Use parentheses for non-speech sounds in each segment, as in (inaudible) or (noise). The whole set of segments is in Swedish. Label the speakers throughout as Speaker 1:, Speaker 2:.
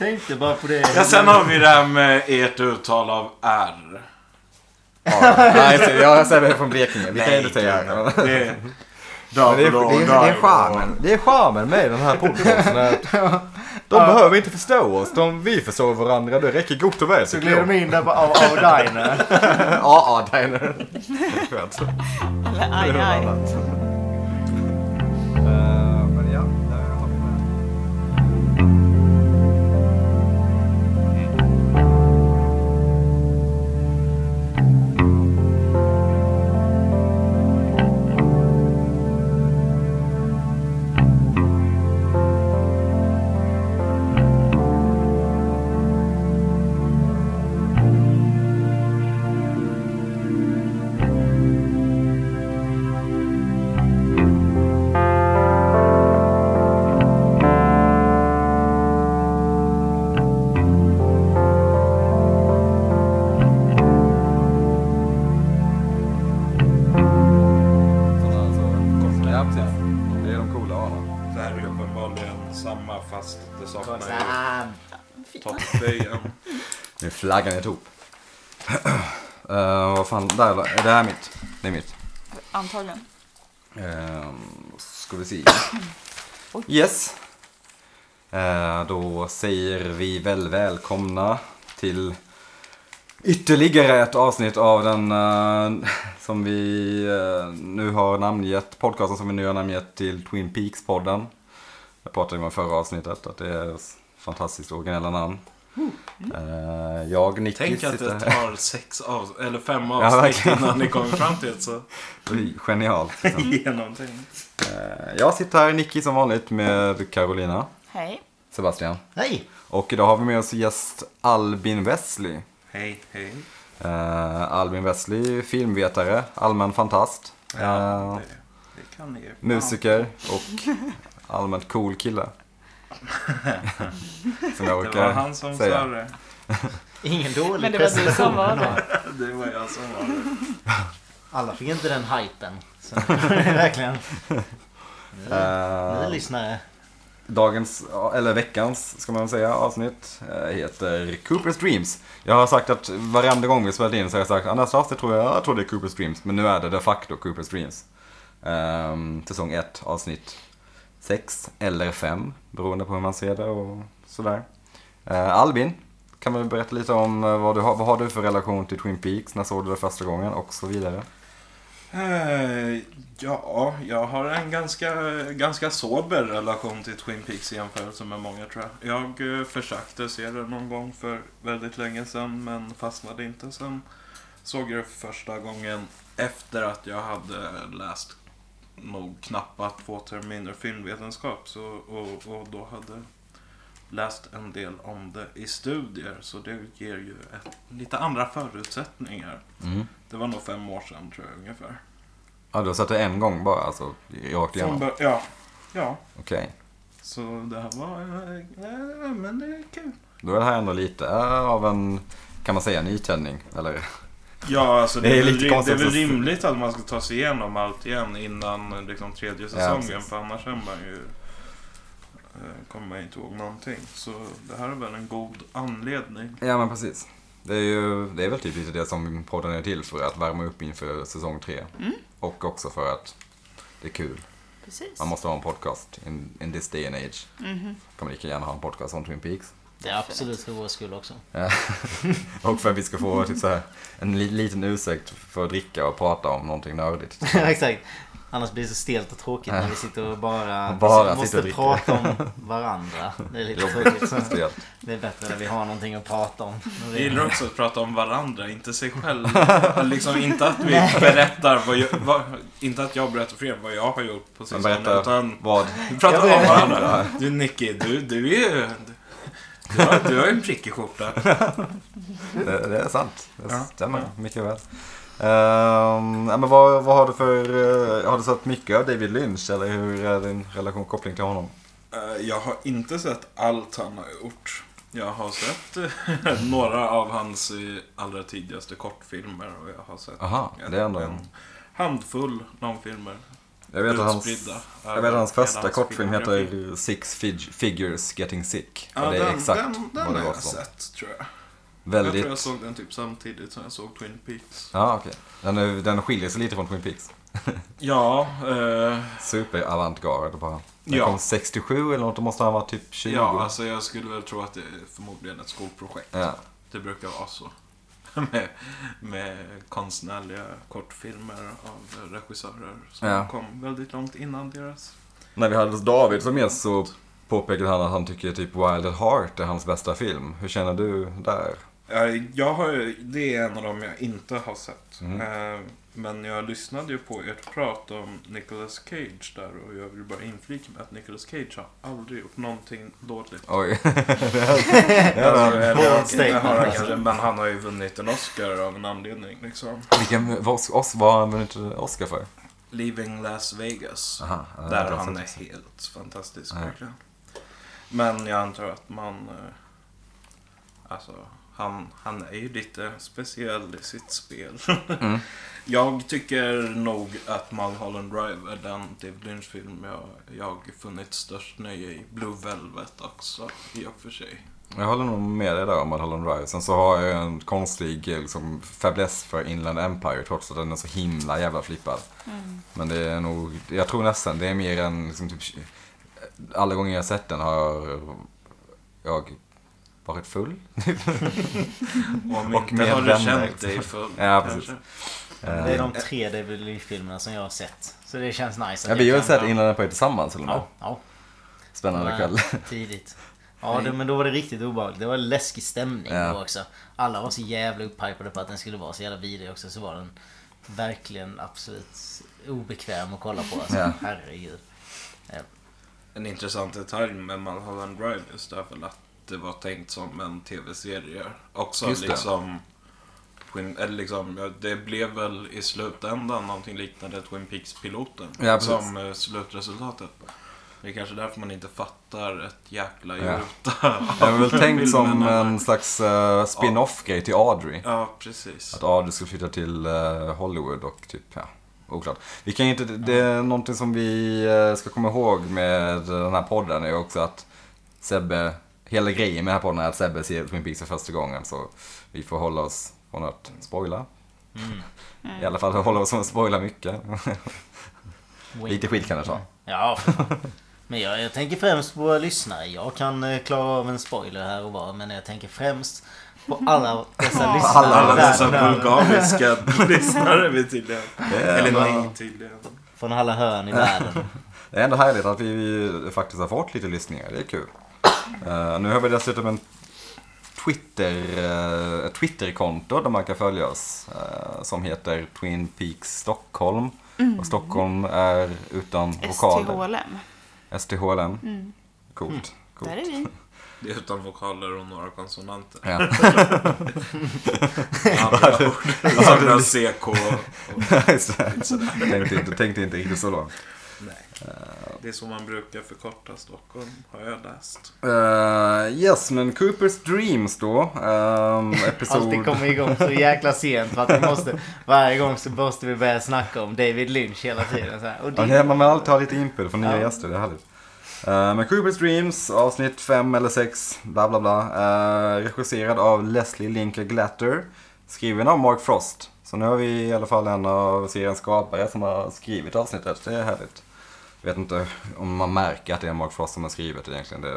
Speaker 1: Tänkte bara på det.
Speaker 2: Ja, sen har vi det här med ert uttal av R.
Speaker 3: Ja, nej, så- ja, jag säger från Blekinge. Vi kan ju inte säga. Men
Speaker 2: Det är,
Speaker 3: Det är, det, är, det, är charmen, det är charmen med den här podcasten. att De behöver inte förstå oss. De, vi förstår varandra. Det räcker gott och väl.
Speaker 1: Så
Speaker 3: tycker
Speaker 1: gled
Speaker 3: jag.
Speaker 1: de in där på Our, our
Speaker 3: (laughs)
Speaker 1: Diner.
Speaker 3: Ja, ja, Diner. Skönt. Eh,
Speaker 4: Eller aj, aj.
Speaker 3: Men ja, Ja, precis. Det är de coola arna.
Speaker 2: Det här är uppenbarligen samma fast det saknar ju toppdöjan.
Speaker 3: Nu flaggar ni ihop. (clears throat) Eh, vad fan, där, är det här mitt? Det är mitt.
Speaker 4: Antagligen.
Speaker 3: Ehm, ska vi se. Yes. Eh, då säger vi väl välkomna till ytterligare ett avsnitt av den eh, som vi eh, nu har namngett, podcasten som vi nu har namngett till Twin Peaks-podden. Jag pratade om i förra avsnittet att det är s- fantastiskt originella namn. Eh, jag, Nicky,
Speaker 2: Tänk att
Speaker 3: sitter
Speaker 2: det
Speaker 3: här.
Speaker 2: tar sex av, eller fem
Speaker 3: Ja,
Speaker 2: avsnitt
Speaker 3: verkligen.
Speaker 2: innan ni kommer fram till ett (laughs) så
Speaker 3: Genialt.
Speaker 2: genomtänkt.
Speaker 3: Eh, jag sitter här, Nicky, som vanligt med Carolina,
Speaker 4: Hej.
Speaker 3: Sebastian.
Speaker 1: Hej!
Speaker 3: Och idag har vi med oss gäst Albin Wesley.
Speaker 2: Hej, hej.
Speaker 3: Eh, Albin Wesley, filmvetare, allmän fantast, eh,
Speaker 2: det, det kan ni ju.
Speaker 3: musiker och allmänt cool
Speaker 2: (laughs)
Speaker 3: kille. Som jag
Speaker 2: Det var
Speaker 3: brukar
Speaker 2: han som sa
Speaker 3: säga.
Speaker 2: det.
Speaker 1: Ingen dålig
Speaker 4: Men det var du som
Speaker 1: presentation.
Speaker 4: var det.
Speaker 2: Det var jag som var det.
Speaker 1: Alla fick inte den hypen. Så,
Speaker 3: (laughs)
Speaker 1: verkligen. Nu
Speaker 3: Eh,
Speaker 1: lyssnar jag.
Speaker 3: dagens, eller veckans ska man säga, avsnitt eh, heter Cooper's Dreams. Jag har sagt att varenda gång vi spelat in så har jag sagt att nästa avsnitt tror jag, jag tror det är Cooper's Dreams. Men nu är det de facto Cooper's Dreams. Ehm, säsong 1, avsnitt 6 eller 5. Beroende på hur man ser det och sådär. Eh, Albin, kan du berätta lite om eh, vad du har, vad har du för relation till Twin Peaks? När såg du det första gången? Och så vidare.
Speaker 2: Eh, Ja, jag har en ganska, ganska sober relation till Twin Peaks i jämförelse med många tror jag. Jag eh, försökte se det någon gång för väldigt länge sedan men fastnade inte. Sen såg jag det första gången efter att jag hade läst nog knappt två terminer filmvetenskap så, och, och då hade läst en del om det i studier så det ger ju ett, lite andra förutsättningar. Det var nog fem år sedan tror jag ungefär.
Speaker 3: Ja, du har sett det en gång bara, alltså rakt
Speaker 2: Från
Speaker 3: igenom?
Speaker 2: bör- ja. ja,
Speaker 3: Okej.
Speaker 2: så det här var... eh, eh, men det är kul.
Speaker 3: Då är det här ändå lite eh, av en, kan man säga, nytändning. Eller?
Speaker 2: Ja, alltså det,
Speaker 3: Det är
Speaker 2: är, väl
Speaker 3: lite
Speaker 2: rim- det
Speaker 3: konstigt
Speaker 2: är väl
Speaker 3: att-
Speaker 2: rimligt att man ska ta sig igenom allt igen innan eh, liksom, tredje säsongen.
Speaker 3: precis.
Speaker 2: för annars är man ju... eh, Kommer man inte ihåg någonting. Så det här är väl en god anledning.
Speaker 3: Ja, men precis. Det är, ju, det är väl typ lite det som podden är till för, att värma upp inför säsong tre. Och också för att det är kul.
Speaker 4: Precis.
Speaker 3: Man måste ha en podcast in, in this day and age. Kan man lika gärna ha en podcast om Twin Peaks.
Speaker 1: Det är absolut för vår skull
Speaker 3: (laughs)
Speaker 1: också.
Speaker 3: Och för att vi ska få typ så här, en li, liten ursäkt för att dricka och prata om någonting (laughs) nördigt.
Speaker 1: Exakt. Annars blir det så stelt och tråkigt när vi sitter och bara,
Speaker 3: Bara
Speaker 1: måste
Speaker 3: sitter och
Speaker 1: prata om varandra. Det är lite tråkigt. Så
Speaker 3: Speciellt.
Speaker 1: det är bättre när vi har någonting att prata om.
Speaker 2: Jag gillar också att prata om varandra, inte sig själv.
Speaker 3: (laughs)
Speaker 2: liksom inte att vi berättar vad jag... Vad, inte att jag berättar för er vad jag har gjort på
Speaker 3: Men
Speaker 2: sistone.
Speaker 3: berätta
Speaker 2: Utan
Speaker 3: vad...
Speaker 2: Vi pratar
Speaker 1: Jag
Speaker 2: om
Speaker 1: börjar-
Speaker 2: varandra. Du Nicky, du, du är ju... Du har, du har ju en prickig skjorta.
Speaker 3: Det, det är sant. Det
Speaker 2: Ja.
Speaker 3: stämmer mycket väl. Ehm, ja, men vad, vad har du för... eh, har du sett mycket av David Lynch? Eller hur är din relation koppling till honom?
Speaker 2: Eh, Jag har inte sett allt han har gjort. Jag har sett eh, (laughs) några av hans eh, allra tidigaste kortfilmer och jag har sett
Speaker 3: Aha, det är ändå en...
Speaker 2: en handfull långfilmer.
Speaker 3: Jag vet att hans,
Speaker 2: utspridda
Speaker 3: jag
Speaker 2: över
Speaker 3: vet att hans
Speaker 2: hela
Speaker 3: första
Speaker 2: hans
Speaker 3: kortfilm
Speaker 2: filmografi.
Speaker 3: heter Six Fig- Figures Getting Sick.
Speaker 2: Ja,
Speaker 3: och det är
Speaker 2: den,
Speaker 3: exakt
Speaker 2: den, den
Speaker 3: vad det
Speaker 2: har
Speaker 3: var
Speaker 2: jag
Speaker 3: för.
Speaker 2: sett tror jag. Jag
Speaker 3: Väldigt...
Speaker 2: tror jag såg den typ samtidigt som jag såg Twin Peaks.
Speaker 3: Ja, okej. Den, är- den skiljer sig lite från Twin Peaks.
Speaker 2: Ja, eh,
Speaker 3: Super avantgarde bara. Den
Speaker 2: Ja.
Speaker 3: kom 67 eller något, då måste han vara typ 20.
Speaker 2: ja, alltså jag skulle väl tro att det är förmodligen ett skolprojekt.
Speaker 3: Ja.
Speaker 2: Det brukar vara så. (laughs) med, med konstnärliga kortfilmer av regissörer som
Speaker 3: Ja.
Speaker 2: kom väldigt långt innan deras.
Speaker 3: När vi hade David som gäst så påpekade han att han tycker typ Wild at Heart är hans bästa film. Hur känner du där?
Speaker 2: Eh, Jag har, ju- det är en av dem jag inte har sett. Eh, Men jag lyssnade ju på ert prat om Nicolas Cage där och jag vill bara inflika med att Nicolas Cage har aldrig gjort någonting dåligt.
Speaker 3: Oj.
Speaker 2: Alltså, eller,
Speaker 1: Bold
Speaker 2: det
Speaker 1: statement,
Speaker 2: har han
Speaker 1: alltså.
Speaker 2: kanske, men han har ju vunnit en Oscar av en anledning liksom.
Speaker 3: (laughs) Vilken, vad, os, vad har han vunnit Oscar för?
Speaker 2: Leaving Las Vegas.
Speaker 3: Aha, ja, det
Speaker 2: där
Speaker 3: har jag
Speaker 2: han är
Speaker 3: sett.
Speaker 2: helt fantastisk
Speaker 3: Ja.
Speaker 2: verkligen. Men jag antar att man... eh, Alltså, han, han är ju lite speciell i sitt spel. (laughs)
Speaker 3: Mm.
Speaker 2: jag tycker nog att Mulholland Drive är den David Lynch-film jag, jag funnit störst nöje i. Blue Velvet också, i och för sig.
Speaker 3: Jag håller nog med dig där om Mulholland Drive. Sen så har jag en konstig eh, liksom, fäbless för Inland Empire trots att den är så himla jävla flippad. Men det är nog, jag tror nästan det är mer än liksom, typ, alla gånger jag har sett den har jag varit full.
Speaker 2: Om
Speaker 3: Och
Speaker 2: inte
Speaker 3: med
Speaker 2: har du
Speaker 3: vänner,
Speaker 2: känt
Speaker 3: liksom.
Speaker 2: dig full,
Speaker 3: (laughs) Ja, precis.
Speaker 2: kanske.
Speaker 3: Eh,
Speaker 1: Det är de tre David Lynch-filmerna som jag har sett. Så det känns nice.
Speaker 3: Ja,
Speaker 1: att
Speaker 3: vi
Speaker 1: jag
Speaker 3: har ju
Speaker 1: kan-
Speaker 3: sett Inland Empire tillsammans eller
Speaker 1: Ja,
Speaker 3: ja.
Speaker 1: ja.
Speaker 3: Spännande
Speaker 1: Men,
Speaker 3: kväll.
Speaker 1: Tidigt. Ja, det, men då var det riktigt obehagligt. Det var läskig stämning
Speaker 3: Ja.
Speaker 1: då också. Alla var så jävla upphypade på att den skulle vara så jävla vidrig också. Så var den verkligen absolut obekväm att kolla på. Alltså.
Speaker 3: Ja.
Speaker 1: Herregud. Ja.
Speaker 2: En intressant detalj med Mulholland Drive just är väl att det var tänkt som en tv-serie. Också
Speaker 3: Just det.
Speaker 2: liksom... Twin, eller liksom, ja, det blev väl i slutändan någonting liknande Twin Peaks-piloten
Speaker 3: Ja, precis.
Speaker 2: som eh, slutresultatet. Det är kanske därför man inte fattar ett jäkla
Speaker 3: Ja.
Speaker 2: juta.
Speaker 3: (laughs) (laughs) Jag har väl tänkt som
Speaker 2: Filmen är-
Speaker 3: en slags eh, spin-off-grej till Audrey.
Speaker 2: Ja, precis.
Speaker 3: Att Adel skulle flytta till eh, Hollywood och typ, ja, oklart. Vi kan ju inte, det är någonting som vi eh, ska komma ihåg med den här podden är också att Sebbe, hela grejen med den här podden är att Sebbe ser Twin Peaks för första gången så vi får hålla oss från att spoila.
Speaker 2: Mm.
Speaker 3: (laughs) I alla fall hålla oss från att spoila mycket.
Speaker 2: (laughs)
Speaker 1: Wink.
Speaker 3: Lite skit kan det ta.
Speaker 1: Ja, för fan. Men jag, jag tänker främst på våra lyssnare. Jag kan eh, klara av en spoiler här och var. Men jag tänker främst på alla dessa lyssnare.
Speaker 2: Alla dessa
Speaker 1: världen över.
Speaker 3: (laughs)
Speaker 2: bulgariska lyssnare vi tydligen. Eller nej, tydligen.
Speaker 1: Från alla hörn i världen.
Speaker 3: Det är ändå härligt att vi, vi faktiskt har fått lite lyssningar, det är kul. Eh, nu har vi dessutom en Twitter, eh, ett Twitterkonto där man kan följa oss eh, som heter Twin Peaks Stockholm. Och Stockholm är utan vokaler.
Speaker 4: STHLM.
Speaker 3: STHLM. Coolt.
Speaker 4: Där är
Speaker 3: Coolt.
Speaker 4: vi.
Speaker 2: Det är utan vokaler och några konsonanter.
Speaker 3: Ja. (laughs)
Speaker 2: Andra ord. Jag saknar CK. och-
Speaker 3: Just det. tänkte, inte, tänkte inte riktigt så långt.
Speaker 2: Nej. Det är så man brukar förkorta Stockholm, har jag läst.
Speaker 3: Eh, yes, men Coopers Dreams då. ehm,
Speaker 1: Alltid
Speaker 3: episod...
Speaker 1: kommer igång så jäkla sent för att vi måste Varje gång så måste vi börja snacka om David Lynch hela tiden så här. Och det,
Speaker 3: Ja, det, man vill alltid ha lite input från nya
Speaker 1: Ja.
Speaker 3: gäster, det är härligt. Eh, men Coopers Dreams, avsnitt 5 eller 6, bla bla bla. Eh, regisserad av Leslie Linker Glatter. Skriven av Mark Frost. Så nu har vi i alla fall en av seriens skapare som har skrivit avsnittet, det är härligt. Jag vet inte om man märker att det är Mark Frost som har skrivit det egentligen, det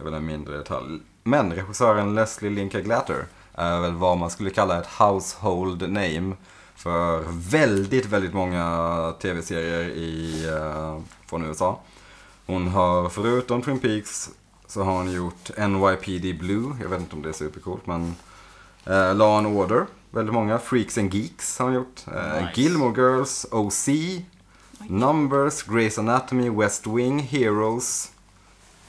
Speaker 3: är väl en mindre detalj. Men regissören Leslie Linker Glatter är väl vad man skulle kalla ett household name för väldigt, väldigt många tv-serier i, eh, från USA. Hon har förutom Twin Peaks så har hon gjort NYPD Blue, jag vet inte om det är supercoolt men eh, Law and Order, väldigt många. Freaks and Geeks har hon gjort. Eh,
Speaker 1: Nice.
Speaker 3: Gilmore Girls, OC, Numbers, Grey's Anatomy, West Wing, Heroes,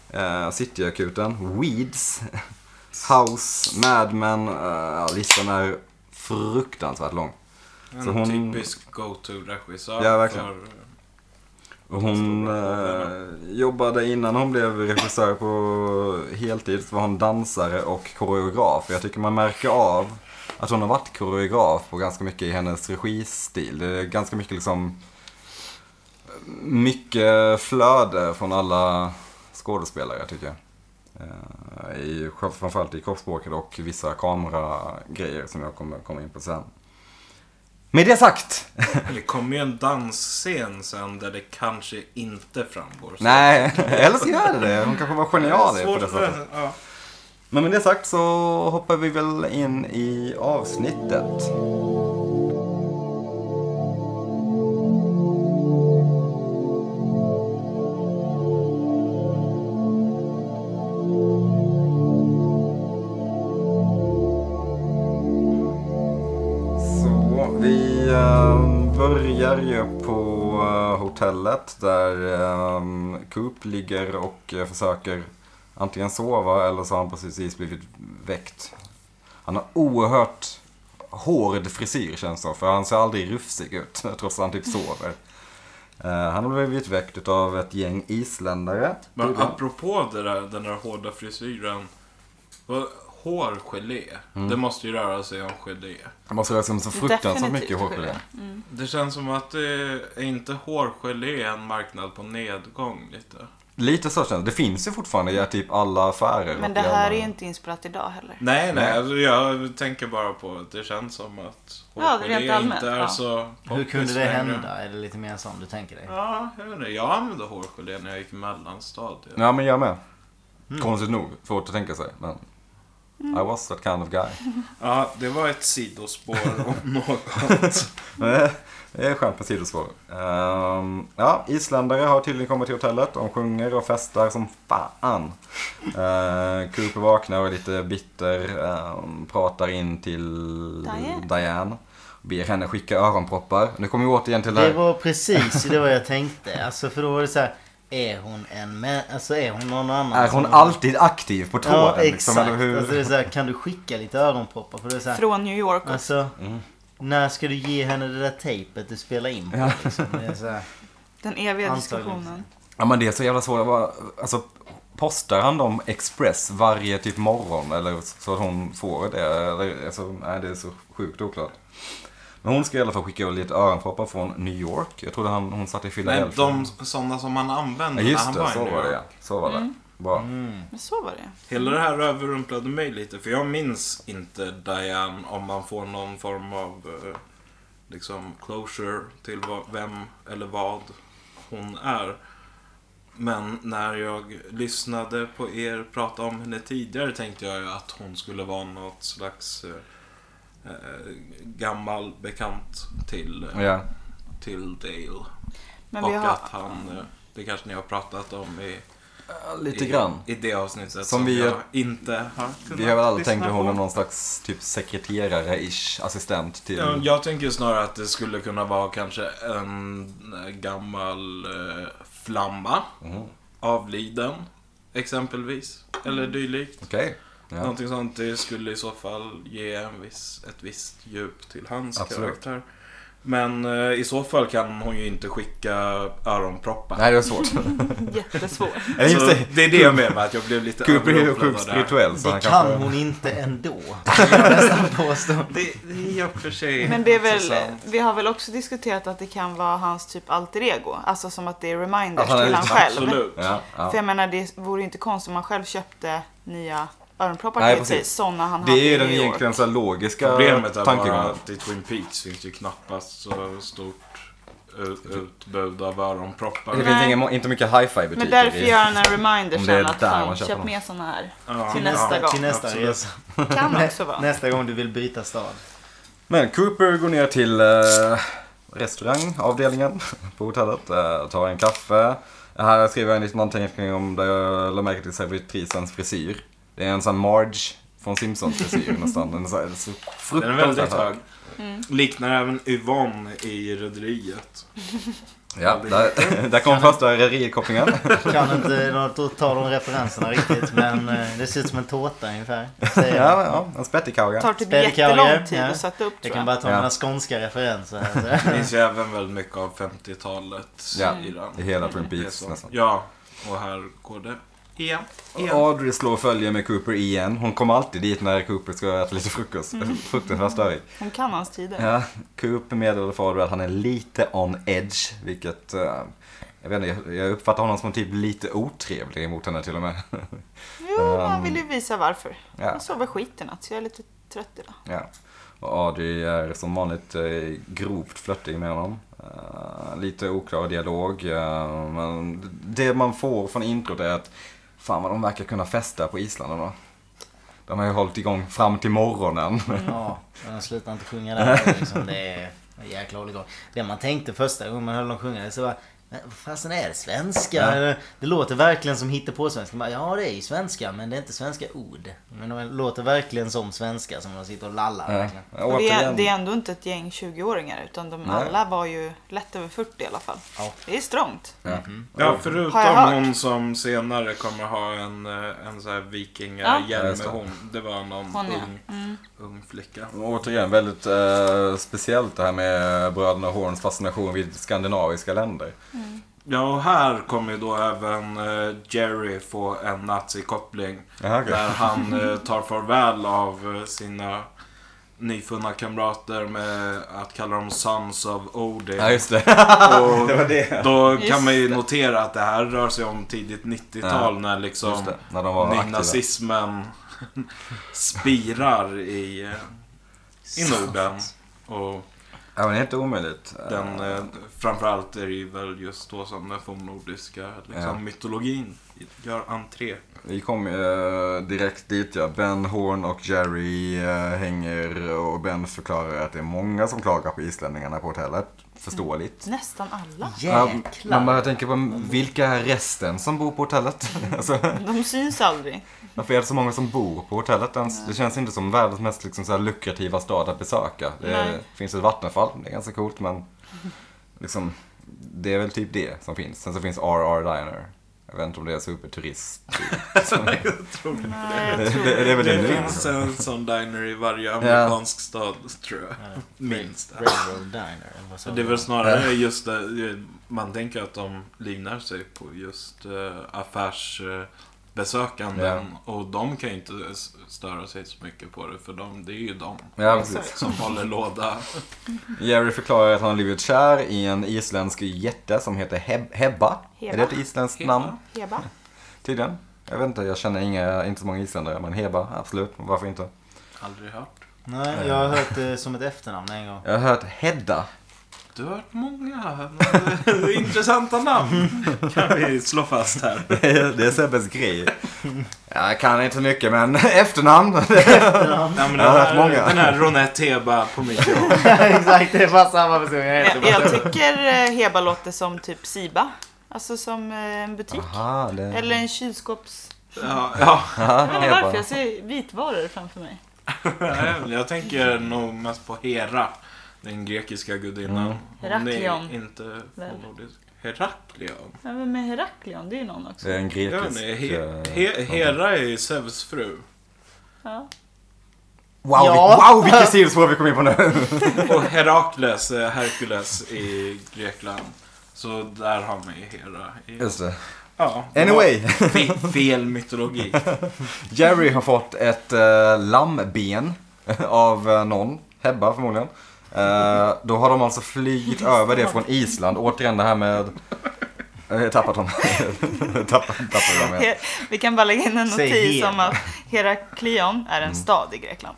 Speaker 3: eh, Cityakuten, Weeds, (laughs) House, Mad Men. Eh, ja, listan är fruktansvärt lång.
Speaker 2: En
Speaker 3: Så hon-
Speaker 2: typisk go-to-regissör
Speaker 3: Ja, verkligen.
Speaker 2: för
Speaker 3: Och Hon eh, jobbade innan hon blev regissör på heltid så var hon dansare och koreograf. Jag tycker man märker av att hon har varit koreograf på ganska mycket i hennes registil. Det är ganska mycket liksom mycket flöde från alla skådespelare tycker jag. Eh, I, framförallt i kroppsspråket och vissa kameragrejer som jag kommer komma in på sen. Med det sagt!
Speaker 2: Det kommer ju en dansscen sen där det kanske inte framgår. så-
Speaker 3: (laughs) Nej, eller så gör det det. Hon kanske var genial
Speaker 2: Det är
Speaker 3: på det
Speaker 2: svårt
Speaker 3: sättet.
Speaker 2: för- ja.
Speaker 3: Men med det sagt så hoppar vi väl in i avsnittet. Så vi eh, börjar ju på eh, hotellet där eh, Coop ligger och eh, försöker antingen sova eller så har han precis blivit väckt. Han har oerhört hård frisyr känns det som, för han ser aldrig rufsig ut (laughs) trots att han typ sover. Eh, han har blivit väckt av ett gäng isländare.
Speaker 2: Men apropå det där, den där hårda frisyren. vad- Hårgelé.
Speaker 3: Mm.
Speaker 2: Det måste ju röra sig om gelé.
Speaker 3: Han måste röra sig om så fruktansvärt mycket hårgelé.
Speaker 4: Mm.
Speaker 2: Det känns som att det är inte hårgelé en marknad på nedgång lite.
Speaker 3: Lite så känns det. Det finns ju fortfarande i typ alla affärer.
Speaker 4: Men
Speaker 3: och
Speaker 4: det
Speaker 3: i
Speaker 4: här
Speaker 3: alla-
Speaker 4: är inte inspelat idag heller.
Speaker 2: Nej, nej.
Speaker 3: Nej.
Speaker 2: Alltså, jag tänker bara på att det känns som att
Speaker 4: Ja, det är
Speaker 2: hårgelé
Speaker 4: rent allmänt,
Speaker 2: inte är
Speaker 4: ja.
Speaker 2: så
Speaker 1: Hur kunde
Speaker 2: poppis
Speaker 1: det
Speaker 2: längre.
Speaker 1: hända? Är det lite mer sån du tänker dig?
Speaker 2: Ja, jag vet inte. Jag använde hårgelé när jag gick i mellanstadiet.
Speaker 3: Ja, men jag med.
Speaker 1: Mm.
Speaker 3: Konstigt nog. Svårt att tänka sig. Men I was that kind of guy. (laughs)
Speaker 2: Ja, det var ett sidospår om något.
Speaker 3: Eh, Det är skönt med sidospår. Ehm, ja, isländare har tydligen kommit till hotellet. De sjunger och festar som fan. Uh, Cooper vaknar och är lite bitter. ehm, pratar in till
Speaker 4: Diane.
Speaker 3: Diane. Ber henne skicka öronproppar. Nu kommer vi återigen till det
Speaker 1: Det
Speaker 3: här.
Speaker 1: var precis det var jag tänkte. Alltså för då var det så här. Är hon en män? Alltså är hon någon annan?
Speaker 3: Är hon
Speaker 1: som-
Speaker 3: alltid aktiv på tråden?
Speaker 1: Ja
Speaker 3: liksom,
Speaker 1: exakt.
Speaker 3: eller hur?
Speaker 1: Alltså det är så här, kan du skicka lite öronproppar? För det är så här,
Speaker 4: Från New York.
Speaker 1: Alltså,
Speaker 3: Mm.
Speaker 1: när ska du ge henne det där tejpet du spelar in på? Liksom? Det är så här,
Speaker 4: Den eviga
Speaker 1: Antagligen.
Speaker 4: diskussionen.
Speaker 3: Ja men det är så jävla svårt. Vad- Alltså, postar han dem express varje typ morgon eller så att hon får det? Eller, alltså, nej, det är så sjukt oklart. Men hon ska i alla fall skicka lite öronproppar från New York. Jag trodde han, hon satt i
Speaker 2: Nej,
Speaker 3: Philadelphia.
Speaker 2: de sådana som man använde
Speaker 3: ja,
Speaker 2: när
Speaker 3: just
Speaker 2: han
Speaker 3: det,
Speaker 2: var i
Speaker 3: så
Speaker 2: New
Speaker 3: var det
Speaker 2: York. Mm.
Speaker 3: ja. Så var det.
Speaker 1: Mm.
Speaker 3: Bra.
Speaker 4: Men så var det.
Speaker 2: Hela det här överrumplade mig lite, för jag minns inte Diane om man får någon form av eh, liksom closure till vad, vem eller vad hon är. Men när jag lyssnade på er prata om henne tidigare tänkte jag ju att hon skulle vara något slags eh, eh, gammal bekant till, eh,
Speaker 3: Ja.
Speaker 2: till Dale.
Speaker 4: Men
Speaker 2: och
Speaker 4: vi har... (laughs)
Speaker 2: att han, eh, det kanske ni har pratat om i
Speaker 3: Lite
Speaker 2: i,
Speaker 3: grann.
Speaker 2: I det avsnittet som,
Speaker 3: vi-
Speaker 2: jag inte har kunnat
Speaker 3: Vi har väl alla
Speaker 2: lyssna
Speaker 3: tänkt att hon
Speaker 2: på.
Speaker 3: är någon slags typ sekreterare-ish assistent till...
Speaker 2: Ja, Jag tänker snarare att det skulle kunna vara kanske en eh, gammal eh, flamma.
Speaker 3: Mhm.
Speaker 2: Avliden, exempelvis. Eller dylikt.
Speaker 3: Okej. Ja.
Speaker 2: Någonting sånt. Det skulle i så fall ge en viss, ett visst djup till hans
Speaker 3: Absolut.
Speaker 2: karaktär. Men eh, i så fall kan hon ju inte skicka öronproppar.
Speaker 3: Nej, det
Speaker 2: (laughs)
Speaker 3: är svårt. (laughs)
Speaker 4: Jättesvår.
Speaker 3: Eller i och
Speaker 2: Så
Speaker 3: för sig,
Speaker 2: det är det jag menar med att jag blev lite
Speaker 3: Cooper är ju
Speaker 2: överrumplad
Speaker 3: sjukt
Speaker 2: av det här.
Speaker 3: spirituell så
Speaker 1: det
Speaker 3: han
Speaker 1: kan
Speaker 3: kanske...
Speaker 1: hon inte ändå. kan jag nästan påstå.
Speaker 2: Det, det är i och för sig
Speaker 4: Men det är väl,
Speaker 2: intressant.
Speaker 4: vi har väl också diskuterat att det kan vara hans typ alter ego. Alltså som att det är reminders
Speaker 3: Att han är
Speaker 4: till han
Speaker 3: lite-
Speaker 4: själv.
Speaker 2: Absolut.
Speaker 3: Ja, ja.
Speaker 4: För jag menar det vore ju inte konstigt om han själv köpte nya
Speaker 3: Nej,
Speaker 4: öronproppar till sig.
Speaker 3: precis.
Speaker 4: Sådana han
Speaker 3: Det
Speaker 4: hade Mm.
Speaker 3: är ju
Speaker 4: i
Speaker 3: den
Speaker 4: New York.
Speaker 3: egentligen så här logiska
Speaker 2: Problemet är bara
Speaker 3: tankegången.
Speaker 2: att i Twin Peaks finns ju knappast så stort ut- utbud av öronproppar.
Speaker 3: Det
Speaker 4: Nej.
Speaker 3: finns inga, inte mycket hi-fi butiker
Speaker 4: Men därför
Speaker 3: i-
Speaker 4: gör han en reminder
Speaker 3: Om det är
Speaker 4: sen att
Speaker 3: där
Speaker 4: fan,
Speaker 3: man köper
Speaker 4: köp
Speaker 3: dem.
Speaker 4: med såna här.
Speaker 2: Ja,
Speaker 4: till nästa gång.
Speaker 1: Till nästa
Speaker 2: absolut.
Speaker 1: resa.
Speaker 4: Kan också vara.
Speaker 1: Nästa gång du vill byta stad.
Speaker 3: Men Cooper går ner till eh, restaurangavdelningen (laughs) på hotellet, eh, tar en kaffe. Här skriver jag en liten anteckning om där jag la märke till servitrisens frisyr. Det är en sån Marge från Simpsons
Speaker 4: (laughs)
Speaker 3: frisyr nästan. Den är så, så
Speaker 2: Den är väldigt
Speaker 3: fruktansvärt
Speaker 2: hög.
Speaker 4: Mm.
Speaker 2: Liknar även Yvonne i Rederiet.
Speaker 3: Ja, (laughs) där, där kom första
Speaker 4: (laughs)
Speaker 3: rederikopplingen.
Speaker 1: Kan inte de- ta de referenserna riktigt men eh, det ser ut som en tårta ungefär. Säger jag.
Speaker 3: Ja, ja, en spettekauga.
Speaker 4: tar typ
Speaker 1: Spelkarriär,
Speaker 4: jättelång tid
Speaker 1: ja.
Speaker 4: att sätta upp
Speaker 1: Jag
Speaker 4: tror
Speaker 1: kan
Speaker 4: jag.
Speaker 1: bara ta
Speaker 3: Ja.
Speaker 1: mina skånska referenser. Här, så.
Speaker 2: Det finns ju även väldigt mycket av 50-talet
Speaker 3: Ja,
Speaker 2: i den.
Speaker 3: i hela Twin
Speaker 2: Mm. Det är
Speaker 3: Peaks
Speaker 2: så.
Speaker 3: nästan.
Speaker 2: Ja, och här går det Igen.
Speaker 3: Och Audrey slår följe med Cooper igen. Hon kommer alltid dit när Cooper ska äta lite frukost. (laughs) Fruktansvärt störig.
Speaker 4: Hon kan hans tider.
Speaker 3: Ja, Cooper meddelar för Audrey att han är lite on edge, vilket... eh, jag vet inte, jag- jag uppfattar honom som typ lite otrevlig emot henne till och med.
Speaker 4: Jo, man vill ju visa varför.
Speaker 3: Um, Ja.
Speaker 4: Jag sover skit i natt så jag är lite trött idag.
Speaker 3: Ja. Och Audrey är som vanligt eh, grovt flörtig med honom. Eh, lite oklar dialog. eh, men det man får från introt är att fan vad de verkar kunna festa på Island ändå. De har ju hållit igång fram till morgonen.
Speaker 1: Ja, men de slutar inte sjunga där. Liksom. Det är en jäkla hålligång. Det man tänkte första gången man höll dem sjunga det så var vad fasen är det? Svenska? Det låter verkligen som hittepåsvenska. Man bara, Ja, det är ju svenska, men det är inte svenska ord. Men det låter verkligen som svenska som de sitter och lallar.
Speaker 3: Eh,
Speaker 1: verkligen.
Speaker 4: Och det, är,
Speaker 3: återigen-
Speaker 4: det är ändå inte ett gäng 20-åringar utan de
Speaker 3: Nej.
Speaker 4: alla var ju lätt över 40 i alla fall.
Speaker 1: Ja.
Speaker 4: Det är strångt.
Speaker 3: Ja.
Speaker 2: Ja,
Speaker 4: Har jag
Speaker 2: förutom
Speaker 4: hört?
Speaker 2: hon som senare kommer ha en, eh, en sån här
Speaker 3: Ja,
Speaker 2: vikingahjälm.
Speaker 3: just
Speaker 2: med
Speaker 3: det.
Speaker 2: hon. Det var någon
Speaker 4: Hon, ja. Mm.
Speaker 2: ung, ung flicka.
Speaker 3: Och Återigen väldigt eh, speciellt det här med bröderna Horns fascination vid skandinaviska länder.
Speaker 2: Ja, och här kommer ju då även eh, Jerry få en nazikoppling.
Speaker 3: Jaha, okej.
Speaker 2: Där
Speaker 3: (laughs)
Speaker 2: han eh, tar farväl av eh, sina nyfunna kamrater med att kalla dem Sons of Odin.
Speaker 3: Ja (laughs) just det.
Speaker 2: Och
Speaker 3: det var det.
Speaker 2: Då
Speaker 4: Just
Speaker 2: kan man ju
Speaker 4: det.
Speaker 2: notera att det här rör sig om tidigt 90-tal när liksom
Speaker 3: Just det, när de var aktiva.
Speaker 2: nynazismen (laughs) spirar i, eh, i Norden. Och
Speaker 3: Ja men det är inte omöjligt.
Speaker 2: den, eh, framförallt är det ju väl just då som den fornnordiska liksom,
Speaker 3: Ja.
Speaker 2: mytologin gör (laughs) entré.
Speaker 3: Vi kom eh, direkt dit ja. Ben Horn och Jerry eh, hänger och Ben förklarar att det är många som klagar på islänningarna på hotellet. Förståeligt.
Speaker 4: Nästan alla.
Speaker 3: Ja,
Speaker 1: Jäklar.
Speaker 3: man bara tänker på vilka är resten som bor på hotellet? (laughs) alltså,
Speaker 4: De syns aldrig.
Speaker 3: (laughs) varför är det så många som bor på hotellet ens? Det känns inte som världens mest liksom, så här, lukrativa stad att besöka. Det
Speaker 4: Nej.
Speaker 3: finns ett vattenfall, det är ganska coolt men liksom, det är väl typ det som finns. Sen så finns RR Diner. Jag vet inte om det är superturist.
Speaker 2: jag tror inte
Speaker 4: Nej, jag
Speaker 3: Det,
Speaker 4: tror
Speaker 3: det, det är väl det
Speaker 2: Det
Speaker 3: nu.
Speaker 2: finns en sån diner i varje amerikansk stad, tror jag. Minst.
Speaker 1: Railroad Diner. eller vad sa
Speaker 2: Det är
Speaker 1: du?
Speaker 2: väl snarare just det, man tänker att de livnär sig på just eh, affärsbesökanden. Och de kan ju inte s- störa sig så mycket på det, för de, det är ju de
Speaker 3: Ja, precis.
Speaker 2: som håller låda.
Speaker 3: Jerry förklarar att han har blivit kär i en isländsk jätte som heter Heb- Hebba.
Speaker 4: Heba.
Speaker 3: Är det ett isländskt
Speaker 2: Heba.
Speaker 3: namn?
Speaker 4: Heba.
Speaker 3: Tydligen. Jag vet inte, jag känner inga, inte så många isländare, men Heba, absolut. Varför inte?
Speaker 2: Aldrig hört.
Speaker 1: Nej, jag har hört det som ett efternamn en gång.
Speaker 3: Jag har hört Hedda.
Speaker 2: Du har hört många (laughs) intressanta namn, kan vi slå fast här.
Speaker 3: (laughs) Det är Sebbes grej. Jag kan inte mycket, men (laughs) efternamn.
Speaker 2: Ja, men den,
Speaker 3: Jag har hört
Speaker 2: här,
Speaker 3: många.
Speaker 2: den här Ronette Heba på mitt jobb.
Speaker 1: (laughs) Exakt, det är bara samma person. Jag heter
Speaker 4: Jag,
Speaker 1: bara.
Speaker 4: jag tycker eh, Heba låter som typ Siba. Alltså som eh, en butik.
Speaker 3: Aha, det...
Speaker 4: Eller en kylskåps...
Speaker 2: Ja, ja.
Speaker 3: Aha,
Speaker 4: Jag vet inte varför,
Speaker 3: Heba.
Speaker 4: jag ser vitvaror framför mig.
Speaker 2: Nej, (laughs) Jag tänker nog mest på Hera, den grekiska gudinnan. Hon är
Speaker 4: Heraklion.
Speaker 2: inte
Speaker 4: Väl.
Speaker 2: fornnordisk. Heraklion?
Speaker 4: Ja, Men med Heraklion, det är ju någon också.
Speaker 3: Det är en
Speaker 2: Jag vet
Speaker 3: grekisk...
Speaker 2: inte, he,
Speaker 3: eh,
Speaker 2: he, Hera är ju Zeus fru.
Speaker 4: Ja.
Speaker 3: Wow, vi-
Speaker 1: Ja.
Speaker 3: wow, vilket sidospår vi kom in på nu.
Speaker 4: (laughs)
Speaker 2: Och Herakles är Herkules i Grekland. Så där har man ju Hera. i-
Speaker 3: Just det.
Speaker 2: Ja, det
Speaker 3: Anyway.
Speaker 2: var (laughs) Fe, fel mytologi.
Speaker 3: Jerry har fått ett eh, lammben (laughs) av eh, någon, Hebba förmodligen. Eh, då har de alltså flygit över det från Island. Återigen det här med... Eh, (laughs) Jag tappat honom. Jag tappat, tappat honom. igen.
Speaker 4: He- Vi kan bara lägga in en
Speaker 1: Säg
Speaker 4: notis
Speaker 1: Heba.
Speaker 4: om att Heraklion är en stad i Grekland.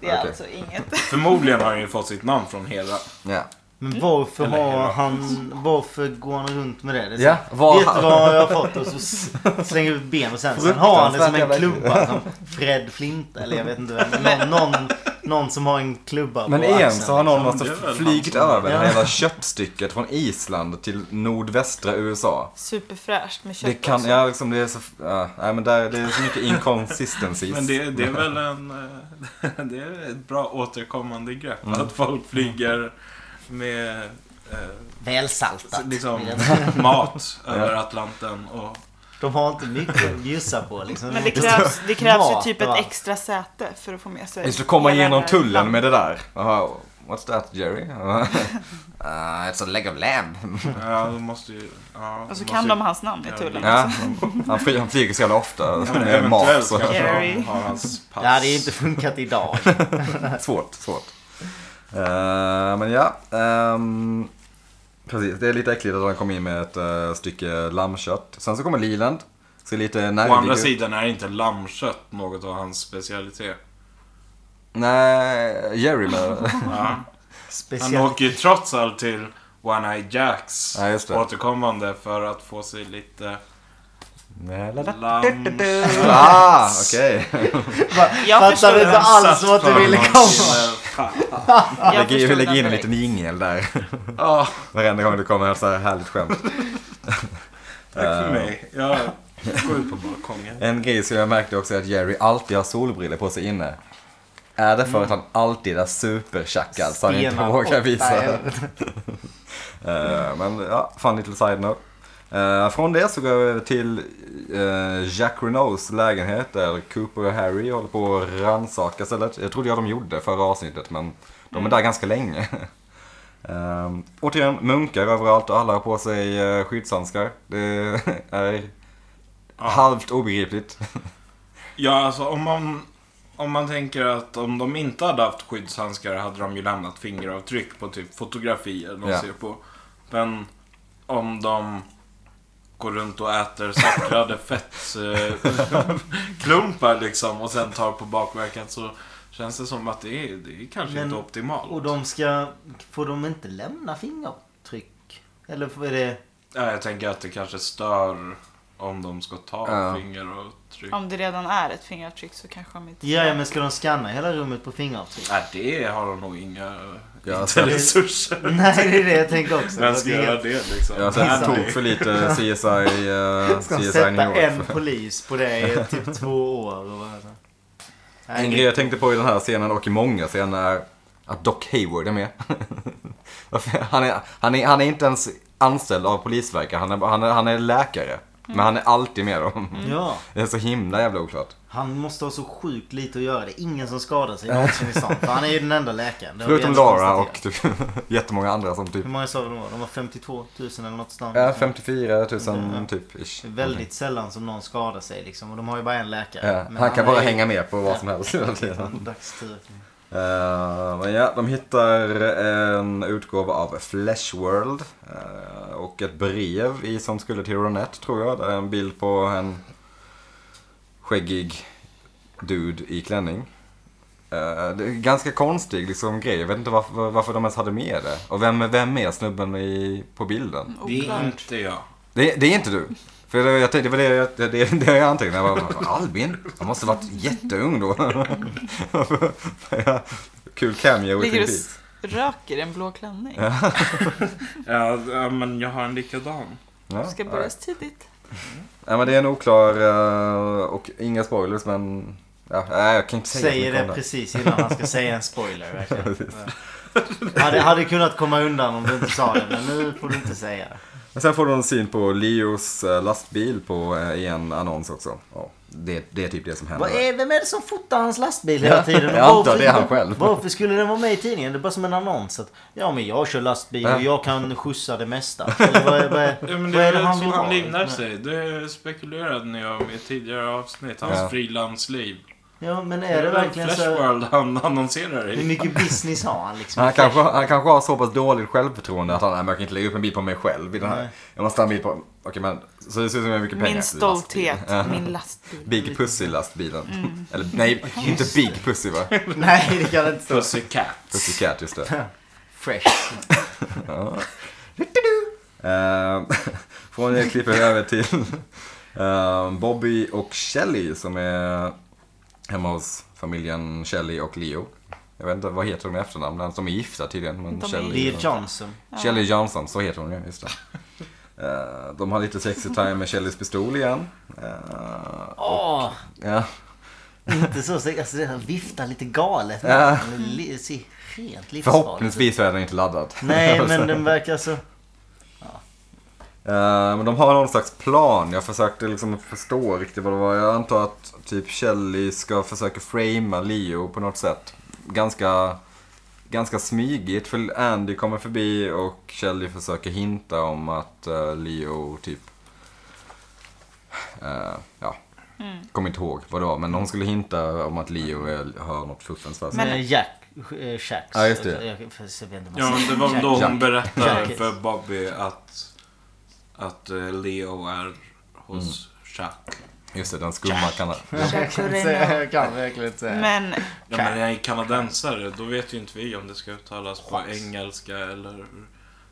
Speaker 4: Det är
Speaker 3: Mm. Okej.
Speaker 4: alltså inget.
Speaker 2: Förmodligen har han ju fått sitt namn från Hera.
Speaker 3: Ja.
Speaker 1: Men varför
Speaker 2: Eller
Speaker 1: har
Speaker 2: Herakles.
Speaker 1: han... Varför går han runt med det? det är så-
Speaker 3: Ja, vad-
Speaker 1: Vet du vad jag har fått? Och så s- slänger ut ben och sen, sen har han det som en
Speaker 3: Fruktansvärt
Speaker 1: klubba som Fred Flinta eller jag vet inte vem. men Någon, någon, någon som har en klubba
Speaker 3: Men
Speaker 1: på
Speaker 3: igen
Speaker 1: axeln,
Speaker 3: så har någon
Speaker 2: liksom.
Speaker 3: alltså
Speaker 2: Det är väl han
Speaker 3: flygit
Speaker 2: som-
Speaker 3: över det här
Speaker 1: Ja.
Speaker 3: jävla köttstycket från Island till nordvästra USA.
Speaker 4: Superfräscht med kött
Speaker 3: Det kan,
Speaker 4: också.
Speaker 3: ja liksom det är så, ja, nej men där, det är så mycket inconsistencies.
Speaker 2: Men det, det är väl en, eh, (laughs) det är ett bra återkommande grepp. Att folk flyger med eh,
Speaker 1: Välsaltat.
Speaker 2: liksom,
Speaker 1: vill jag
Speaker 2: (laughs)
Speaker 3: Mm. (laughs)
Speaker 2: mat över Atlanten. Och,
Speaker 1: De har inte mycket att bjussa på liksom.
Speaker 4: Men det krävs, det krävs ju
Speaker 1: Mat
Speaker 4: typ
Speaker 1: och
Speaker 4: ett
Speaker 1: allt.
Speaker 4: extra säte för att få med sig.
Speaker 3: Just att komma
Speaker 4: hela
Speaker 3: igenom
Speaker 4: det här
Speaker 3: tullen
Speaker 4: landet.
Speaker 3: med det där. Aha, What's that Jerry? (laughs) uh, it's a leg of lamb.
Speaker 2: Ja, de måste ju... Ja,
Speaker 4: Och
Speaker 2: de
Speaker 4: så Alltså, kan
Speaker 2: måste
Speaker 4: de
Speaker 2: ju-
Speaker 4: hans namn i tullen.
Speaker 3: ja, han, fly, han flyger så jävla ofta. så
Speaker 2: Ja, men
Speaker 3: det är mat.
Speaker 2: eventuellt
Speaker 3: Så.
Speaker 2: kanske
Speaker 4: Jerry.
Speaker 2: de har hans pass.
Speaker 1: Det hade ju inte funkat (laughs) idag.
Speaker 3: Svårt, svårt. Eh, men ja. ehm, precis, det är lite äckligt att han kom in med ett eh, stycke lammkött. Sen så kommer Liland. Ser lite
Speaker 2: Å
Speaker 3: nervig
Speaker 2: andra
Speaker 3: ut.
Speaker 2: sidan är inte lammkött något av hans specialitet.
Speaker 3: Nej, Jerry med.
Speaker 4: (laughs)
Speaker 2: Ja. Han
Speaker 1: Speciellt.
Speaker 2: åker ju trots allt till One Eye Jacks
Speaker 3: Ja, just det.
Speaker 2: återkommande för att få sig lite
Speaker 4: (laughs)
Speaker 3: ah, okej.
Speaker 4: Mm. Jag förstår
Speaker 1: Fattar inte
Speaker 4: det.
Speaker 1: alls vart du ville komma.
Speaker 2: komma.
Speaker 4: Jag
Speaker 3: Lägg,
Speaker 4: förstod
Speaker 3: lägg in en
Speaker 4: direkt.
Speaker 3: liten jingel där. (laughs) Varenda gång det kommer ett så här härligt skämt.
Speaker 2: Tack för mig. Jag går ut på balkongen.
Speaker 3: En grej som jag märkte också är att Jerry alltid har solbriller på sig inne. Är det för att han alltid är superchackad så han inte
Speaker 1: Stenar
Speaker 3: vågar
Speaker 1: åtta
Speaker 3: visa det?
Speaker 1: helvete.
Speaker 3: (laughs) Eh, men ja, fun little side note. Eh, från det så går jag över till eh, Jack Renaults lägenhet där Cooper och Harry håller på att rannsaka stället. Jag trodde jag de gjorde förra avsnittet men de är där ganska länge. (laughs) Eh, återigen, munkar överallt och alla har på sig eh, skyddshandskar. Det (laughs) är halvt obegripligt. (laughs)
Speaker 2: Ja, alltså om man, om man tänker att om de inte hade haft skyddshandskar hade de ju lämnat fingeravtryck på typ fotografier de
Speaker 3: Ja.
Speaker 2: ser på. Men om de går runt och äter sackrade fettklumpar liksom och sen tar på bakverket så känns det som att det är, det är kanske
Speaker 1: Men-
Speaker 2: inte optimalt.
Speaker 1: Och de ska... Får de inte lämna fingeravtryck? Eller får- är det...
Speaker 2: Ja, jag tänker att det kanske stör om de ska ta
Speaker 3: Ja.
Speaker 2: fingeravtryck.
Speaker 4: Om det redan är ett fingeravtryck så kanske de inte...
Speaker 1: Ja, ja, men ska de scanna hela rummet på
Speaker 3: (laughs)
Speaker 1: fingeravtryck?
Speaker 2: Nej, det har de nog inga
Speaker 3: Ja, alltså.
Speaker 2: inte
Speaker 3: så-
Speaker 2: resurser.
Speaker 1: Nej, det är det jag tänker också.
Speaker 2: Vem ska
Speaker 1: Det är-
Speaker 2: göra det liksom?
Speaker 3: Jag har sett
Speaker 2: Nej,
Speaker 3: tog
Speaker 1: (laughs)
Speaker 3: för lite CSI, eh,
Speaker 1: Ska de
Speaker 3: CSI New
Speaker 1: sätta
Speaker 3: York.
Speaker 1: en polis på det i typ två år? Och bara, så. Nej,
Speaker 3: En
Speaker 1: det-
Speaker 3: grej jag tänkte på i den här scenen och i många scener är att Doc Hayward är med. (laughs) Varför- han, är, han, är, han är inte ens anställd av Polisverket, han är, han är, han är läkare. Men han är alltid med dem.
Speaker 1: Ja,
Speaker 3: Det är så himla jävla oklart.
Speaker 1: han måste ha så sjukt lite att göra. Det är ingen som skadar sig i någonsin i stan. För han är ju den enda läkaren. Det har vi
Speaker 3: Förutom
Speaker 1: ändå
Speaker 3: Lara
Speaker 1: konstaterat.
Speaker 3: och typ, (laughs) jättemånga andra som typ
Speaker 1: Hur många sa vi de var? De var 52 000 eller något sånt.
Speaker 3: ja, 54 000
Speaker 1: Ja.
Speaker 3: typ ish.
Speaker 1: Det är väldigt sällan som någon skadar sig liksom. Och de har ju bara en läkare.
Speaker 3: Ja,
Speaker 1: Men
Speaker 3: han kan bara
Speaker 1: är ju-
Speaker 3: hänga med på vad som helst hela tiden.
Speaker 1: En dagstur.
Speaker 3: Eh, men ja, de hittar en utgåva av Fleshworld eh, och ett brev i som skulle till Ronette tror jag. Där är en bild på en skäggig dude i klänning. Eh, det är en ganska konstig liksom, grej. Jag vet inte varför, varför de ens hade med det. Och vem, vem är snubben i, på bilden?
Speaker 2: Det är
Speaker 4: Oklart.
Speaker 2: inte jag.
Speaker 3: Det, det är inte du. För det, jag tänkte, det var det jag, det, det, det jag antecknade. Jag bara, Albin, han måste ha varit jätteung då. (laughs) Kul cameo i
Speaker 4: Ligger
Speaker 3: Twin
Speaker 4: och
Speaker 3: Peaks.
Speaker 4: s- röker i en blå klänning.
Speaker 2: Ja, ja, men jag har en likadan.
Speaker 3: Ja,
Speaker 4: Ska
Speaker 3: ja.
Speaker 4: börjas tidigt.
Speaker 3: ja, men det är en oklar eh, och inga spoilers men... Ja, nej, jag kan inte säga
Speaker 1: Säger
Speaker 3: mycket om
Speaker 1: det precis innan han ska säga en
Speaker 3: (laughs)
Speaker 1: spoiler. Verkligen. Ja. Hade, hade kunnat komma undan om du inte sa det. Men nu får du inte säga det.
Speaker 3: Men sen får du en syn på Leos eh, lastbil på, eh, i en annons också. Ja, det, det är typ det som händer.
Speaker 1: Vad är, vem är det som fotar hans lastbil hela tiden? Och
Speaker 3: jag antar
Speaker 1: varför-
Speaker 3: det är han själv.
Speaker 1: Varför skulle den vara med i tidningen? Det är bara som en annons. Att, ja men jag kör lastbil
Speaker 3: Ja.
Speaker 1: och jag kan skjutsa det mesta. Eller vad, är- vad, är-
Speaker 2: Ja, men det
Speaker 1: vad
Speaker 2: är
Speaker 1: är det
Speaker 2: väl
Speaker 1: han
Speaker 2: han
Speaker 1: vill
Speaker 2: så
Speaker 1: ha?
Speaker 2: han livnär sig. Det spekulerade ni om i tidigare avsnitt. Hans
Speaker 3: Ja.
Speaker 2: frilansliv.
Speaker 1: Ja men är det
Speaker 2: väl
Speaker 1: verkligen så?
Speaker 2: Flashworld han annonserar
Speaker 1: Hur
Speaker 2: i.
Speaker 1: mycket business har han liksom?
Speaker 3: Han kanske, han kanske har så pass dåligt självförtroende att han, nej, men jag kan inte lägga upp en bild på mig själv i den här.
Speaker 1: Nej.
Speaker 3: Jag måste ha en bild på, okej men, så det ser ut som jag har mycket pengar.
Speaker 4: Min stolthet, min lastbil.
Speaker 3: Big Pussy-lastbilen. (laughs) Eller nej, inte Big Pussy va?
Speaker 1: (laughs) Nej det kan det inte stå.
Speaker 2: Pussycat.
Speaker 3: Pussycat, just det.
Speaker 1: Fresh.
Speaker 3: Ehm, (laughs) Från det klipper vi över till ehm, Bobby och Shelly som är hemma hos familjen Shelly och Leo. Jag vet inte, vad heter de i efternamn? De är gifta tydligen. Men
Speaker 4: De är
Speaker 3: Shelley-
Speaker 1: Lee Johnson.
Speaker 3: Shelly Johnson, så heter hon ju. Just det. Ehm, de har lite sexy time med Shellys pistol igen. Ehm,
Speaker 1: Åh!
Speaker 3: ja.
Speaker 1: inte så sexigt. Alltså, han viftar lite galet.
Speaker 3: Ja.
Speaker 1: Han li- ser rent livsfarlig ut.
Speaker 3: Förhoppningsvis så är den inte laddad.
Speaker 1: Nej men den verkar alltså så...
Speaker 3: Eh, Men de har någon slags plan. Jag försökte liksom förstå riktigt vad det var. Jag antar att typ Shelly ska försöka framea Leo på något sätt. Ganska ganska smygigt för Andy kommer förbi och Shelly försöker hinta om att eh, Leo typ... eh, ja. Kommer inte ihåg vad det var, men hon skulle hinta om att Leo är, har något fruktansvärt.
Speaker 1: Men eh, Jack, eh, Shacks.
Speaker 3: Ja, just det.
Speaker 1: Jag, jag, jag vet inte vad man
Speaker 2: Ja, men det
Speaker 1: säger.
Speaker 2: var då hon
Speaker 3: Jack.
Speaker 2: berättade
Speaker 1: Jack.
Speaker 2: för Bobby att, att eh, Leo är hos Chuck.
Speaker 3: Just det, den skumma kanalen.
Speaker 1: Jag kan inte säga- Jag kan verkligen inte säga.
Speaker 4: Men
Speaker 2: Ja, men jag är kanadensare, då vet ju inte vi om det ska uttalas på
Speaker 1: Chans.
Speaker 2: engelska eller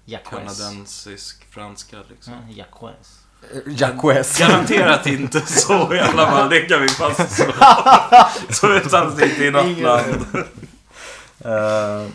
Speaker 1: Jack West.
Speaker 2: kanadensisk franska liksom.
Speaker 1: Ja, Jack West.
Speaker 3: Mm, Jack West.
Speaker 2: Garanterat inte så i alla fall, det kan vi fastslå. Så det fanns inte i något
Speaker 1: Ingen-
Speaker 2: land.
Speaker 3: Eh,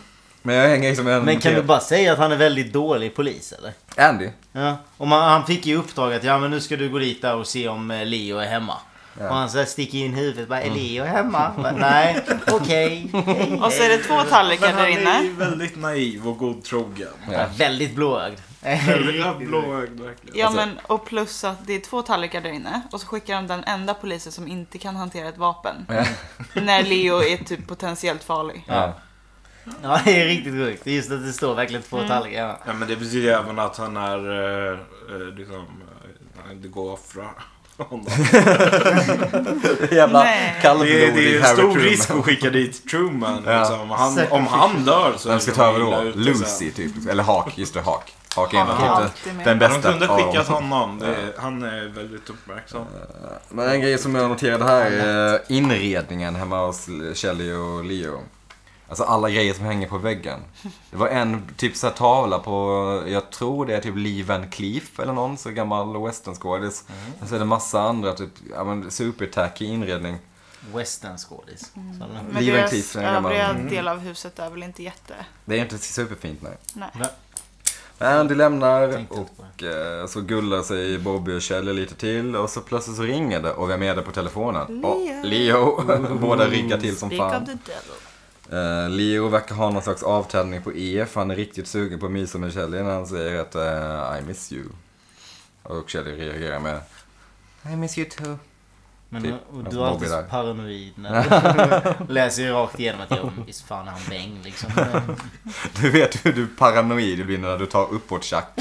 Speaker 3: men jag hänger liksom med
Speaker 1: Men kan du bara säga att han är väldigt dålig polis eller?
Speaker 3: Andy?
Speaker 1: Ja, och man, han fick ju uppdraget ja men nu ska du gå dit där och se om eh, Leo är hemma.
Speaker 3: Ja. Mm.
Speaker 1: Och han så här sticker in huvudet bara, är Leo hemma? Bara, Nej,
Speaker 3: (laughs)
Speaker 1: okej. Hej,
Speaker 4: Och så är det två tallrikar där inne.
Speaker 2: väldigt naiv och godtrogen.
Speaker 1: (laughs) Ja, Väldigt blåögd.
Speaker 2: Väldigt blåögd verkligen.
Speaker 3: Alltså-
Speaker 4: Ja men och plus att det är två tallrikar där inne och så skickar de den enda polisen som inte kan hantera ett vapen. När Leo är typ potentiellt farlig.
Speaker 3: Ja.
Speaker 1: Ja, det är riktigt sjukt. Det är Just att det står verkligen två tallrikar. Ja.
Speaker 2: Ja men det betyder ju även att han är eh, eh, liksom, eh, det går att offra honom.
Speaker 3: Jävla
Speaker 4: Nej.
Speaker 2: Det är, det
Speaker 3: kallblodig
Speaker 2: är en
Speaker 3: Harry
Speaker 2: stor
Speaker 3: Truman.
Speaker 2: risk att skicka dit Truman.
Speaker 3: Ja.
Speaker 2: Liksom. Han, om han dör så
Speaker 3: Vem ska
Speaker 2: är
Speaker 3: ta
Speaker 2: de
Speaker 3: över
Speaker 2: illa
Speaker 3: då?
Speaker 2: ute sen.
Speaker 3: Lucy typ. Eller Hak. Just det, Hak. Hak är en
Speaker 4: Hawk
Speaker 3: av
Speaker 4: är
Speaker 3: de-
Speaker 4: alltid
Speaker 3: typ
Speaker 4: med.
Speaker 3: den
Speaker 2: Ja, de
Speaker 3: bästa.
Speaker 2: kunde
Speaker 3: av dem.
Speaker 2: skickat honom. Det är, han är väldigt uppmärksam.
Speaker 3: Men en grej som jag noterade här är inredningen hemma hos Shelly och Leo. Alltså alla grejer som hänger på väggen. Det var en typ så här tavla på, jag tror det är typ Lee Van Cleef eller någon, så gammal westernskådis.
Speaker 2: Mm.
Speaker 3: Sen så är det massa andra, typ, ja men supertacky inredning.
Speaker 1: Western skådis. Så han-
Speaker 4: Men
Speaker 3: Liven
Speaker 4: deras
Speaker 3: Cleese, den gamla-
Speaker 4: övriga del av huset är väl inte jätte...
Speaker 3: Det är inte superfint nej.
Speaker 4: Nej.
Speaker 3: Men Andy lämnar
Speaker 1: Tänkte inte på
Speaker 3: och eh, så gullar sig Bobby och Kjell lite till och så plötsligt så ringer det och vem är det på telefonen?
Speaker 4: Leo.
Speaker 3: Och Leo. (laughs) Båda
Speaker 1: Mm.
Speaker 3: ryggar till som fan.
Speaker 4: devil.
Speaker 3: Eh, Leo verkar ha någon slags avtändning på E för han är riktigt sugen på att mysa med Kjell när han säger att eh, I miss you. Och Kjell reagerar med I miss you too.
Speaker 1: Men
Speaker 3: Typ,
Speaker 1: och
Speaker 3: alltså
Speaker 1: du är alltid
Speaker 3: Bobby
Speaker 1: så
Speaker 3: där.
Speaker 1: paranoid när (laughs) du läser ju rakt igenom att jag visst fan är han bäng (laughs) liksom.
Speaker 3: (laughs) Du vet hur du paranoid du blir när du tar uppåt tjack.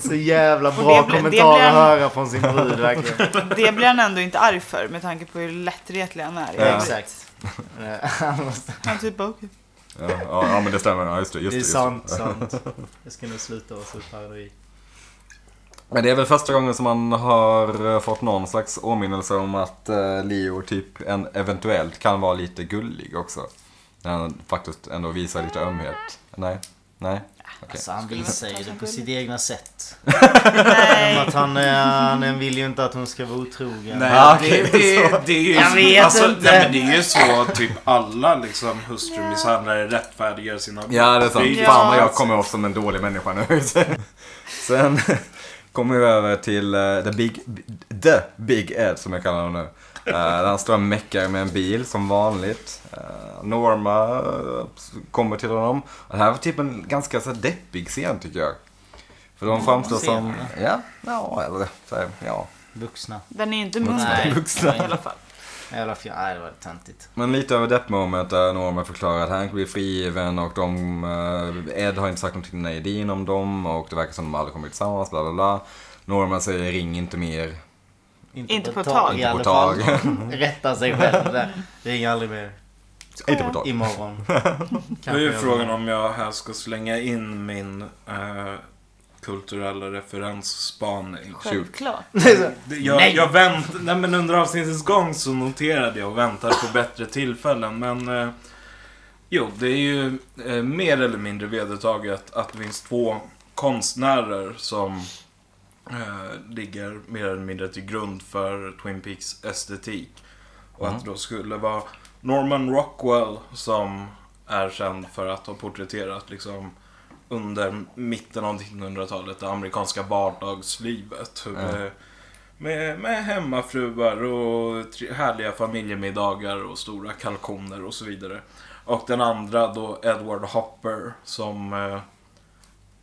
Speaker 1: Så jävla
Speaker 4: Och det
Speaker 1: bra
Speaker 4: blir- det
Speaker 1: kommentar
Speaker 4: blir
Speaker 1: att
Speaker 4: en-
Speaker 1: höra från sin brud (laughs) verkligen.
Speaker 4: Det blir han ändå inte arg för med tanke på hur lättretlig han är. i
Speaker 3: Ja.
Speaker 1: (laughs)
Speaker 4: övrigt.
Speaker 1: Exakt. Eh, Han måste-
Speaker 4: Han typ bara okej.
Speaker 3: Ja, ja, ja men det stämmer, ja, just det. Just
Speaker 1: Det är
Speaker 3: just
Speaker 1: sant, (laughs) sant. Jag ska nog sluta vara så paranoid.
Speaker 3: Men det är väl första gången som man har eh, fått någon slags åminnelse om att eh, Leo typ en, eventuellt kan vara lite gullig också. När han faktiskt ändå visar lite ömhet. Nej, nej.
Speaker 1: Alltså han visar ju det på sitt egna sätt. Som
Speaker 4: Nej.
Speaker 1: att han, eh, han vill ju inte att hon ska vara otrogen.
Speaker 2: Nej,
Speaker 3: Ah,
Speaker 2: det,
Speaker 3: okej,
Speaker 2: det, det är ju,
Speaker 1: Jag vet
Speaker 2: alltså,
Speaker 1: inte.
Speaker 2: Nej, men det är ju så typ alla liksom hustrumisshandlare rättfärdigar sina
Speaker 3: Ja, det är sant.
Speaker 2: ju-
Speaker 3: Fan vad jag kommer off som en dålig människa nu. (laughs) Sen (laughs) kommer vi över till eh, the, big, the Big Ed som jag kallar honom nu. Eh, Där han står och meckar med en bil som vanligt. Eh, Norma eh, kommer till honom. Och det här var typ en ganska så här deppig scen tycker jag. För de framstår
Speaker 1: scen,
Speaker 3: som, ja, ja, eller så här, ja.
Speaker 1: Vuxna.
Speaker 4: (laughs) Den är ju inte munter
Speaker 1: Nej.
Speaker 3: Vuxna.
Speaker 4: i alla fall.
Speaker 1: Jävla fjär. Nej det var töntigt.
Speaker 3: Men lite över depp moment där Norman förklarar att Hank blir frigiven och de, eh, Ed har inte sagt någonting till Nadine om dem och det verkar som de aldrig kommer bli tillsammans, bla bla bla. Norman säger ring inte mer.
Speaker 4: Inte på tag.
Speaker 1: i
Speaker 3: Inte på
Speaker 1: alla fall. (laughs)
Speaker 3: tag.
Speaker 1: Rätta sig själv där. Ring aldrig mer.
Speaker 3: Inte på tag. (laughs)
Speaker 1: Imorgon. Kanske
Speaker 2: Nu är ju
Speaker 1: jag-
Speaker 2: frågan om jag här ska slänga in min eh, kulturella referensspaning.
Speaker 4: Självklart.
Speaker 2: Det- Jag,
Speaker 1: Nej.
Speaker 2: jag vänt, nej men under avsnittets gång så noterade jag och väntade på bättre tillfällen. Men eh, jo, det är ju eh, mer eller mindre vedertaget att det finns två konstnärer som eh, ligger mer eller mindre till grund för Twin Peaks estetik. Och att det då skulle vara Norman Rockwell som är känd för att ha porträtterat liksom under mitten av 1900-talet det amerikanska vardagslivet. Eh, Med, med hemmafruar och tri- härliga familjemiddagar och stora kalkoner och så vidare. Och den andra då Edward Hopper som... eh,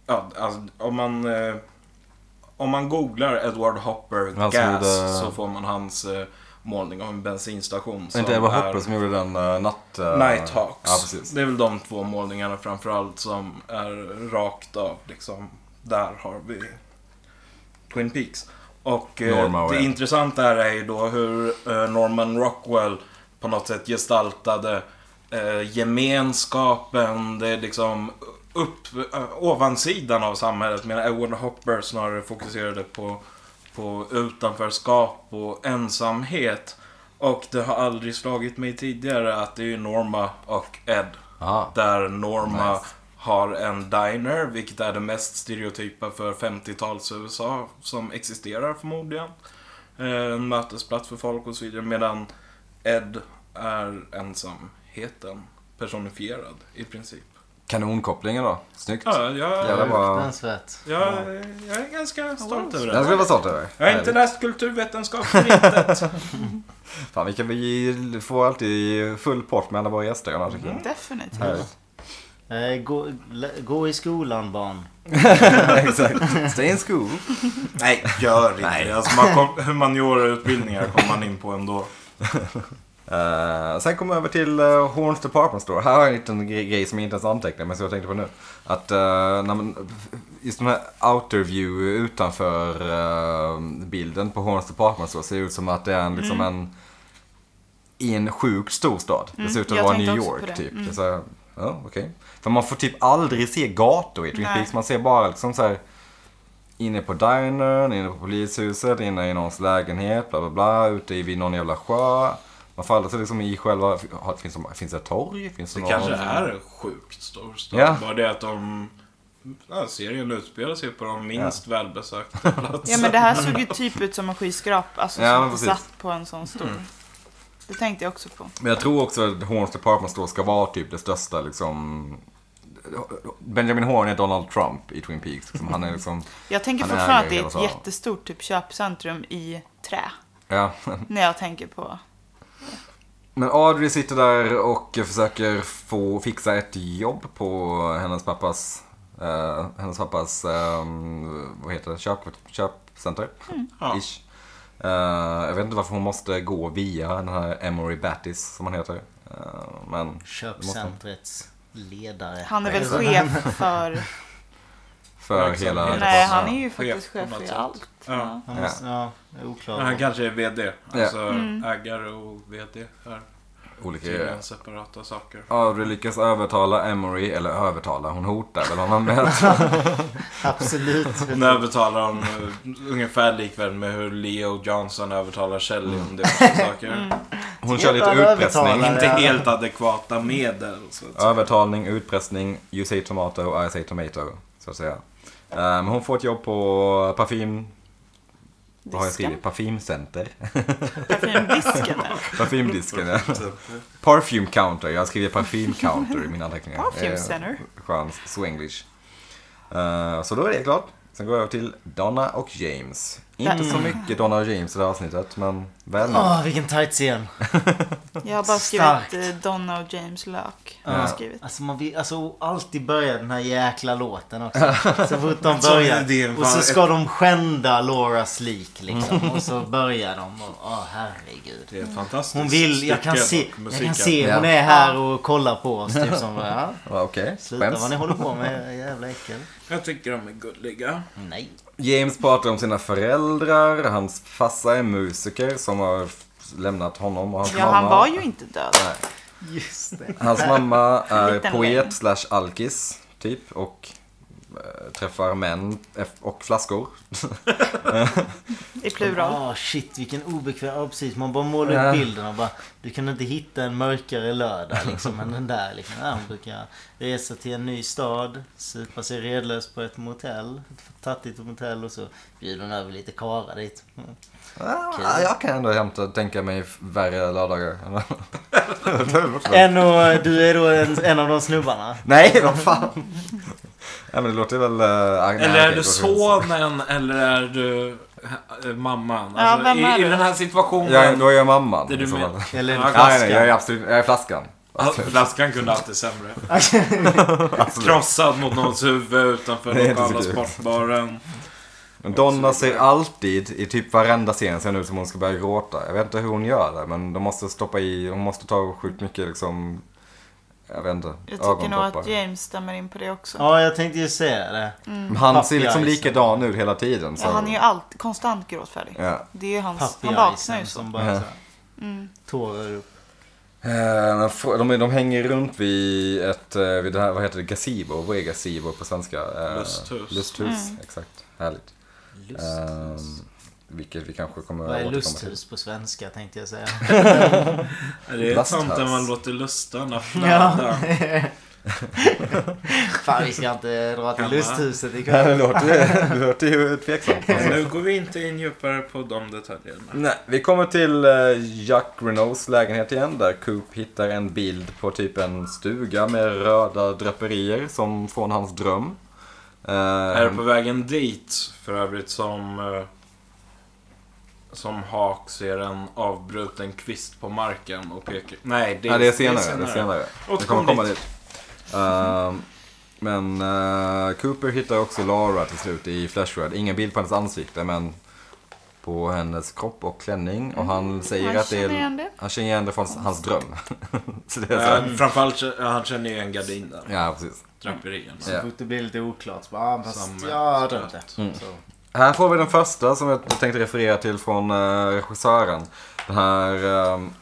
Speaker 2: Ja, alltså, om man... eh, Om man googlar Edward Hopper
Speaker 3: Han som
Speaker 2: Gas
Speaker 3: gjorde-
Speaker 2: så får man hans eh, målning av en bensinstation.
Speaker 3: Var inte Ebba Hopper som gjorde den uh, natt... eh,
Speaker 2: Nighthawks.
Speaker 3: Ja, precis.
Speaker 2: det är väl de två målningarna framförallt som är rakt av liksom. Där har vi Twin Peaks. Och eh,
Speaker 3: Norma och
Speaker 2: det
Speaker 3: Ed.
Speaker 2: intressanta här är ju då hur eh, Norman Rockwell på något sätt gestaltade eh, gemenskapen, det är liksom upp, eh, ovansidan av samhället. Medan Edward Hopper snarare fokuserade på, på utanförskap och ensamhet. Och det har aldrig slagit mig tidigare att det är ju Norma och Ed
Speaker 3: Ja.
Speaker 2: där Norma
Speaker 3: Nice.
Speaker 2: har en diner, vilket är det mest stereotypa för 50-tals USA som existerar förmodligen. Eh, En mötesplats för folk och så vidare. Medan Ed är ensamheten personifierad i princip.
Speaker 3: Kanonkopplingen då. Snyggt.
Speaker 2: Ja, jag,
Speaker 3: Jävla
Speaker 2: jag,
Speaker 3: bra.
Speaker 1: Fruktansvärt.
Speaker 2: jag är ganska stolt över
Speaker 3: Den ska vi
Speaker 2: det.
Speaker 3: vara stolta över.
Speaker 2: Jag har inte läst kulturvetenskap för intet.
Speaker 3: Fan, vi, kan, vi får alltid full pott med alla våra gäster annars tycker
Speaker 2: Mm. (laughs)
Speaker 3: jag.
Speaker 4: Definitivt.
Speaker 3: Härligt.
Speaker 1: Eh, gå, lä- gå i skolan barn.
Speaker 3: Exakt. Stay in school.
Speaker 2: (laughs) Nej, gör inte det. Alltså, man kom, humaniorautbildningar kommer man in på ändå.
Speaker 3: Eh, sen kommer jag över till eh, Horns Department Store. Här har jag en liten gre- grej som jag inte ens antecknade men som jag tänkte på nu. Att eh, när man, just den här outer view utanför eh, bilden på Horns Department Store ser ut som att det är en, liksom
Speaker 4: Mm.
Speaker 3: en i en sjukt stor stad. det ser ut att
Speaker 4: jag
Speaker 3: vara
Speaker 4: tänkte
Speaker 3: New
Speaker 4: också på
Speaker 3: York
Speaker 4: det.
Speaker 3: typ.
Speaker 4: Mm.
Speaker 3: Det är så här, ja, okej. För man får typ aldrig se gator i Twin
Speaker 4: Nej.
Speaker 3: Peaks. Man ser bara liksom så här Inne på dinern, inne på polishuset, inne i någons lägenhet, bla bla bla, ute i- vid någon jävla sjö. Man får aldrig se liksom i själva, har- finns det, finns det ett torg? Finns det,
Speaker 2: Det
Speaker 3: någon-
Speaker 2: kanske är en sjukt stor stad.
Speaker 3: Ja.
Speaker 2: Bara det att de... Ja, serien utspelar sig på de minst välbesökta platserna.
Speaker 4: Ja men det här såg ju typ ut som en skyskrapa, alltså
Speaker 3: Ja, men
Speaker 4: som
Speaker 3: precis. Mm.
Speaker 4: satt på en sån stor. Det tänkte jag också på.
Speaker 3: Men jag tror också att Horns Department Store ska vara typ det största liksom... Benjamin Horn är Donald Trump i Twin Peaks. Liksom. Han är liksom, (laughs)
Speaker 4: Jag tänker
Speaker 3: Han äger
Speaker 4: fortfarande att det
Speaker 3: hela
Speaker 4: är ett
Speaker 3: staden.
Speaker 4: jättestort typ köpcentrum i trä.
Speaker 3: ja.
Speaker 4: När jag tänker på
Speaker 3: Men Audrey sitter där och försöker få fixa ett jobb på hennes pappas, eh, hennes pappas eh, vad heter det, köp, köpcenter.
Speaker 2: Ja.
Speaker 3: Ish. Eh, jag vet inte varför hon måste gå via den här Emory Battis som han heter. Eh, men
Speaker 1: Köpcentrets ledare.
Speaker 4: Han är väl
Speaker 1: Alltså,
Speaker 3: (laughs)
Speaker 4: chef för...
Speaker 3: för
Speaker 2: Verksamhet.
Speaker 3: hela...
Speaker 4: Nej, han är ju
Speaker 2: Chef
Speaker 4: faktiskt
Speaker 2: på
Speaker 4: chef
Speaker 2: något
Speaker 4: för
Speaker 2: sätt.
Speaker 4: allt.
Speaker 2: Ja.
Speaker 1: Han måste, ja, det är
Speaker 2: Men Han
Speaker 1: oklart.
Speaker 2: kanske är VD. Alltså
Speaker 4: Mm.
Speaker 2: ägare och VD är
Speaker 3: olika...
Speaker 2: tydligen separata saker.
Speaker 3: Audrey lyckas övertala Emory, eller övertala, hon hotar väl honom med att
Speaker 4: (laughs)
Speaker 2: (laughs)
Speaker 1: Absolut.
Speaker 2: Hon övertalar om eh, ungefär likväl med hur Leo Johnson övertalar Shelley om diverse
Speaker 1: Mm.
Speaker 2: saker.
Speaker 4: Mm.
Speaker 3: hon kör lite
Speaker 1: Helt övertalad.
Speaker 3: utpressning.
Speaker 2: Inte helt adekvata medel. Så att säga.
Speaker 3: Övertalning, utpressning, you say tomato, I say tomato. Så att säga. Eh, Men hon får ett jobb på parfym... Vad har jag
Speaker 4: Disken.
Speaker 3: skrivit? Parfymcenter. (laughs)
Speaker 4: Parfymdisken där.
Speaker 3: Parfymdisken, ja. Parfum counter. Jag har skrivit parfym counter i mina
Speaker 4: (laughs)
Speaker 3: anteckningar.
Speaker 4: Parfum
Speaker 3: Eh,
Speaker 4: center.
Speaker 3: Skön swenglish. Eh, Så då är det klart. Sen går jag över till Donna och James. Inte så mycket Donna och James i det här avsnittet, men väl nog.
Speaker 1: Åh, vilken tight scen.
Speaker 4: Jag har bara
Speaker 1: Starkt.
Speaker 4: skrivit eh, Donna och James Lök. Har jag skrivit.
Speaker 1: Alltså, man vill, alltså alltid börjar den här jäkla låten också. Så fort de
Speaker 2: Så är det
Speaker 1: börjar.
Speaker 2: en
Speaker 1: Och så
Speaker 2: fan-
Speaker 1: ska de skända Lauras lik liksom. Och så börjar de och åh herregud.
Speaker 2: Det är ett fantastiskt
Speaker 1: Hon vill, jag kan
Speaker 2: stycke,
Speaker 1: se, jag
Speaker 2: musiken.
Speaker 1: kan se hon är här och kollar på oss. Typ som, ja,
Speaker 3: Ja, Okej,
Speaker 1: sluta
Speaker 3: skäms.
Speaker 1: vad ni håller på med, jävla äckel.
Speaker 2: Jag tycker de är gulliga.
Speaker 1: Nej.
Speaker 3: James pratar om sina föräldrar, hans farsa är musiker som har f- lämnat honom och hans
Speaker 4: Ja,
Speaker 3: mamma.
Speaker 4: han var ju inte död.
Speaker 1: Just det.
Speaker 3: Hans mamma är
Speaker 4: Liten
Speaker 3: poet
Speaker 4: lögn.
Speaker 3: slash alkis, typ, och eh, träffar män eff- och flaskor.
Speaker 4: I plural.
Speaker 1: Ja, "Ah, shit vilken obekväm... Ja, precis. Man bara målar upp
Speaker 3: Ja.
Speaker 1: bilden och bara... Du kan inte hitta en mörkare lördag liksom än den där liksom. Ja, hon brukar resa till en ny stad, supa sig redlös på ett motell. Ett tattigt motell och så bjuder hon över lite karlar dit. Mm.
Speaker 3: Ah, jag kan ändå hämta, tänka mig värre lördagar.
Speaker 1: En och, du är då en, en av de snubbarna.
Speaker 3: (laughs) Nej, vad fan. Nej, men det låter väl... eh,
Speaker 2: Eller är du sonen eller är du eh, mamman?
Speaker 4: Ja,
Speaker 2: Alltså,
Speaker 4: vem
Speaker 2: i,
Speaker 4: är
Speaker 2: I
Speaker 4: du?
Speaker 2: den här situationen.
Speaker 3: Ja, då är jag mamman.
Speaker 2: Det du
Speaker 3: i så
Speaker 2: men- (laughs)
Speaker 3: fall.
Speaker 1: Eller en
Speaker 2: Ja,
Speaker 3: Nej, nej,
Speaker 1: flaska.
Speaker 3: jag är absolut, jag är flaskan.
Speaker 2: Ja, Flaskan kunde alltid
Speaker 4: (laughs)
Speaker 2: sämre. Krossad mot någons huvud utanför
Speaker 3: Det är inte så
Speaker 2: lokala
Speaker 3: kul.
Speaker 2: sportbaren.
Speaker 3: Men Donna ser alltid i typ varenda scen ser hon ut som hon ska börja gråta. Jag vet inte hur hon gör det men de måste stoppa i, hon måste ta sjukt mycket liksom, jag vet inte,
Speaker 4: Jag tycker nog att James stämmer in på det också. Ja,
Speaker 1: Ja, jag tänkte ju säga det.
Speaker 3: Men Han ser
Speaker 1: Puppy
Speaker 3: liksom
Speaker 1: eyes.
Speaker 3: likadan ut hela tiden. Så.
Speaker 4: han är ju alltid konstant gråtfärdig.
Speaker 3: Ja.
Speaker 4: Det är ju hans,
Speaker 1: Puppy
Speaker 4: han vaknar
Speaker 1: eyesen
Speaker 4: ju så.
Speaker 1: liksom, som
Speaker 4: Mm.
Speaker 1: bara
Speaker 3: Ja.
Speaker 1: så här, tårar upp.
Speaker 3: Eh, men fr- De, de hänger runt vid ett, eh, vid det här, vad heter det, gazebo? Vad är gazebo på svenska? Eh,
Speaker 2: Lusthus.
Speaker 3: Lusthus,
Speaker 4: Mm.
Speaker 3: exakt. Härligt.
Speaker 2: Ehm,
Speaker 3: Eh,
Speaker 1: Lusthus.
Speaker 3: vilket vi kanske kommer
Speaker 1: Vad är
Speaker 3: återkomma
Speaker 1: lusthus på svenska tänkte jag säga.
Speaker 2: Det är
Speaker 3: Last
Speaker 2: tomten
Speaker 3: house.
Speaker 2: man låter
Speaker 4: (laughs)
Speaker 2: lustarna
Speaker 1: Ja.
Speaker 2: flöda.
Speaker 1: (laughs) Fan, vi ska inte dra till
Speaker 2: Kan
Speaker 1: lusthuset
Speaker 3: Ja,
Speaker 1: ikväll.
Speaker 3: (laughs) det låter, det låter ju (laughs) tveksamt.
Speaker 2: Men Nu går vi inte in djupare på de detaljerna.
Speaker 3: Nej, vi kommer till eh, Jack Renaults lägenhet igen där Coop hittar en bild på typ en stuga med röda draperier som från hans dröm. Eh,
Speaker 2: Är på vägen dit för övrigt som... eh, Som Hak ser en avbruten kvist på marken och pekar... Nej, det är,
Speaker 3: ja, det är senare. Det är senare.
Speaker 2: Och
Speaker 3: Vi kommer
Speaker 2: kom
Speaker 3: komma dit. Eh, men eh, Cooper hittar också Lara till slut i Flashred. Ingen bild på hennes ansikte men på hennes kropp och klänning. Och han säger
Speaker 4: Mm, Han
Speaker 3: att det är...
Speaker 4: känner igen det.
Speaker 3: Han känner igen det från hans dröm. (laughs) Så det är så här.
Speaker 2: Ja, framförallt, ja, han känner ju en gardin där.
Speaker 3: Ja, precis.
Speaker 2: Draperierna.
Speaker 1: Så
Speaker 3: (laughs) Ja.
Speaker 1: fort det blir lite oklart så bara, ah, fast
Speaker 2: Som,
Speaker 1: jag har
Speaker 2: eh,
Speaker 1: drömt det. Så.
Speaker 3: Här får vi den första som jag tänkte referera till från eh, regissören. Den här um,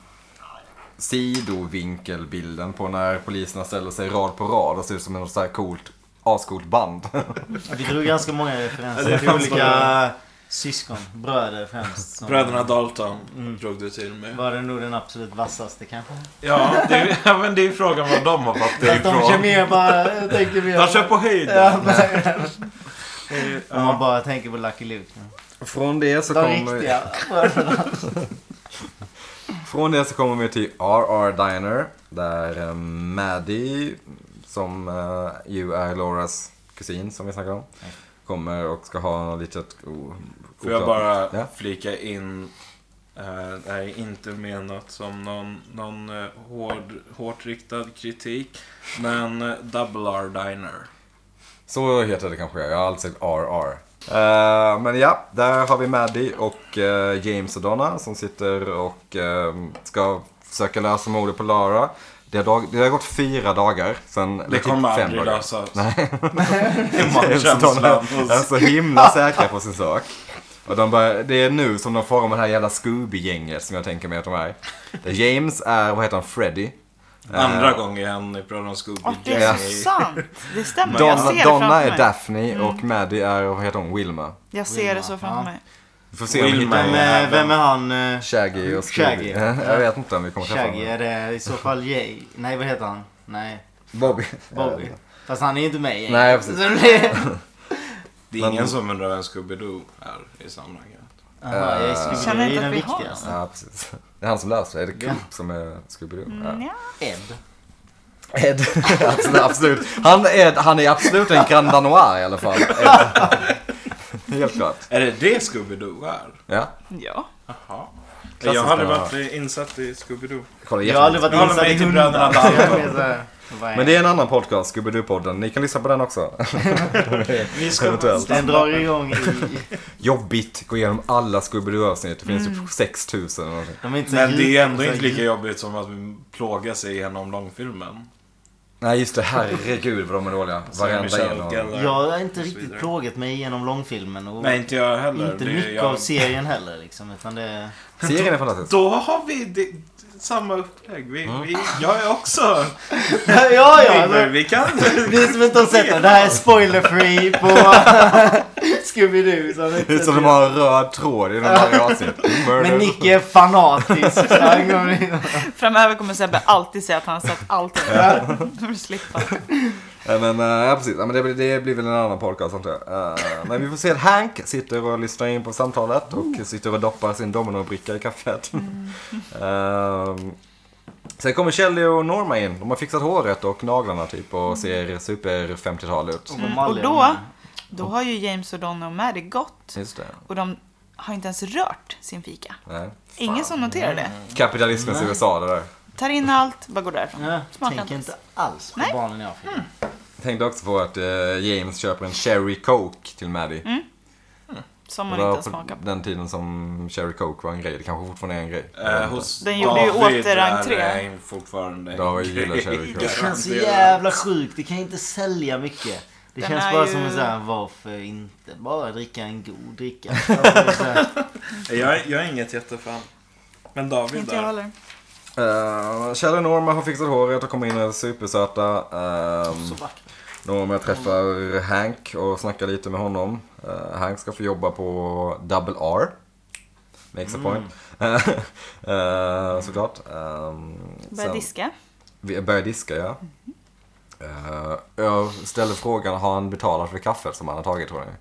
Speaker 3: sidovinkelbilden på när poliserna ställer sig rad på rad och ser ut som en så här coolt, ascoolt band. (laughs)
Speaker 1: Vi drog ganska många
Speaker 2: Ja,
Speaker 1: referenser
Speaker 2: det
Speaker 1: till
Speaker 2: fanns
Speaker 1: olika syskon, bröder främst. som-
Speaker 2: Bröderna Dalton mm, drog du till med.
Speaker 1: Var det nog den absolut vassaste kanske?
Speaker 2: Ja, det är, ja, men det är ju frågan var de har fått det
Speaker 1: Fast de kör
Speaker 2: ifrån.
Speaker 1: mer bara, jag tänker mer...
Speaker 2: De kör på höjden.
Speaker 1: Ja, men-
Speaker 2: Eh,
Speaker 1: Om man
Speaker 2: ja.
Speaker 1: bara tänker på Lucky Luke.
Speaker 3: från, det så
Speaker 1: De
Speaker 3: kommer vi,
Speaker 1: riktiga bröderna.
Speaker 3: från det så kommer vi till RR Diner. Där eh, Maddie, som eh, ju är Lauras kusin som vi snackade om, kommer och ska ha lite... Oh,
Speaker 2: Får jag bara
Speaker 3: Ja.
Speaker 2: flika in. eh, Det här är inte menat som någon, någon eh, hård, hårt riktad kritik. Men eh, Double R Diner.
Speaker 3: Så heter det kanske, jag har alltid sett RR. Eh, men ja, där har vi Maddie och eh, James och Donna som sitter och eh, ska försöka lösa mordet på Lara. Det har, dag- det har gått fyra dagar sen... eller
Speaker 2: Det
Speaker 3: typ
Speaker 2: kommer
Speaker 3: fem
Speaker 2: aldrig
Speaker 3: dagar.
Speaker 2: lösas. (laughs)
Speaker 3: Nej. (laughs)
Speaker 2: Det är
Speaker 3: James och Donna
Speaker 2: magkänslan
Speaker 3: är
Speaker 2: hos...
Speaker 3: så himla säkra på sin sak. Och de bara, det är nu som de får om det här jävla Scooby-gänget som jag tänker mig att de är. Där James är, vad heter han, Freddy.
Speaker 2: Andra
Speaker 3: Eh,
Speaker 2: gången i Bröderna Scooby.
Speaker 4: Och det är så
Speaker 2: Gänget.
Speaker 4: sant! Det stämmer, jag
Speaker 3: Donna,
Speaker 4: ser det
Speaker 3: Donna
Speaker 4: framför
Speaker 3: är
Speaker 4: mig.
Speaker 3: Daphne och Maddie är, vad heter hon, Wilma.
Speaker 4: Jag ser det så
Speaker 1: Ja.
Speaker 4: framför mig.
Speaker 3: Vi får se om vi
Speaker 2: Wilma
Speaker 3: hittar
Speaker 2: är
Speaker 1: Vem är, vem är han? eh,
Speaker 3: Shaggy och Scooby.
Speaker 1: Shaggy.
Speaker 3: (laughs) Jag vet inte om vi kommer träffa
Speaker 1: Shaggy?
Speaker 3: honom.
Speaker 1: Är det i så fall Jay? Nej, vad heter han? Nej,
Speaker 3: Bobby.
Speaker 1: Bobby. Fast han är ju inte med i
Speaker 3: Eh, Nej,
Speaker 1: gänget.
Speaker 3: precis. Eh,
Speaker 1: Så det-
Speaker 2: Det är ingen som undrar vem Scooby-Doo är i sammanhanget.
Speaker 1: Jaha, jag skulle
Speaker 4: Känner
Speaker 1: vilja- det
Speaker 4: inte
Speaker 1: är den
Speaker 4: att vi har
Speaker 1: viktigaste.
Speaker 3: (laughs) Ja, precis. Det är han som löser det. Är det
Speaker 1: Ja.
Speaker 3: Coop som är Scooby-Doo?
Speaker 4: Mm,
Speaker 3: Ja. (laughs)
Speaker 4: ja.
Speaker 1: Ed.
Speaker 3: Ed. absolut, absolut. Han är, han är absolut en Grand Danois i
Speaker 1: (laughs)
Speaker 3: alla fall. Ed. Helt klart.
Speaker 2: Är det det Scooby-Doo är?
Speaker 3: Ja.
Speaker 4: ja.
Speaker 2: Jaha.
Speaker 3: Klassiskt
Speaker 2: jag har aldrig
Speaker 3: bra.
Speaker 2: varit insatt i Scooby-Doo.
Speaker 3: Kolla,
Speaker 1: Jag har aldrig varit
Speaker 2: Jag håller typ
Speaker 1: insatt
Speaker 2: mig
Speaker 1: i
Speaker 2: till
Speaker 1: hundar.
Speaker 2: Bröderna
Speaker 1: så
Speaker 2: Dalton.
Speaker 1: jag blir så här, vad är
Speaker 3: Men det är en annan podcast, Scooby-Doo-podden. Ni kan lyssna på den också.
Speaker 2: Vi ska
Speaker 3: Eventuellt.
Speaker 1: Den drar igång i...
Speaker 3: Jobbigt, gå igenom alla Scooby-Doo-avsnitt. Det finns typ 6000 eller någonting.
Speaker 1: De är inte så
Speaker 2: Men det är
Speaker 1: så
Speaker 2: ändå inte lika jobbigt som att vi plågar sig igenom långfilmen.
Speaker 3: Nej, just det. Herregud vad de är dåliga. Varenda en av dem.
Speaker 2: Geller.
Speaker 1: Jag har inte
Speaker 2: Och så
Speaker 1: riktigt
Speaker 2: vidare.
Speaker 1: plågat mig igenom långfilmen och
Speaker 2: Nej, inte jag heller.
Speaker 1: inte
Speaker 2: Det är-
Speaker 1: mycket
Speaker 2: jag...
Speaker 1: av serien heller liksom. Utan
Speaker 2: (laughs)
Speaker 1: det...
Speaker 3: Serien är fantastisk.
Speaker 2: Då har vi det, samma upplägg. Vi,
Speaker 3: Mm.
Speaker 2: vi, jag är också
Speaker 1: ja, ja!
Speaker 2: gamer.
Speaker 1: Alltså,
Speaker 2: Vi kan...
Speaker 1: ni som inte har sett den, det här är spoiler free på
Speaker 2: (laughs)
Speaker 1: Scooby-Doo. så det-
Speaker 3: Det är som de har en röd tråd i de här avsnitten.
Speaker 1: Men Nicky är fanatisk. Så han kommer in och-
Speaker 4: Framöver kommer Sebbe alltid säga att han har sett allting. (laughs) För att slippa.
Speaker 3: Ja, men, eh, ja precis, ja, men det, blir- det blir väl en annan podcast antar jag. Eh, Men vi får se att Hank sitter och lyssnar in på samtalet
Speaker 1: Mm.
Speaker 3: och sitter och doppar sin dominobricka i kaffet. (laughs) Ehm, Sen kommer Kjell och Norma in. De har fixat håret och naglarna typ
Speaker 1: Mm.
Speaker 3: och ser super 50-tal ut.
Speaker 4: (laughs) Och då, då har ju James och Donna och Maddie gått.
Speaker 3: Just det.
Speaker 4: Och de har inte ens rört sin fika.
Speaker 1: Mm.
Speaker 3: Nej.
Speaker 4: Ingen som noterar det.
Speaker 3: Kapitalismens USA det där.
Speaker 4: Tar in allt, bara går därifrån.
Speaker 1: Ja,
Speaker 4: Smart
Speaker 1: tänker
Speaker 4: lantis.
Speaker 1: inte alls på
Speaker 4: Nej. Mm.
Speaker 1: barnen i Afrika.
Speaker 3: Tänkte också på att eh, James köper en Cherry Coke till Maddie.
Speaker 4: Som
Speaker 3: Det
Speaker 4: man inte
Speaker 3: var
Speaker 4: ens
Speaker 3: på
Speaker 4: smakar på.
Speaker 3: den tiden som Cherry Coke var en grej. Det kanske fortfarande är en grej. Mm. Jag
Speaker 2: (laughs)
Speaker 3: vet
Speaker 2: Eh,
Speaker 3: inte.
Speaker 2: hos
Speaker 4: Den gjorde ju
Speaker 2: David
Speaker 4: återentré.
Speaker 2: är den fortfarande en
Speaker 3: David gillar
Speaker 2: (laughs) grej.
Speaker 3: Cherry Coke.
Speaker 1: Det känns så
Speaker 2: Garanterat.
Speaker 1: jävla sjukt. Det kan inte sälja mycket. Det
Speaker 4: Den
Speaker 1: känns
Speaker 4: är
Speaker 1: bara
Speaker 4: ju-
Speaker 1: som en sån här, varför inte bara dricka en god
Speaker 4: (laughs)
Speaker 1: dricka? Alltså, Varför så här-
Speaker 2: Jag, är- jag är inget jättefan. Men David
Speaker 4: Inte jag
Speaker 2: där.
Speaker 4: heller.
Speaker 3: Eh, Kjell och Norma har fixat håret och kommer in och är supersöta. Um,
Speaker 1: Så vackert.
Speaker 3: Norma träffar Hank och snackar lite med honom. Eh, Hank ska få jobba på Double R.
Speaker 4: Mm.
Speaker 3: Makes a point. (laughs) Eh, såklart. Um,
Speaker 4: Börja diska.
Speaker 3: Vi börjar diska, ja. Eh, jag ställer frågan, har han betalat för kaffet som han har tagit tror ni? Eh,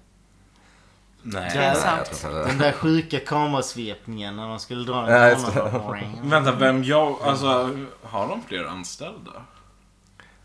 Speaker 2: Nej.
Speaker 1: Ja.
Speaker 4: Det är sant.
Speaker 3: jag tror
Speaker 4: Mm.
Speaker 3: inte det.
Speaker 1: Den där sjuka kamerasvepningen när de skulle dra
Speaker 3: Ja,
Speaker 1: den
Speaker 2: (laughs)
Speaker 3: just
Speaker 1: kameran.
Speaker 2: Vänta, vem jag...
Speaker 3: Mm.
Speaker 2: Alltså, har de fler anställda?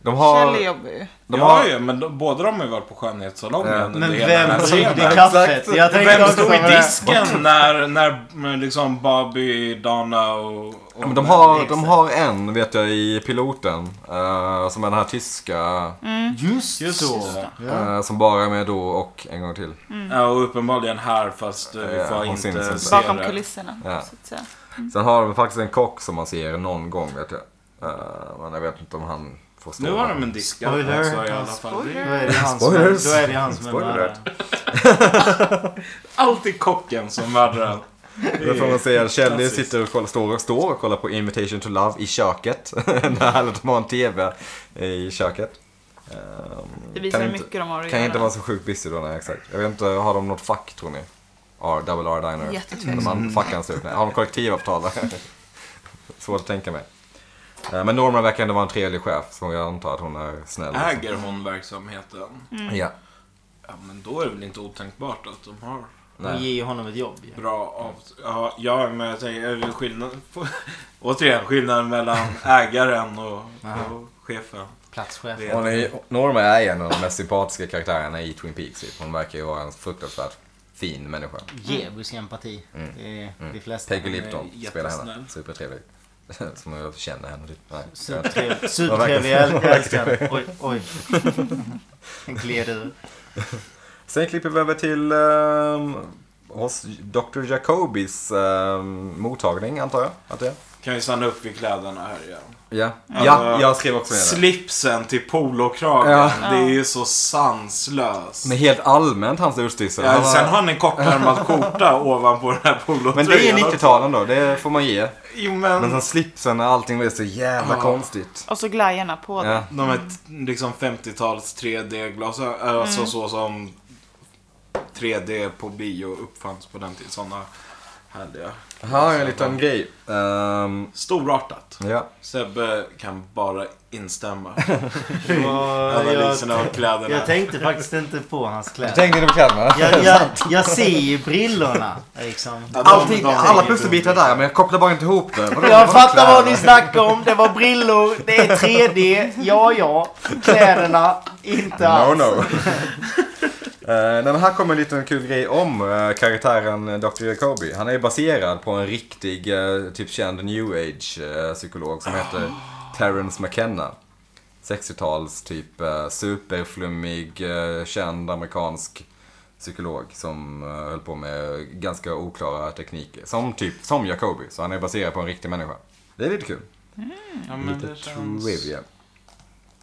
Speaker 3: De
Speaker 4: Kjell
Speaker 3: har...
Speaker 4: jobbar ju.
Speaker 3: De
Speaker 2: ja,
Speaker 3: har-
Speaker 2: ju, men de, båda de har ju varit på skönhetssalongen.
Speaker 3: Ja.
Speaker 2: under
Speaker 1: Men
Speaker 2: hela den
Speaker 1: vem
Speaker 2: här
Speaker 1: bryggde
Speaker 2: scenen.
Speaker 1: kaffet? Jag tänkte
Speaker 2: Vem
Speaker 1: också
Speaker 2: stod
Speaker 1: på
Speaker 2: i
Speaker 1: det.
Speaker 2: disken när, när mm, liksom Bobby, Donna och... och
Speaker 3: Ja, men de, har, de har en, vet jag, i piloten. eh, som är den här tyska.
Speaker 4: Mm.
Speaker 1: Just,
Speaker 2: Just
Speaker 1: så.
Speaker 2: det.
Speaker 1: Ja.
Speaker 3: eh, som bara är med då och en gång till.
Speaker 2: Ja, och uppenbarligen här fast eh, vi
Speaker 3: Ja,
Speaker 2: får
Speaker 3: hon syns inte.
Speaker 2: inte se
Speaker 4: Bakom
Speaker 2: det.
Speaker 4: kulisserna.
Speaker 3: Ja.
Speaker 4: Så att säga.
Speaker 3: Sen har de faktiskt en kock som man ser någon gång, vet jag. Eh, men jag vet inte om han får stå
Speaker 2: Nu har
Speaker 3: där.
Speaker 2: de en diskad
Speaker 1: Spoiler.
Speaker 2: också i alla fall. Det
Speaker 4: Spoiler.
Speaker 2: är-
Speaker 1: Då är det han som
Speaker 3: Spoilers.
Speaker 1: är, då är, det han som är
Speaker 3: Spoiler
Speaker 1: mördaren.
Speaker 3: alert.
Speaker 2: Alltid kocken som mördar
Speaker 3: Då får man se att Kjell
Speaker 2: Mm. Klassiskt.
Speaker 3: sitter och kollar, står, och står och kollar på Invitation to Love i köket. (laughs) När alla de har en TV i köket. Ehm,
Speaker 4: Det visar
Speaker 3: kan
Speaker 4: hur
Speaker 3: inte-
Speaker 4: mycket de har att
Speaker 3: Kan inte
Speaker 4: göra.
Speaker 3: vara så sjukt busy då, nej exakt. Jag vet inte, har de något fack tror ni? R, double R Diner?
Speaker 4: Jättetveksamt.
Speaker 3: De
Speaker 2: Mm.
Speaker 3: har fackanslutna. Har de kollektivavtal? (laughs) Svårt att tänka mig. Eh, Men Norma verkar ändå vara en trevlig chef, så jag antar att hon är snäll. Mm. liksom.
Speaker 2: Äger hon verksamheten?
Speaker 3: Ja.
Speaker 2: Äh, Ja, men då är det väl inte otänkbart att de har
Speaker 1: Och ge ju honom ett jobb ju.
Speaker 2: bra avtal. Ja, ja, men jag tänker, är det skillnad på, (laughs) återigen, skillnaden mellan
Speaker 3: (laughs)
Speaker 2: ägaren och, och chefen.
Speaker 1: Platschef.
Speaker 2: Det-
Speaker 3: Hon är, Norma är en av de mest sympatiska karaktärerna i Twin Peaks. Typ. Hon verkar ju vara en fruktansvärt fin människa.
Speaker 1: Djävulsk empati. Det är de flesta.
Speaker 3: Mm. Peggy Lipton
Speaker 2: är
Speaker 3: spelar henne.
Speaker 2: jättesnäll.
Speaker 3: Supertrevlig. (laughs) Som jag känner henne typ. Nej.
Speaker 1: Supertrevlig- Supertrevlig
Speaker 3: (laughs)
Speaker 1: älskad. Oj, oj. Gled ur.
Speaker 3: Sen klipper vi över till ehm, hos Dr. Jacobis ehm, mottagning antar jag att det är.
Speaker 2: Kan vi stanna upp vid kläderna här igen?
Speaker 3: Ja, ja
Speaker 2: Alltså,
Speaker 3: jag skrev också ner det.
Speaker 2: Slipsen till polokragen.
Speaker 3: Ja.
Speaker 2: Det är ju så sanslöst.
Speaker 3: Men helt allmänt hans utstyrsel.
Speaker 2: Ja,
Speaker 3: Han var-
Speaker 2: sen har han en kortärmad
Speaker 3: (laughs)
Speaker 2: skjorta ovanpå den här polotröjan.
Speaker 3: men det är 90-talen då, det får man ge.
Speaker 2: Jo,
Speaker 3: Men
Speaker 2: men...
Speaker 3: sen slipsen och allting var så jävla
Speaker 2: Ja.
Speaker 3: konstigt.
Speaker 4: Och så glajjorna på den.
Speaker 3: Ja.
Speaker 2: De här t- liksom 50-tals 3D-glasögon, alltså
Speaker 3: Mm.
Speaker 2: så som 3D på bio uppfanns på den tiden. Sådana härliga.
Speaker 3: Här har jag en liten grej. Ehm,
Speaker 2: Storartat.
Speaker 3: ja.
Speaker 2: Sebbe kan bara
Speaker 3: (laughs)
Speaker 2: instämma.
Speaker 1: Och Jag,
Speaker 2: Analyserna av kläderna.
Speaker 1: jag tänkte faktiskt inte på hans
Speaker 3: Jag
Speaker 1: kläder.
Speaker 3: tänkte ni på Kalmar?
Speaker 1: Jag, jag, jag ser ju brillorna. Liksom.
Speaker 2: Ja, de-
Speaker 3: Allting,
Speaker 2: de-
Speaker 3: alla pusselbitar där, men jag kopplar bara inte ihop det. Vadå?
Speaker 1: (laughs) Jag fattar vad
Speaker 3: kläder?
Speaker 1: ni snackar om. Det var brillor, det är 3D, ja ja. Kläderna, inte
Speaker 3: No,
Speaker 1: alls.
Speaker 3: no. (laughs) Eh, nej, men här kommer en liten kul grej om eh, karaktären Dr. Jacobi. Han är ju baserad på en riktig, eh, typ känd new age eh, psykolog som heter Terence McKenna. 60-tals typ eh, superflummig, eh, känd amerikansk psykolog som eh, höll på med ganska oklara tekniker. Som typ, som Jacobi. Så han är baserad på en riktig människa. Det är lite kul.
Speaker 2: Ja, men
Speaker 3: Lite
Speaker 2: det känns...
Speaker 3: trivia.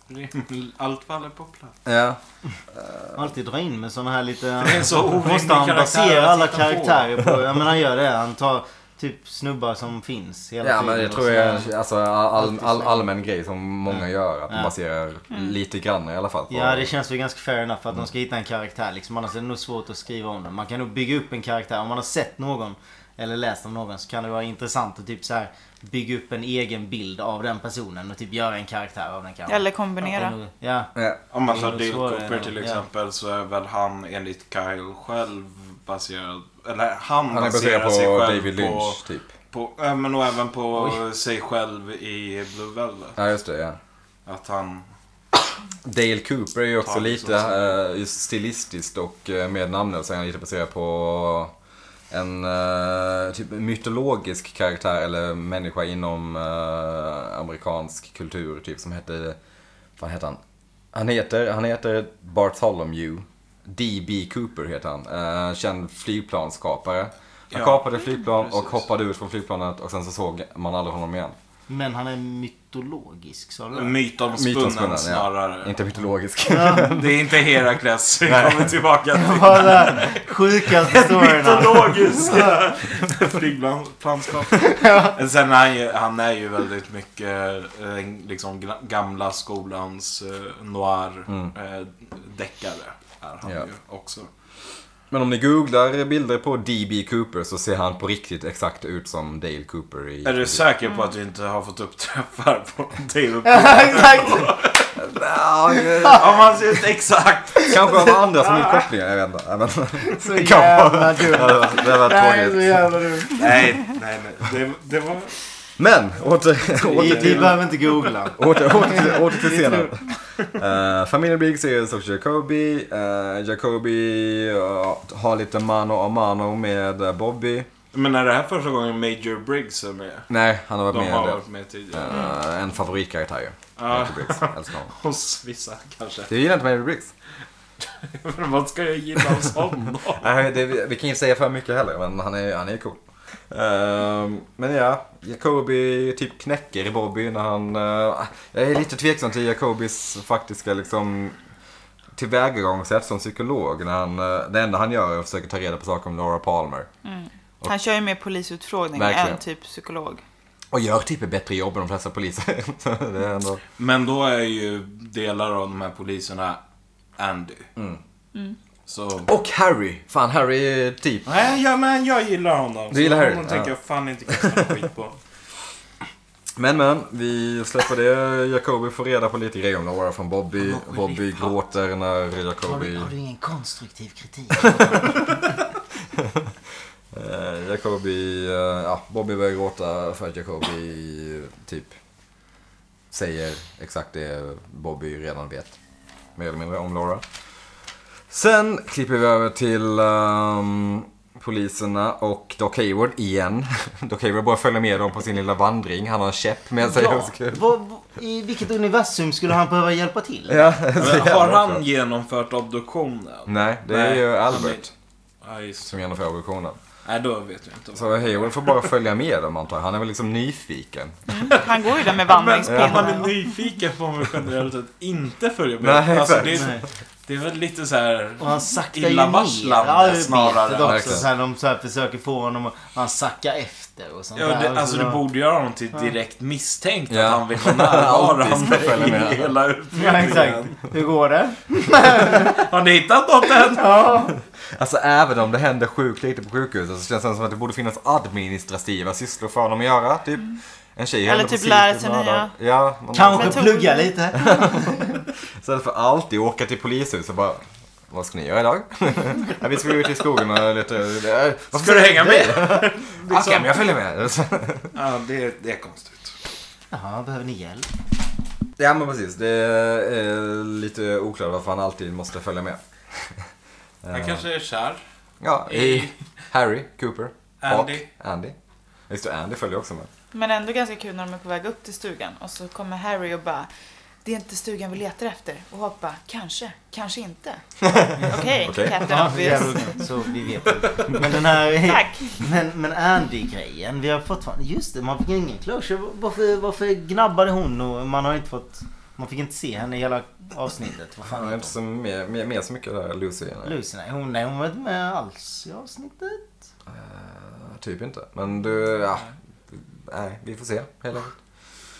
Speaker 2: rimligt. Allt faller på plats.
Speaker 3: Ja.
Speaker 1: Alltid dra in med såna här
Speaker 2: Det
Speaker 1: lite...
Speaker 2: är så orimlig
Speaker 1: Måste han
Speaker 2: karaktär
Speaker 1: basera
Speaker 2: att
Speaker 1: alla
Speaker 2: titta på.
Speaker 1: karaktärer på? Ja men han gör det. Han tar typ snubbar som finns hela
Speaker 3: Ja
Speaker 1: tiden.
Speaker 3: men jag
Speaker 1: och
Speaker 3: tror det är
Speaker 1: sådär.
Speaker 3: alltså, all,
Speaker 1: Alltid
Speaker 3: all,
Speaker 1: så.
Speaker 3: allmän grej som många gör. Att man
Speaker 1: Ja.
Speaker 3: baserar
Speaker 2: Mm.
Speaker 3: lite grann i alla fall. På,
Speaker 1: Ja det känns väl ganska fair enough att de ska hitta en karaktär liksom. Annars är det nog svårt att skriva om den. Man kan nog bygga upp en karaktär. Om man har sett någon eller läst om någon så kan det vara intressant att typ så här bygga upp en egen bild av den personen och typ göra en karaktär av den kanske.
Speaker 4: Eller
Speaker 1: Det är
Speaker 4: kombinera.
Speaker 1: nog- Ja.
Speaker 3: Ja.
Speaker 2: Om man
Speaker 1: Det är
Speaker 2: tar
Speaker 1: nog
Speaker 2: Dale
Speaker 1: svårare
Speaker 2: Cooper
Speaker 1: än-
Speaker 2: till
Speaker 1: ja.
Speaker 2: exempel så är väl han enligt Kyle själv baserad... Eller han,
Speaker 3: Han är
Speaker 2: baserar
Speaker 3: baserad på
Speaker 2: sig själv
Speaker 3: David Lynch
Speaker 2: på...
Speaker 3: typ.
Speaker 2: på ja, men och även på sig själv i Blue Velvet.
Speaker 3: Ja just det ja.
Speaker 2: Att han...
Speaker 3: Dale Cooper är ju också
Speaker 2: Ja, det är
Speaker 3: lite eh, just stilistiskt och eh, med namnet så är han lite baserad på en eh, typ mytologisk karaktär eller människa inom eh, amerikansk kultur typ som hette, vad heter han? Han heter, han heter Bartholomew D.B. Cooper heter han. Eh, känd flygplansskapare. Han
Speaker 2: Ja. Mm,
Speaker 3: kapade flygplan och
Speaker 2: Precis.
Speaker 3: hoppade ut från flygplanet och sen så såg man aldrig honom igen.
Speaker 1: Men han är mytologisk, sa du det?
Speaker 3: Mytomspunnen,
Speaker 2: Mytomspunnen
Speaker 3: ja.
Speaker 2: snarare.
Speaker 3: Inte mytologisk.
Speaker 2: Det är inte Herakles vi kommer tillbaka till.
Speaker 1: Vad är det? Sjukaste
Speaker 2: (laughs)
Speaker 1: storyn.
Speaker 2: Mytologiska flygplanskap. Sen är han, ju, han är ju väldigt mycket eh, liksom gra- gamla skolans eh, noir eh, deckare. Är han
Speaker 3: Ja.
Speaker 2: ju också.
Speaker 3: Men om ni googlar bilder på D.B. Cooper så ser han på riktigt exakt ut som Dale Cooper i...
Speaker 2: Är du säker på att du inte har fått upp träffar på (laughs) David?
Speaker 1: Ja, (laughs) exakt.
Speaker 3: Ja, eh,
Speaker 2: Om han ser ut exakt.
Speaker 3: Kanske av andra som gjort kopplingar, jag vet inte. Ja, men- (laughs)
Speaker 1: Så
Speaker 3: Det kan
Speaker 1: jävla
Speaker 3: vara-
Speaker 1: dumt.
Speaker 3: Ja, det var- Det var
Speaker 1: Det här är så
Speaker 3: tråkigt.
Speaker 1: jävla dumt.
Speaker 2: Nej, nej, nej. Det, det var...
Speaker 3: Men,
Speaker 2: (laughs)
Speaker 3: åter,
Speaker 1: Vi,
Speaker 3: åter
Speaker 1: vi
Speaker 3: till...
Speaker 1: behöver inte googla.
Speaker 3: Åter, åter, till- åter till scenen. Uh, familjen Briggs är av Jacobi. Uh, Jacobi eh, har lite mano a mano med eh, Bobby.
Speaker 2: Men är det här första gången Major Briggs är med?
Speaker 3: Nej, han har varit
Speaker 2: De
Speaker 3: med
Speaker 2: har
Speaker 3: i en
Speaker 2: varit med
Speaker 3: del.
Speaker 2: tidigare.
Speaker 3: Eh, En favoritkaraktär ju.
Speaker 2: Ja,
Speaker 3: Major Briggs. Älskar honom.
Speaker 2: hos vissa kanske. (laughs)
Speaker 3: Du gillar inte Major Briggs?
Speaker 2: Men vad ska jag gilla hos honom?
Speaker 3: Nej, det, vi vi kan inte säga för mycket heller, men han är, han är cool. Ehm, men ja, Jacobi typ knäcker Bobby när han... eh, jag är lite tveksam till Jacobis faktiska liksom tillvägagångssätt som psykolog. När han, eh, det enda han gör är att försöka ta reda på saker om Laura Palmer.
Speaker 4: Han kör ju mer polisutfrågning
Speaker 3: Verkligen.
Speaker 4: än typ psykolog.
Speaker 3: Och gör typ ett bättre jobb än de flesta poliser. (laughs) Så det är ändå...
Speaker 2: Men då är ju delar av de här poliserna Andy.
Speaker 1: Mm.
Speaker 2: Så...
Speaker 3: Och Harry! Fan, Harry är typ...
Speaker 2: Nej, ja, men jag gillar honom.
Speaker 3: Du gillar
Speaker 2: Så
Speaker 3: Harry?
Speaker 2: Honom tänker
Speaker 3: Ja.
Speaker 2: jag fan inte kasta någon skit på.
Speaker 3: Men men, vi släpper det. Jacobi får reda på lite grejer om Laura från Bobby. Bobby gråter när
Speaker 1: Har
Speaker 3: Jacobi...
Speaker 1: du, har du ingen konstruktiv
Speaker 3: (laughs)
Speaker 1: kritik?
Speaker 3: Eh, Jacobi, eh, ja, Bobby börjar gråta för att Jacobi eh, typ säger exakt det Bobby redan vet. Mer eller mindre om Laura. Sen klipper vi över till ehm, poliserna och Doc Hayward igen. (laughs) Doc Hayward bara följer med dem på sin lilla vandring. Han har en käpp med sig. (laughs)
Speaker 1: Ja. Vad- vad- I vilket universum skulle han behöva hjälpa till?
Speaker 3: Ja, (laughs)
Speaker 2: (laughs)
Speaker 3: så
Speaker 2: Men,
Speaker 3: jävla
Speaker 2: har
Speaker 3: bra.
Speaker 2: han genomfört obduktionen?
Speaker 3: Nej, det är
Speaker 2: Nej,
Speaker 3: ju
Speaker 2: han
Speaker 3: Albert
Speaker 2: inte. Ja, just det.
Speaker 3: som genomför obduktionen.
Speaker 2: Nej, då vet jag inte. vad-
Speaker 3: Så Hayward får bara följa med dem antar jag. Han är väl liksom nyfiken.
Speaker 4: Han går ju där med
Speaker 2: Men man är
Speaker 4: vandringspinnen.
Speaker 2: nyfiken på om vi generellt sett inte följer med.
Speaker 3: Nej,
Speaker 2: alltså,
Speaker 3: exakt.
Speaker 2: det, är,
Speaker 1: Nej.
Speaker 2: det är väl lite så här
Speaker 1: Och han saktar ju ner. Ja,
Speaker 2: illavarslande
Speaker 1: jag vet
Speaker 2: snarare.
Speaker 1: det också.
Speaker 3: Verkligen.
Speaker 1: Så här, de så här försöker få honom att han sackar efter och sånt
Speaker 2: Ja,
Speaker 1: där.
Speaker 2: det, alltså
Speaker 1: Så-
Speaker 2: det borde göra honom till direkt misstänkt
Speaker 3: Ja.
Speaker 2: att han vill vara
Speaker 3: (laughs)
Speaker 2: närvarande
Speaker 3: Alltid följa med.
Speaker 2: i
Speaker 1: (laughs)
Speaker 2: hela
Speaker 1: Ja,
Speaker 2: utredningen.
Speaker 1: exakt. Hur går det?
Speaker 2: Har ni hittat något än?
Speaker 1: Ja.
Speaker 3: Alltså även om det händer sjukt lite på sjukhuset så känns det som att det borde finnas administrativa sysslor för honom att göra. Typ en tjej höll
Speaker 4: Eller
Speaker 3: på
Speaker 4: typ
Speaker 3: cirkus
Speaker 4: lära sig
Speaker 3: mördad.
Speaker 4: nya.
Speaker 3: Ja, man
Speaker 1: Kanske
Speaker 4: Men tog-
Speaker 1: plugga lite.
Speaker 3: Istället för alltid åka till polishuset och bara vad ska ni göra idag? (laughs) ja, vi ska ut i skogen och leta... eh, Varför
Speaker 2: Ska du hänga med? (laughs) Liksom.
Speaker 1: Liksom.
Speaker 3: Okej, men jag följer med. (laughs)
Speaker 2: Ja, det, det är konstigt.
Speaker 1: Jaha, behöver ni hjälp?
Speaker 3: ja, men precis. Det är lite oklart varför han alltid måste följa med.
Speaker 2: Han kanske är kär.
Speaker 3: Ja, i Harry Cooper.
Speaker 2: Andy.
Speaker 3: Och Andy. Just det, Andy följer också med.
Speaker 4: Men ändå ganska kul när de är på väg upp till stugan och så kommer Harry och bara Det är inte stugan vi letar efter. Och Hopp bara, kanske, kanske inte.
Speaker 2: (laughs)
Speaker 4: Okej,
Speaker 3: Okej.
Speaker 4: Captain
Speaker 1: Ja,
Speaker 4: Obvious.
Speaker 1: jävlar, så vi vet inte. Men den här...
Speaker 4: Tack!
Speaker 1: Men, men Andy-grejen, vi har fortfarande... Just det, man fick ingen closure. Varför, varför gnabbade hon och man har inte fått... Man fick inte se henne i hela avsnittet. Vad fan
Speaker 3: Han är
Speaker 1: heter
Speaker 3: inte så mer, mer, mer så mycket där, Lucy.
Speaker 1: hon? Lucy, nej hon, nej, hon var inte med alls i avsnittet.
Speaker 3: Eh, Typ inte. Men du, ja. Nej, vi får se. Hela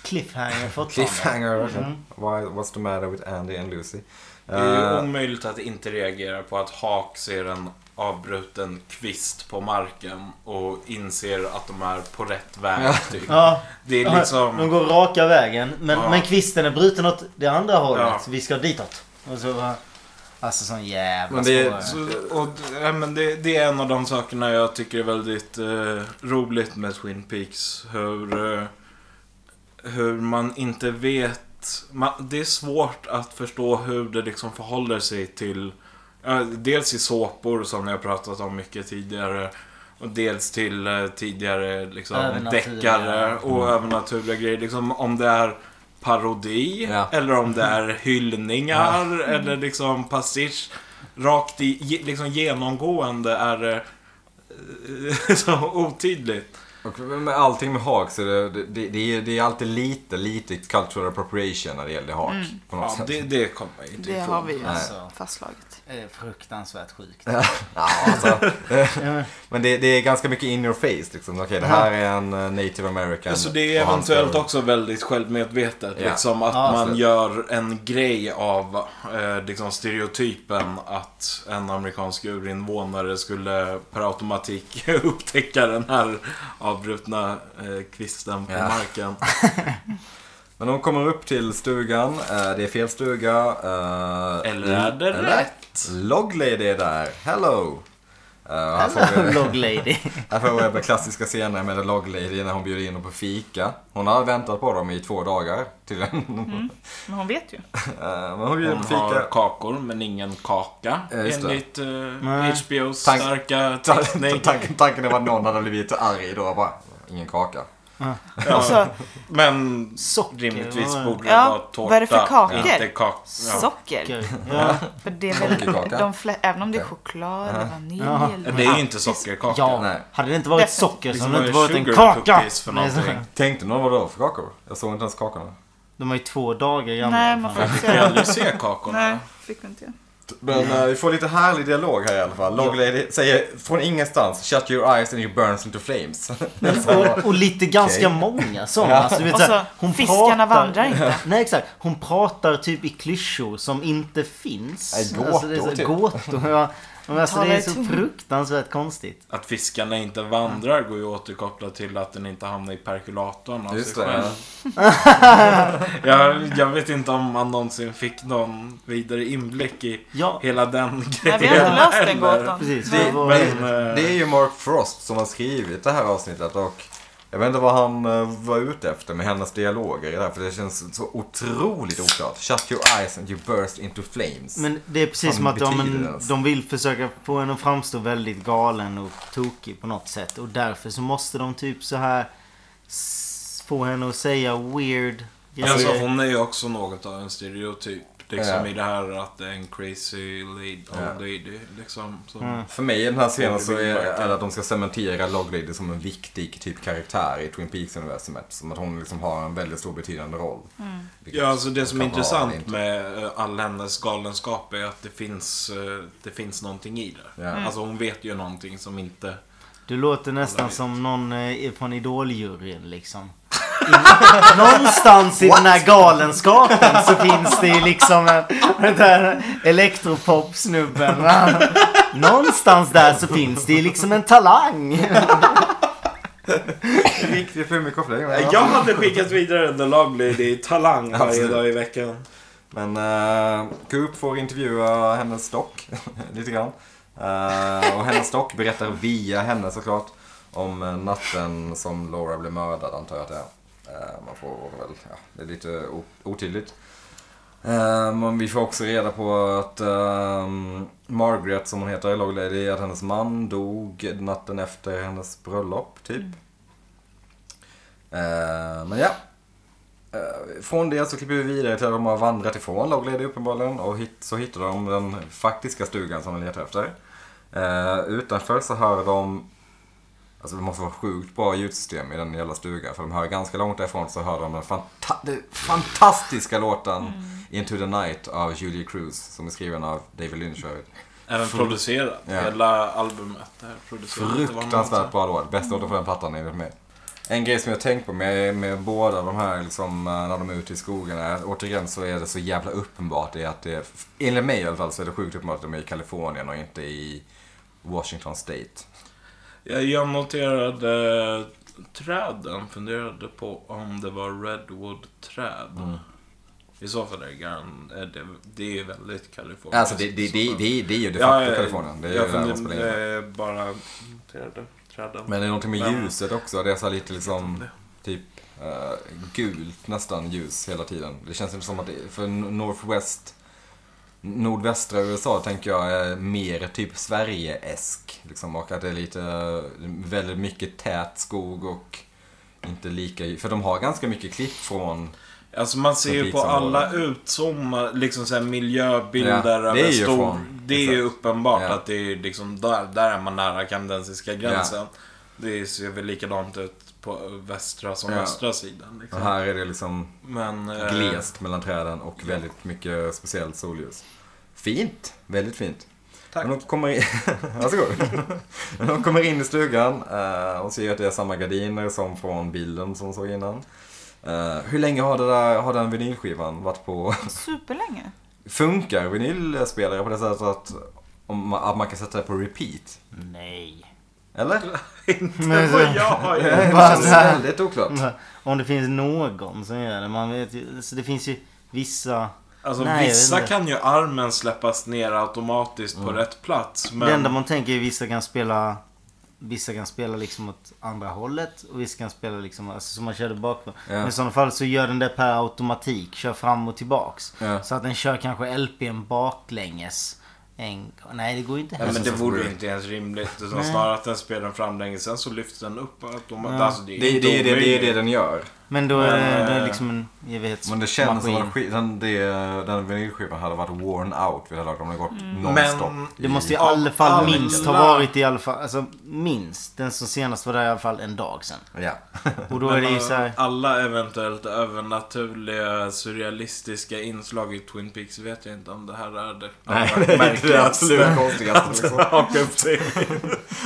Speaker 1: Cliffhanger fortfarande.
Speaker 3: cliffhanger. verkligen.
Speaker 1: Mm.
Speaker 3: Why, what's the matter with Andy and Lucy?
Speaker 2: Det är ju
Speaker 3: Eh,
Speaker 2: omöjligt att inte reagera på att Hawk ser en avbruten kvist på marken och inser att de är på rätt väg. Typ.
Speaker 1: Ja,
Speaker 2: Det är
Speaker 1: Ja, De
Speaker 2: liksom...
Speaker 1: går raka vägen. Men,
Speaker 2: Ja.
Speaker 1: men kvisten är bruten åt det andra hållet.
Speaker 2: Ja.
Speaker 1: Vi ska ditåt. Och så, bara- alltså sån jävla
Speaker 3: Men det är-
Speaker 1: spår.
Speaker 2: Så, och, ja, men det, det är en av de sakerna jag tycker är väldigt eh, roligt med Twin Peaks. Hur, eh, hur man inte vet. Man, det är svårt att förstå hur det liksom förhåller sig till. ja, dels i såpor som jag har pratat om mycket tidigare. Och dels till eh, tidigare liksom,
Speaker 1: Övernaturliga.
Speaker 2: deckare och övernaturliga grejer. Liksom, om det är parodi
Speaker 3: Ja.
Speaker 2: eller om det är hyllningar eller liksom pastisch. rakt i, ge- liksom genomgående är det eh, (laughs) så otydligt.
Speaker 3: Och med allting med Haag så det, det, det, det är, det är alltid lite, lite cultural appropriation när det gäller Haag. På något
Speaker 2: Ja,
Speaker 3: sätt.
Speaker 2: det, det kommer jag inte
Speaker 4: Det har vi ju
Speaker 1: Alltså,
Speaker 4: fastslagit.
Speaker 1: eh, fruktansvärt sjukt.
Speaker 3: Ja, alltså, men det, det är ganska mycket in your face liksom. Okej, det här är en eh, native american.
Speaker 2: Så Alltså, det är
Speaker 3: och han ska-
Speaker 2: eventuellt också väldigt självmedvetet.
Speaker 3: Ja.
Speaker 2: Liksom att
Speaker 1: Ja,
Speaker 4: alltså.
Speaker 2: man
Speaker 3: så-
Speaker 2: gör en grej av eh, liksom stereotypen att en amerikansk urinvånare skulle per automatik (laughs) upptäcka den här avbrutna eh, kvisten på
Speaker 3: Ja.
Speaker 2: marken.
Speaker 3: (laughs) Men de kommer upp till stugan. eh, Det är fel stuga. eh,
Speaker 2: Eller är det
Speaker 3: eller-
Speaker 2: rätt?
Speaker 3: Loglady är där. Hello! Eh, och här, får vi,
Speaker 1: Alltså, (laughs) Log lady.
Speaker 3: här får vi den klassiska scenen med en Loglady när hon bjuder in dem på fika. Hon har väntat på dem i två dagar tydligen.
Speaker 4: Men hon vet ju.
Speaker 3: (laughs) Eh, Men hon bjuder
Speaker 2: Hon
Speaker 3: på fika.
Speaker 2: har kakor men ingen kaka.
Speaker 3: Ja, just det.
Speaker 2: enligt
Speaker 1: Nej.
Speaker 2: eh, HBOs
Speaker 3: Tank- (laughs)
Speaker 2: starka
Speaker 3: Tanken,
Speaker 2: teckning.
Speaker 3: tanken, tanken var att någon hade blivit arg då. Bara, ingen kaka.
Speaker 2: Ja.
Speaker 4: Alltså,
Speaker 2: Men
Speaker 1: Socker.
Speaker 2: rimligtvis
Speaker 1: Ja.
Speaker 2: borde det
Speaker 4: Ja,
Speaker 2: vara tårta.
Speaker 4: vad är det för kakor?
Speaker 2: Inte kak- ja.
Speaker 4: socker.
Speaker 1: Ja.
Speaker 4: För det är väl
Speaker 3: Sockerkaka.
Speaker 4: de flä- även om det är choklad eller vanilj
Speaker 1: Ja.
Speaker 4: eller...
Speaker 2: Det är ju inte sockerkaka.
Speaker 1: ja,
Speaker 3: Nej.
Speaker 1: hade det inte varit
Speaker 4: Definitivt.
Speaker 1: socker så
Speaker 2: Liksom
Speaker 1: hade det inte
Speaker 2: vad
Speaker 1: varit
Speaker 2: är
Speaker 1: en
Speaker 2: sugar
Speaker 1: kaka.
Speaker 2: cookies för
Speaker 1: Nej, så-
Speaker 2: någonting?
Speaker 3: Tänkte någon vad det var för kakor? Jag såg inte ens kakorna.
Speaker 1: De har ju två dagar gamla.
Speaker 4: Nej, man får inte
Speaker 2: (laughs) Jag kan
Speaker 4: göra det.
Speaker 2: aldrig se kakorna.
Speaker 4: Nej, fick vi inte.
Speaker 3: Men eh, vi får lite härlig dialog här i alla fall. Loglady säger från ingenstans Shut your eyes and you burns into flames.
Speaker 1: (laughs)
Speaker 3: (laughs)
Speaker 1: Och, och lite ganska
Speaker 3: Okej.
Speaker 1: många sådana. Alltså, du vet,
Speaker 4: Och
Speaker 1: såhär,
Speaker 4: så, fiskarna vandrar inte.
Speaker 1: (laughs) Nej exakt. Hon pratar typ i klyschor som inte finns.
Speaker 3: Nej, gåtor,
Speaker 1: alltså, det är så,
Speaker 3: typ.
Speaker 1: gåtor. Ja. Men alltså, det
Speaker 4: Talar
Speaker 1: är
Speaker 4: i
Speaker 1: så
Speaker 4: tunga.
Speaker 1: fruktansvärt konstigt.
Speaker 2: Att fiskarna inte vandrar går ju att återkoppla till att den inte hamnar i perkulatorn av
Speaker 3: Just
Speaker 2: sig
Speaker 3: det.
Speaker 2: själv. Jag, jag vet inte om man någonsin fick någon vidare inblick i
Speaker 1: Ja,
Speaker 2: hela den
Speaker 4: Nej,
Speaker 2: grejen.
Speaker 4: vi har inte löst den
Speaker 2: heller.
Speaker 4: gåtan.
Speaker 1: precis.
Speaker 3: Det,
Speaker 1: Det var-
Speaker 3: det,
Speaker 2: Men, eh,
Speaker 3: det är ju Mark Frost som har skrivit det här avsnittet och jag vet inte vad han eh, var ute efter med hennes dialoger i det här för det känns så otroligt oklart. Shut your eyes and you burst into flames.
Speaker 1: Men det är precis
Speaker 3: Fan,
Speaker 1: som att de,
Speaker 3: betyder det alltså? ens?
Speaker 1: de vill försöka få en att framstå väldigt galen och tokig på något sätt. Och därför så måste de typ så här s- få henne att säga weird grejer.
Speaker 2: Alltså, hon är ju också något av en stereotyp. Liksom
Speaker 3: Ja.
Speaker 2: i det här att det är en crazy lady.
Speaker 3: Ja.
Speaker 2: lady liksom, som,
Speaker 1: Mm.
Speaker 3: För mig i den här scenen så är är det att de ska cementera Loglady som en viktig typ karaktär i Twin Peaks-universumet. Som att hon liksom har en väldigt stor betydande roll. Vilket
Speaker 2: Ja, alltså det som är
Speaker 3: kan vara
Speaker 2: intressant
Speaker 3: eller inte.
Speaker 2: med eh, all hennes galenskap är att det finns, eh, det finns någonting i det.
Speaker 3: Ja.
Speaker 2: Alltså hon vet ju någonting som inte...
Speaker 1: Du låter nästan
Speaker 2: vet.
Speaker 1: som någon eh, från idoljuryn
Speaker 3: (laughs)
Speaker 1: liksom. I, någonstans i den här galenskapen så finns det ju liksom en, den där elektropop-snubben. va?
Speaker 3: (laughs)
Speaker 1: Någonstans där så finns det ju liksom en talang.
Speaker 3: Riktig flummikoppling.
Speaker 2: Jag hade skickat vidare The Log Lady
Speaker 3: (laughs)
Speaker 2: Talang varje
Speaker 3: Absolut.
Speaker 2: dag i veckan.
Speaker 3: Men uh, Coop får intervjua hennes dock (laughs) lite grann. Eh, och hennes dock berättar via henne såklart om eh, natten som Laura blev mördad antar jag att det är. Eh, man får väl, ja, det är lite o- otydligt. Eh, men vi får också reda på att ehm, Margaret som hon heter i Log Lady, att hennes man dog natten efter hennes bröllop typ. Eh, men ja, Eh, Från det så klipper vi vidare till att de har vandrat ifrån Loglady uppenbarligen och hit, så hittar de den faktiska stugan som de letar efter. Eh, utanför så hör de, alltså det måste vara sjukt bra ljudsystem i den jävla stugan för de hör ganska långt därifrån så hör de den fanta- den fantastiska låten Into the Night av Julia Cruz som är skriven av David Lynch. för övrigt.
Speaker 2: Även producerad.
Speaker 3: Ja.
Speaker 2: Hela albumet är producerat. Det var
Speaker 3: Fruktansvärt
Speaker 2: något-
Speaker 3: bra låt. Bästa låten på den plattan enligt mig. En grej som jag tänkt på med, med båda de här liksom, eh, när de är ute i skogen är att återigen så är det så jävla uppenbart det är att det är, enligt mig i alla fall så är det sjukt uppenbart att de är i Kalifornien och inte i Washington State.
Speaker 2: Jag, jag noterade träden. Funderade på om det var Redwood-träd.
Speaker 3: Mm.
Speaker 2: I så fall är det, garan- eh, det, det är väldigt kaliforniskt.
Speaker 3: Alltså det, det, det, det, det är ju de
Speaker 2: Ja,
Speaker 3: facto
Speaker 2: ja, ja.
Speaker 3: Kalifornien. Det är
Speaker 2: jag
Speaker 3: ju där
Speaker 2: kunde
Speaker 3: man spelar in. det.
Speaker 2: eh, bara noterade träden.
Speaker 3: Men det är någonting med
Speaker 2: Men-
Speaker 3: ljuset också. Det är så här lite liksom typ eh, gult nästan ljus hela tiden. Det känns inte som att det, för Northwest, nordvästra USA tänker jag är mer typ Sverige-esk. Liksom, och att det är lite, eh, väldigt mycket tät skog och inte lika, för de har ganska mycket klipp från
Speaker 2: Alltså man ser ju på alla
Speaker 3: Trafikområdet.
Speaker 2: utzoomade liksom så här miljöbilder
Speaker 3: Ja,
Speaker 2: över
Speaker 3: det är ju
Speaker 2: stor...
Speaker 3: från-
Speaker 2: det är ju
Speaker 3: exakt.
Speaker 2: uppenbart
Speaker 3: Ja.
Speaker 2: att det är liksom där, där är man nära kanadensiska gränsen. Det ser väl likadant ut på västra som
Speaker 3: Ja.
Speaker 2: östra sidan. Liksom.
Speaker 3: Och här är det liksom
Speaker 2: Men... eh,
Speaker 3: glest mellan träden och väldigt mycket speciellt solljus. Fint, väldigt fint.
Speaker 2: Tack.
Speaker 3: Men de kommer in, (laughs) varsågod. Men de kommer in i stugan eh, och ser att det är samma gardiner som från bilden som såg innan. Eh, Hur länge har, det där, har den vinylskivan varit på? (laughs)
Speaker 4: Superlänge.
Speaker 3: Funkar vinylspelare på det sättet att, om, man- att man kan sätta det på repeat?
Speaker 1: Nej.
Speaker 3: Eller?
Speaker 2: (laughs) Inte vad jag har
Speaker 3: (laughs) Det
Speaker 2: gjort.
Speaker 1: Bara
Speaker 3: känns
Speaker 1: så här.
Speaker 3: väldigt oklart.
Speaker 1: Om det finns någon som gör det. Man vet ju, så det finns ju vissa...
Speaker 2: Alltså
Speaker 1: Nej, jag vet
Speaker 2: vissa
Speaker 1: inte.
Speaker 2: kan ju armen släppas ner automatiskt
Speaker 3: Mm.
Speaker 2: på rätt plats. Men...
Speaker 1: Det enda man tänker är vissa kan spela... Vissa kan spela liksom åt andra hållet och vissa kan spela liksom, alltså som man körde bakåt.
Speaker 3: Ja.
Speaker 1: Men i sådana fall så gör den det per automatik, kör fram och tillbaks.
Speaker 3: Ja.
Speaker 1: Så att den kör kanske LPn baklänges. En, nej det går ju inte
Speaker 2: Nej,
Speaker 1: heller.
Speaker 2: men det
Speaker 3: känns
Speaker 2: vore ju
Speaker 3: weird.
Speaker 2: inte ens rimligt. Utan snarare att den spelar den framlänges, sen så lyfts den upp. automatiskt.
Speaker 1: Ja.
Speaker 2: Alltså, det är
Speaker 3: Det är ju
Speaker 2: inte
Speaker 3: det, det, det, är det
Speaker 2: omöjligt.
Speaker 3: den gör.
Speaker 1: Men då är det,
Speaker 2: Men,
Speaker 1: det är
Speaker 2: eh,
Speaker 1: liksom en evighets...
Speaker 3: Men det känns som
Speaker 1: maskin.
Speaker 3: att den, den, det- den vinylskivan hade varit worn out vid det här laget. om Den hade gått nonstop.
Speaker 2: Men
Speaker 1: Det måste i
Speaker 2: Av
Speaker 1: alla fall
Speaker 2: alla-
Speaker 1: minst ha varit i alla fall, alltså minst. Den som senast var där i alla fall en dag sen.
Speaker 3: Ja.
Speaker 1: Och då är det ju
Speaker 2: Men,
Speaker 1: så här,
Speaker 2: eh, Alla eventuellt övernaturliga surrealistiska inslag i Twin Peaks vet jag inte om det här är det.
Speaker 3: (laughs) Nej,
Speaker 2: Allra
Speaker 3: det är inte det
Speaker 2: märkligaste (laughs)
Speaker 3: absolut konstigaste.
Speaker 2: att
Speaker 3: liksom.
Speaker 2: haka upp sig.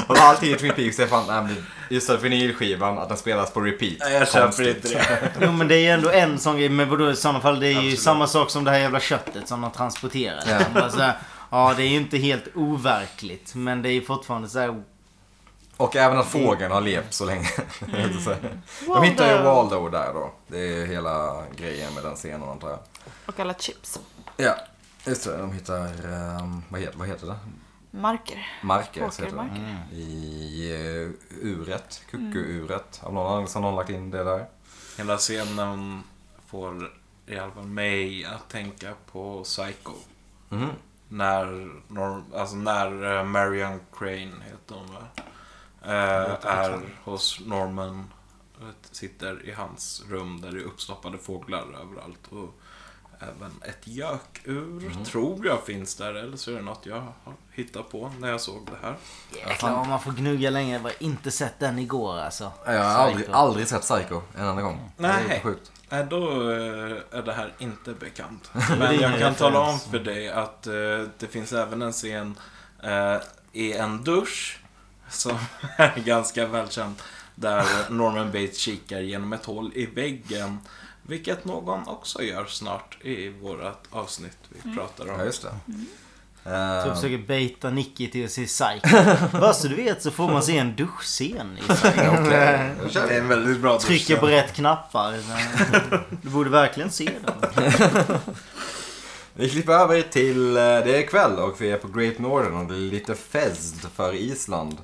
Speaker 3: Alltså, allting i Twin Peaks är fan, nej, men just att vinylskivan, att den spelas på repeat.
Speaker 2: Nej, jag köper
Speaker 3: Konstigt.
Speaker 2: inte det.
Speaker 1: jo men det är ju ändå en sån grej. Men vadå i sådana fall, det är ju
Speaker 2: Absolut.
Speaker 1: samma sak som det här jävla köttet som de transporterar.
Speaker 3: Ja.
Speaker 1: De bara så här, ja det är ju inte helt overkligt. Men det är ju fortfarande så här, oh,
Speaker 3: Och även att fågeln har levt så länge. (laughs) Så- De
Speaker 4: Waldo.
Speaker 3: hittar ju Mm. Waldo där då. Det är hela grejen med den scenen antar jag.
Speaker 4: Och alla chips.
Speaker 3: Ja, just det. De hittar, ehm, vad, heter, vad heter det?
Speaker 4: Marker.
Speaker 3: Marker, så heter det.
Speaker 4: Åkermarker.
Speaker 2: Mm.
Speaker 3: I uh, uret, kuckuuret. Av någon anledning så har någon lagt in det där.
Speaker 2: Hela scenen får i alla fall mig att tänka på Psycho.
Speaker 3: Mhm.
Speaker 2: När, norm- alltså när eh, Marion Crane heter hon va? Eh, är hos Norman. vet, Sitter i hans rum där det är uppstoppade fåglar överallt. Och även ett gökur tror jag finns där. Eller så är det något jag har hittat på när jag såg det här.
Speaker 1: jäklar om man får gnugga länge. Jag har inte sett den igår alltså.
Speaker 3: Jag har aldrig, aldrig sett Psycho en enda gång.
Speaker 2: Nej.
Speaker 3: Det är sjukt.
Speaker 2: Nej, då eh, är det här inte
Speaker 3: (laughs)
Speaker 2: bekant.
Speaker 1: Det är
Speaker 2: Men
Speaker 1: ingen
Speaker 2: jag kan tala om
Speaker 1: referens.
Speaker 2: för dig att eh, det finns även en scen eh, i en dusch som (laughs) är ganska välkänd. Där Norman Bates kikar genom ett hål i väggen. Vilket någon också gör snart i vårt avsnitt vi pratar
Speaker 3: Ja,
Speaker 2: om.
Speaker 3: just det. Ehm,
Speaker 1: Jag försöker baita Nicky till att se Psycho. Bara så du vet så får man se en duschscen i
Speaker 2: (laughs)
Speaker 1: Psycho.
Speaker 3: okej. Då kör
Speaker 2: Det
Speaker 3: vi.
Speaker 2: är en väldigt bra
Speaker 1: Trycker
Speaker 2: duschscen.
Speaker 1: på rätt
Speaker 2: (laughs)
Speaker 1: knappar. Du borde verkligen se den.
Speaker 3: Vi klipper över till, eh, det är kväll och vi är på Great Northern och det är lite fest för Island.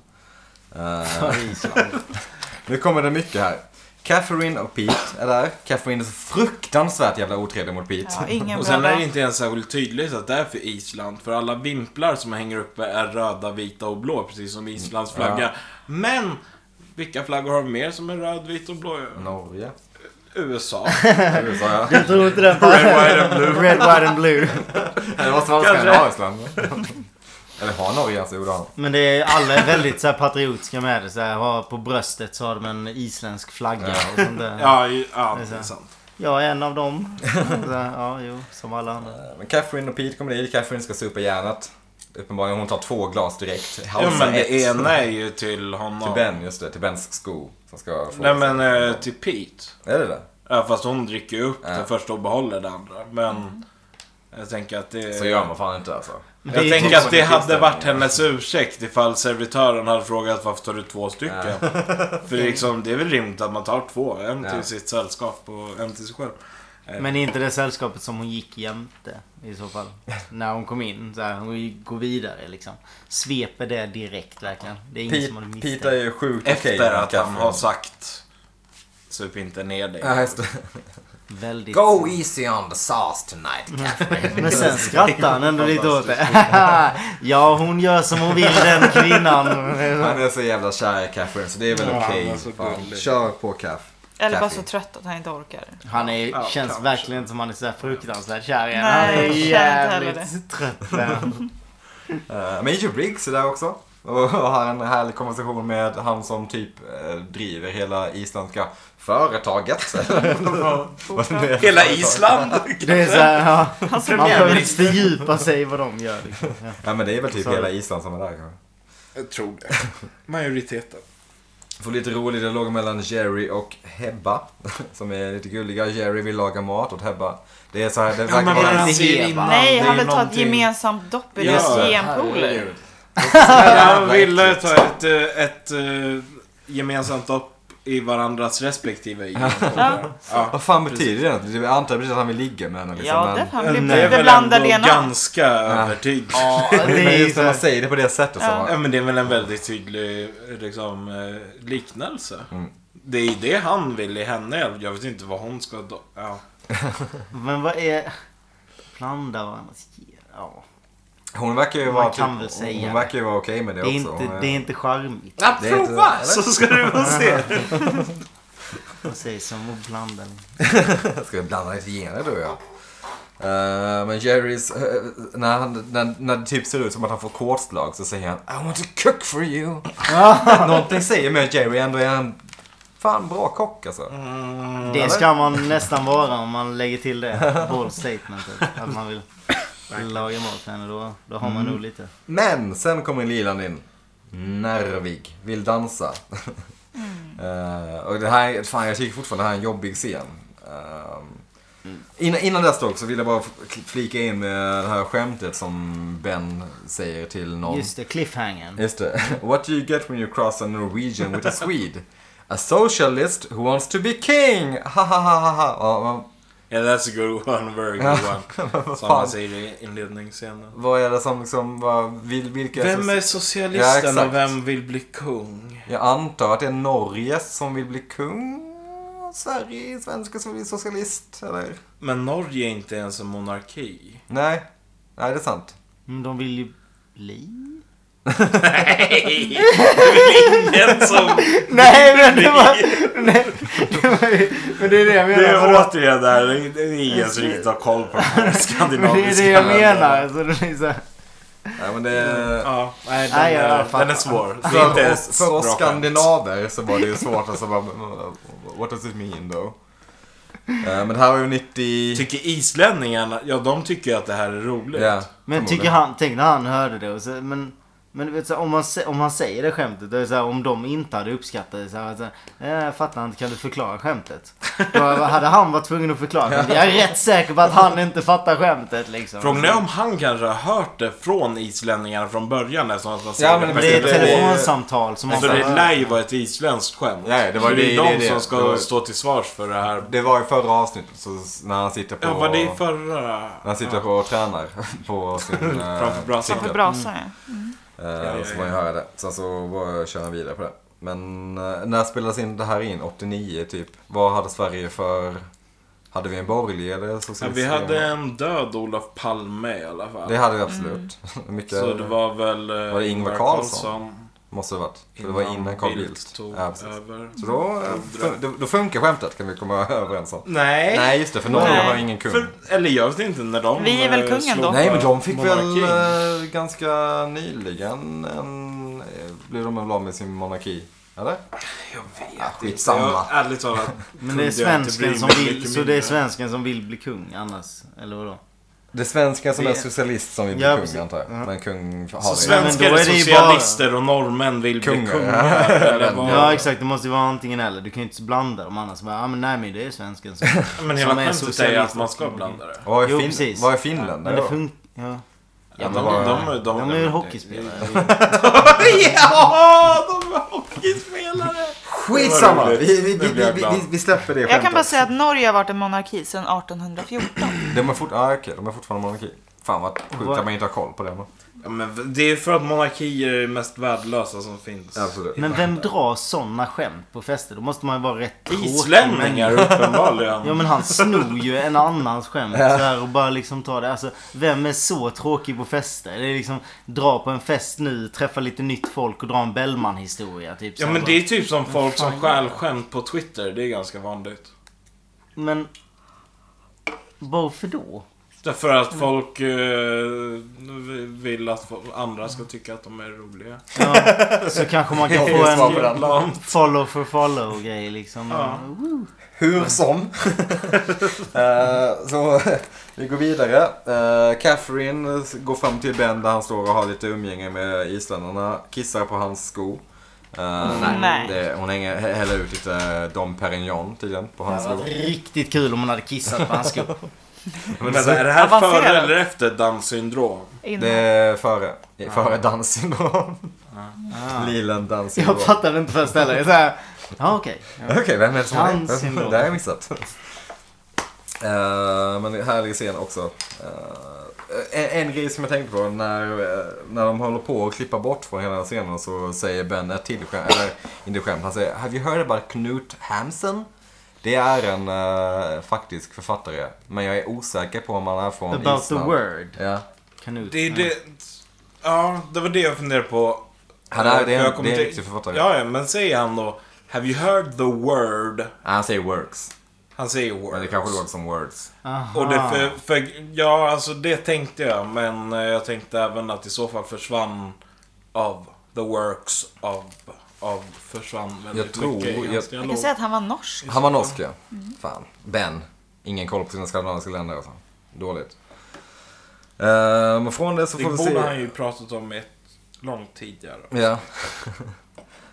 Speaker 3: Eh, (laughs) nu kommer det mycket här. Catherine och Pete är där. Catherine är så fruktansvärt jävla otrevlig mot Pete.
Speaker 4: Ja, ingen
Speaker 2: Och sen är
Speaker 4: bra
Speaker 2: det
Speaker 4: dag.
Speaker 2: inte ens särskilt tydligt att det är för Island. För alla vimplar som hänger uppe är röda, vita och blå. Precis som Islands flagga.
Speaker 3: Ja.
Speaker 2: Men! Vilka flaggor har vi mer som är röd, vit och blå?
Speaker 3: Norge. (laughs)
Speaker 2: USA.
Speaker 3: USA ja.
Speaker 1: Jag tror inte den
Speaker 2: Red, white and blue.
Speaker 1: Red, white and blue.
Speaker 3: Det var svenskarna
Speaker 2: Kanske.
Speaker 3: i Island. Eller har Norge ens? Jo det har de.
Speaker 1: Men det är, alla är väldigt så här patriotiska med det. Så här, har, på bröstet så har de en isländsk flagga och sånt där. Ja.
Speaker 2: Ja, i- ja,
Speaker 1: Det är
Speaker 2: det är
Speaker 3: Alltså.
Speaker 1: så.
Speaker 2: sant.
Speaker 1: Jag är en av dem. Så här, Ja, jo, som alla andra.
Speaker 3: Eh, Men Catherine och Pete kommer dit. Catherine ska supa järnet. Uppenbarligen hon tar två glas direkt.
Speaker 2: Ja, men
Speaker 3: ett.
Speaker 2: det ena är ju till honom.
Speaker 3: Till Ben, just det. Till Bens sko. Som ska få
Speaker 2: Nej, men eh, till Pete.
Speaker 3: Är det det?
Speaker 2: Ja, fast hon dricker ju upp
Speaker 3: Ja. Mm.
Speaker 2: den första och behåller den andra. Men jag tänker att det...
Speaker 3: Så gör man fan inte alltså.
Speaker 1: Men det är
Speaker 2: Jag
Speaker 1: ju
Speaker 2: tänker
Speaker 1: typ-
Speaker 2: att det hade
Speaker 3: Typ-
Speaker 2: varit hennes ursäkt ifall servitören hade frågat varför tar du två stycken? (laughs) För liksom, det är väl rimligt att man tar två. En till
Speaker 3: Ja.
Speaker 2: sitt sällskap och en till sig själv.
Speaker 1: Men är inte det sällskapet som hon gick jämte i så fall. När hon kom in. Så här, hon går vidare liksom. Sveper det direkt verkligen. Det är ingen som hade
Speaker 3: Pete,
Speaker 1: misstänkt.
Speaker 3: Pete är ju sjukt
Speaker 2: Efter
Speaker 3: okej med
Speaker 2: att han
Speaker 3: Catherine.
Speaker 2: har sagt Sup inte ner dig.
Speaker 3: Ja, just det.
Speaker 1: Väldigt...
Speaker 3: Go easy on the sauce tonight, Catherine.
Speaker 1: Men sen skrattar han ändå lite åt det. (laughs) ja, hon gör som hon vill den kvinnan.
Speaker 3: Han är så jävla kär i Catherine så det är väl
Speaker 2: Ja,
Speaker 3: okej.
Speaker 2: han är så
Speaker 3: Fan,
Speaker 2: gullig.
Speaker 3: Kör på Caff.
Speaker 4: Eller bara
Speaker 3: Kathy.
Speaker 4: så trött att han inte orkar.
Speaker 1: Han är,
Speaker 2: Ja,
Speaker 1: känns
Speaker 2: kanske.
Speaker 1: verkligen inte som han är så här fruktansvärt kär igen.
Speaker 4: Nej,
Speaker 1: Han är
Speaker 4: jag känner inte heller
Speaker 1: jävligt trött. men-
Speaker 3: Eh, Major Briggs är där också. Och (laughs) har en härlig konversation med han som typ eh, driver hela isländska företaget. Vad det nu är för
Speaker 2: Hela (laughs)
Speaker 3: företag.
Speaker 2: Island!
Speaker 1: Det är så här, ja,
Speaker 4: Hans
Speaker 1: man behöver inte
Speaker 4: premiärminister.
Speaker 1: fördjupa sig i vad de gör. Liksom. Ja.
Speaker 3: Ja men det är väl typ
Speaker 1: Sorry.
Speaker 3: hela Island som är där kanske.
Speaker 2: Jag tror det. Majoriteten.
Speaker 3: Får lite rolig dialog mellan Jerry och Hebba. (laughs) Som är lite gulliga. Jerry vill laga mat åt Hebba. Det är så här, det verkar
Speaker 2: men vad
Speaker 3: vara...
Speaker 2: han säger
Speaker 1: Heba.
Speaker 2: innan.
Speaker 4: Nej,
Speaker 2: det är
Speaker 4: han vill ta ett
Speaker 2: någonting-
Speaker 4: gemensamt dopp i
Speaker 2: Ja,
Speaker 4: deras
Speaker 2: herregud.
Speaker 4: genpooler.
Speaker 2: Jag ville ta ett, eh, ett eh, gemensamt upp i varandras respektive ja. ja.
Speaker 3: Vad fan betyder det? Jag antar precis att han vill ligga med henne liksom.
Speaker 4: Ja,
Speaker 3: men...
Speaker 4: det han
Speaker 2: Men
Speaker 4: blev
Speaker 2: Det är
Speaker 4: lite
Speaker 2: väl
Speaker 4: blandad
Speaker 2: ändå
Speaker 4: DNA.
Speaker 2: ganska övertydligt.
Speaker 1: Ja,
Speaker 3: (laughs) Men just när
Speaker 1: (laughs)
Speaker 3: man
Speaker 1: det
Speaker 3: säger det på det sättet så.
Speaker 4: Ja.
Speaker 3: bara-
Speaker 2: Ja, men det är väl en väldigt tydlig liksom, eh, liknelse.
Speaker 3: Mm.
Speaker 2: Det är det han vill i henne. Jag vet inte vad hon ska... Då. Ja.
Speaker 1: Men vad är... Blanda varandras... Ja.
Speaker 3: Hon verkar ju
Speaker 1: Man
Speaker 3: vara,
Speaker 1: kan väl
Speaker 3: typ,
Speaker 1: säga
Speaker 3: hon
Speaker 1: det.
Speaker 3: verkar ju vara okej med det,
Speaker 1: Det är,
Speaker 3: också.
Speaker 1: inte,
Speaker 3: Hon är-
Speaker 1: det är inte charmigt.
Speaker 2: Ja,
Speaker 3: Det är inte- prova, eller?
Speaker 2: Så ska du få se!
Speaker 1: Vad sägs om att blanda?
Speaker 3: Ska vi blanda lite gener du och jag? Eh, men Jerrys, eh, när, han, när, när det typ ser ut som att han får kortslag så säger han I want to cook for you. (laughs) Någonting säger mig att Jerry ändå är en fan bra kock alltså.
Speaker 1: Det ska man nästan vara om man lägger till det. Bold statementet. Att man vill laga mat för henne. Då, då har man nog lite.
Speaker 3: Men sen kommer Lilan in. Nervig, vill dansa. (laughs) Eh, och det här, är- fan jag tycker fortfarande det här är en jobbig scen. Eh, innan, innan dess dock så vill jag bara f- flika in med det här skämtet som Ben säger till någon.
Speaker 1: Just det, cliffhangern.
Speaker 3: Just det. (laughs) What do you get when you cross a Norwegian with a Swede? A socialist who wants to be king! Ha ha ha ha ha. Ja, men
Speaker 2: Yeah, that's a good one, very good one. Som man
Speaker 3: fan.
Speaker 2: säger i inledningsscenen.
Speaker 3: vad är det som liksom, vad, vil, vilka...
Speaker 2: Vem är
Speaker 3: Ja,
Speaker 2: socialisten
Speaker 3: exakt.
Speaker 2: och vem vill bli kung?
Speaker 3: Jag antar att det är Norge som vill bli kung. Sverige, svenskar som blir socialist, eller?
Speaker 2: Men Norge är inte ens en monarki.
Speaker 3: Nej, nej det är sant.
Speaker 1: Men Mm, de vill ju bli...
Speaker 2: Nej! (laughs) Det är väl ingen som... (laughs)
Speaker 1: Nej men det var... Nej, det var ju, men det är det jag menar.
Speaker 2: Det är
Speaker 1: vadå?
Speaker 2: återigen det här, det är ingen som riktigt har koll på de här
Speaker 1: men det är
Speaker 2: skandinaviska
Speaker 1: det jag
Speaker 2: länderna.
Speaker 1: menar. Så det blir så här,
Speaker 3: Nej men det...
Speaker 2: Ja, nej, den,
Speaker 1: Nej, jag
Speaker 2: är,
Speaker 1: fattar.
Speaker 2: den är svår. Det är inte
Speaker 3: Mm. För oss,
Speaker 2: ens
Speaker 3: för
Speaker 2: bra
Speaker 3: oss
Speaker 2: skämt.
Speaker 3: skandinaver så var det ju svårt alltså, bara, what does it mean though? Eh, Men det här var ju 90...
Speaker 2: Tycker islänningarna, ja de tycker att det här är roligt.
Speaker 3: Ja,
Speaker 1: men tycker han, tänk när han hörde det. Och så, men men du vet, så här, om, man, sä- om han säger det skämtet, då är det så här, om de inte hade uppskattat det. Så här, så här, jag fattar inte, kan du förklara skämtet? Då hade han varit tvungen att förklara skämtet. Jag är rätt säker på att han inte fattar skämtet liksom.
Speaker 2: Frågan är om han kanske har hört det från islänningarna från början eftersom att man säger
Speaker 3: Ja, men
Speaker 1: Men det är ett
Speaker 3: det- det-
Speaker 1: telefonsamtal som han
Speaker 2: Så
Speaker 1: ska
Speaker 2: Alltså, det
Speaker 1: höra.
Speaker 2: lär ju vara ett isländskt skämt.
Speaker 3: Ja, det var
Speaker 2: Så det är
Speaker 3: det-
Speaker 2: de
Speaker 3: det- det-
Speaker 2: som ska
Speaker 3: det var-
Speaker 2: stå till svars för det här.
Speaker 3: Det var i förra avsnittet, så s- när han sitter på...
Speaker 2: Ja, var det i förra?
Speaker 3: När han sitter på och tränar
Speaker 2: (laughs)
Speaker 3: på sin... eh,
Speaker 2: Framför brasan.
Speaker 3: cykel.
Speaker 4: För brasan
Speaker 2: Mm.
Speaker 4: ja.
Speaker 3: Eh, Så får man ju höra det. Sen så alltså, bara kör han vidare på det. Men eh, när spelades in det här in? 89 typ? Vad hade Sverige för... Hade vi en borgerlig eller socialist?
Speaker 2: Ja, vi hade en död Olof Palme i alla fall.
Speaker 3: Det hade vi absolut. (laughs) Mycket
Speaker 2: Så det var väl eh,
Speaker 3: Var det Ingvar Carlsson? måste det varit. För det var innan Carl Bildt.
Speaker 2: tog
Speaker 3: Ja, precis.
Speaker 2: över.
Speaker 3: så då, eh, fun- då, då funkar skämtet kan vi komma (laughs) överens om.
Speaker 2: Nej.
Speaker 3: Nej just det, för Norge
Speaker 4: Nej.
Speaker 3: har ingen kung.
Speaker 2: För, eller jag vet inte när de
Speaker 4: Vi är väl
Speaker 2: eh,
Speaker 4: kungen
Speaker 2: slog
Speaker 4: då?
Speaker 3: Nej men de fick
Speaker 2: monarkin.
Speaker 3: väl eh, ganska nyligen en... eh, Blev de väl av med sin monarki?
Speaker 2: Jag
Speaker 3: Eller?
Speaker 2: vet
Speaker 3: Ja,
Speaker 2: inte.
Speaker 3: skitsamma.
Speaker 2: Jag, ärligt
Speaker 3: (laughs)
Speaker 2: talat.
Speaker 1: Men det är svensken som vill, så det är svensken som vill bli kung annars. Eller vadå?
Speaker 3: Det är svensken som
Speaker 1: Det-
Speaker 3: är socialist som vill bli
Speaker 1: Ja,
Speaker 3: kung
Speaker 1: precis.
Speaker 3: antar jag.
Speaker 1: Ja.
Speaker 3: Men kung har
Speaker 2: Så
Speaker 3: vi.
Speaker 1: Ja,
Speaker 2: svenskar
Speaker 1: men
Speaker 2: är
Speaker 1: då är det ju
Speaker 2: socialister och norrmän vill bli
Speaker 3: Kungar. (laughs)
Speaker 2: kungar. eller vad?
Speaker 1: Ja exakt, det måste ju vara antingen eller. Du kan ju inte blanda dem annars. Bara, ah, men nej men det är svensken som...
Speaker 2: Men hela
Speaker 1: som är
Speaker 2: skämtet är ju att
Speaker 1: socialist.
Speaker 2: man ska blanda det.
Speaker 3: Vad är,
Speaker 1: Jo,
Speaker 3: Fin-
Speaker 1: precis.
Speaker 3: vad är Finland?
Speaker 1: Men
Speaker 3: då?
Speaker 1: det funkar... Ja.
Speaker 2: Ja,
Speaker 3: men
Speaker 2: de,
Speaker 3: bara-
Speaker 2: de, de,
Speaker 1: De är ju hockeyspelare.
Speaker 2: (laughs) ja, de är hockeyspelare!
Speaker 3: Skitsamma!
Speaker 2: Det var
Speaker 3: Vi,
Speaker 2: roligt.
Speaker 3: vi, vi,
Speaker 2: Nu blir
Speaker 3: vi,
Speaker 2: jag
Speaker 3: vi,
Speaker 2: glad.
Speaker 3: vi släpper det
Speaker 4: Jag kan bara
Speaker 3: skämtet.
Speaker 4: säga att Norge har varit en monarki sedan 1814.
Speaker 3: De är, fort- ah, okej, de är fortfarande monarki. Fan vad sjukt
Speaker 1: Vad-
Speaker 3: att man inte har koll på det. va?
Speaker 2: Ja, men det är för att monarkier är det mest värdelösa som finns.
Speaker 3: Absolut.
Speaker 1: Men vem drar sådana skämt på fester? Då måste man ju vara rätt tråkig.
Speaker 2: Islänningar uppenbarligen.
Speaker 1: Ja men han snor ju en annans skämt så här och bara liksom tar det. Alltså vem är så tråkig på fester? Det är liksom dra på en fest nu, träffa lite nytt folk och dra en Bellman historia. Typ, så
Speaker 2: Ja
Speaker 1: här
Speaker 2: men
Speaker 1: bara.
Speaker 2: det är typ som folk som stjäl skämt på Twitter. Det är ganska vanligt.
Speaker 1: men varför
Speaker 2: (laughs)
Speaker 1: då?
Speaker 2: Därför att folk eh, vill att fo- andra ska tycka att de är
Speaker 3: (laughs)
Speaker 2: roliga.
Speaker 1: Ja, så kanske man kan få
Speaker 3: Svar på
Speaker 1: en
Speaker 3: den.
Speaker 1: follow for follow grej liksom.
Speaker 2: Ja.
Speaker 3: Hur som. Eh, så vi går vidare. Eh, Catherine går fram till Ben där han står och har lite umgänge med isländarna. Kissar på hans sko. Eh,
Speaker 4: Nej.
Speaker 3: det, hon hänger, hä- häller ut lite eh, Dom Perignon tydligen på hans
Speaker 1: Det hade
Speaker 3: sko.
Speaker 1: varit riktigt kul om hon hade kissat på hans sko.
Speaker 3: (laughs)
Speaker 2: Men
Speaker 3: alltså,
Speaker 2: så är det här
Speaker 4: Avancerat.
Speaker 2: före eller efter Downs syndrom?
Speaker 3: Det
Speaker 4: Innan.
Speaker 3: är före, före danssyndrom. Lilen danssyndrom.
Speaker 1: Ah. Jag fattade inte först heller. Så här, Ja okej.
Speaker 3: Okej, vem är det som har det?
Speaker 1: Danssyndrom.
Speaker 3: Det har jag missat. Eh, men det är härlig scen också. Eh, en, en grej som jag tänkte på när, eh, när de håller på att klippa bort från hela scenen så säger Ben ett till skämt, eller inte skämt, han säger Have you heard about Knut Hamsun? Det är en eh, faktisk författare, men jag är osäker på om han är från
Speaker 1: About the
Speaker 3: Island.
Speaker 1: word.
Speaker 3: Ja.
Speaker 1: Kanut.
Speaker 2: Det är det... Ja, det var det jag funderade på.
Speaker 3: Han är, det
Speaker 2: Jag
Speaker 3: är,
Speaker 2: kommer
Speaker 3: det är en
Speaker 2: till-
Speaker 3: riktig författare.
Speaker 2: Ja, ja, men säger han då Have you heard the word?
Speaker 3: Han säger works,
Speaker 2: Han säger word.
Speaker 3: men det kanske låter som words.
Speaker 1: Aha.
Speaker 2: Och det
Speaker 4: Ah.
Speaker 2: för, för, ja, alltså det tänkte jag. Men eh, jag tänkte även att i så fall försvann av the works av, av försvann väldigt
Speaker 3: Jag tror-
Speaker 2: mycket i hans
Speaker 3: jag-
Speaker 4: Jag
Speaker 2: dialog.
Speaker 4: kan säga att han var norsk.
Speaker 3: Han var norsk ja.
Speaker 2: Mm.
Speaker 3: Fan. Ben. Ingen koll på sina skandinaviska länder alltså. Dåligt. Eh, Men från det så
Speaker 2: Det
Speaker 3: får vi
Speaker 2: borde han
Speaker 3: se...
Speaker 2: ju pratat om ett långt tidigare.
Speaker 3: Ja. (laughs)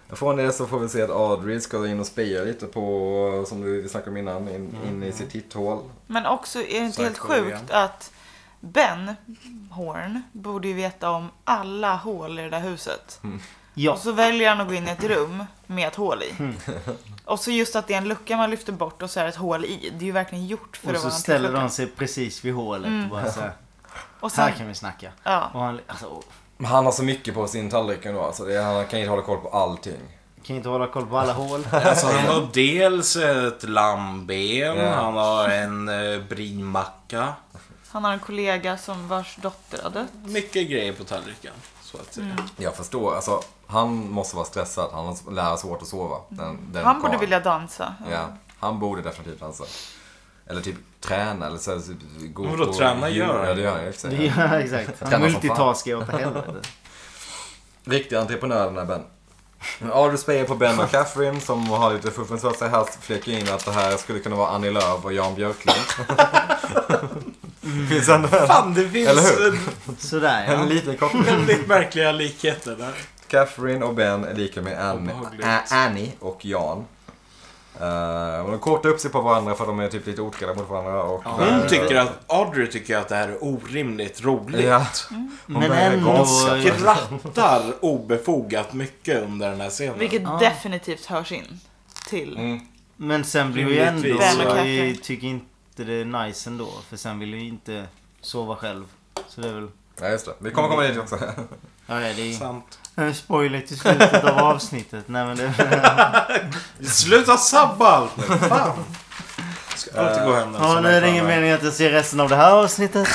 Speaker 3: Från det så får vi se att Audrey ska in och speja lite på, som vi snackade om innan, in,
Speaker 2: Mm.
Speaker 3: in i sitt titthål.
Speaker 4: Men också är det inte helt
Speaker 2: Psycho igen.
Speaker 4: sjukt att Ben Horn borde ju veta om alla hål i det där huset.
Speaker 2: Mm.
Speaker 1: Ja.
Speaker 4: Och så väljer han att gå in i ett rum med ett hål i.
Speaker 2: Mm.
Speaker 4: (laughs) Och så just att det är en lucka man lyfter bort och så är det ett hål i. Det är ju verkligen gjort för
Speaker 1: Och
Speaker 4: att
Speaker 1: så
Speaker 4: vara en
Speaker 1: ställer
Speaker 4: lucka.
Speaker 1: de sig precis vid hålet och bara så här,
Speaker 4: Och sen,
Speaker 1: här kan vi snacka.
Speaker 4: ja.
Speaker 1: Och han alltså, åh,
Speaker 3: Men Han har så mycket på sin tallrik ändå alltså. Det, är- han kan inte hålla koll på allting.
Speaker 1: kan inte hålla koll på alla
Speaker 3: (laughs)
Speaker 1: hål. (laughs)
Speaker 2: Alltså han har dels ett lammben,
Speaker 3: Ja.
Speaker 2: han har en eh, brinmacka.
Speaker 4: Han har en kollega som vars dotter har dött.
Speaker 2: Mycket grejer på tallriken. Så att säga.
Speaker 4: Mm.
Speaker 3: Jag förstår, alltså han måste vara stressad. Han har- lär ha svårt att sova. Den, den
Speaker 4: Han borde
Speaker 3: karln.
Speaker 4: vilja dansa.
Speaker 3: Ja, han borde definitivt dansa. Eller typ träna eller så här, typ, gå
Speaker 2: Vadå, träna gör han?
Speaker 3: han? Ja, det gör han i och för sig.
Speaker 1: ja exakt. Han
Speaker 3: Tränar som fan.
Speaker 1: multitaskar åt helvete.
Speaker 3: Riktiga entreprenören är Ben. Audrey spelar på Ben och Catherine som har lite fuffens för sig. Här fläker in att det här skulle kunna vara Annie Lööf och Jan Björklund. Finns ändå en,
Speaker 2: Fan, det finns
Speaker 3: Eller hur?
Speaker 2: eh,
Speaker 1: Sådär
Speaker 3: en
Speaker 1: ja.
Speaker 3: liten koppling.
Speaker 2: väldigt märkliga likheter där.
Speaker 3: Catherine och Ben är lika med Annie,
Speaker 2: Obehagligt.
Speaker 3: Ä- Annie och Jan. Eh, och de kortar upp sig på varandra för de är typ lite otrevliga mot varandra. Och
Speaker 2: Hon tycker att, Audrey tycker att det här är orimligt roligt.
Speaker 3: Ja. Hon
Speaker 1: Men
Speaker 3: börjar
Speaker 1: ändå-
Speaker 3: gasa.
Speaker 2: Skrattar obefogat mycket under den här scenen.
Speaker 4: Vilket
Speaker 1: Ja.
Speaker 4: definitivt hörs in till.
Speaker 3: Mm.
Speaker 1: Men sen blir vi ändå,
Speaker 2: Rimligtvis.
Speaker 4: Ben och Catherine.
Speaker 1: jag tycker inte det är nice ändå. För sen vill vi inte sova själv. Så det är väl,
Speaker 3: Ja, just det. Vi kommer komma dit också.
Speaker 1: ja ja, det är ju
Speaker 2: Sant.
Speaker 1: en spoiler till slutet av avsnittet. Nej men (laughs) det,
Speaker 2: Sluta sabba allt nu! Fan! Ska alltid gå hem den
Speaker 1: ja,
Speaker 2: som
Speaker 1: nu är det ingen mening att jag ser resten av det här avsnittet.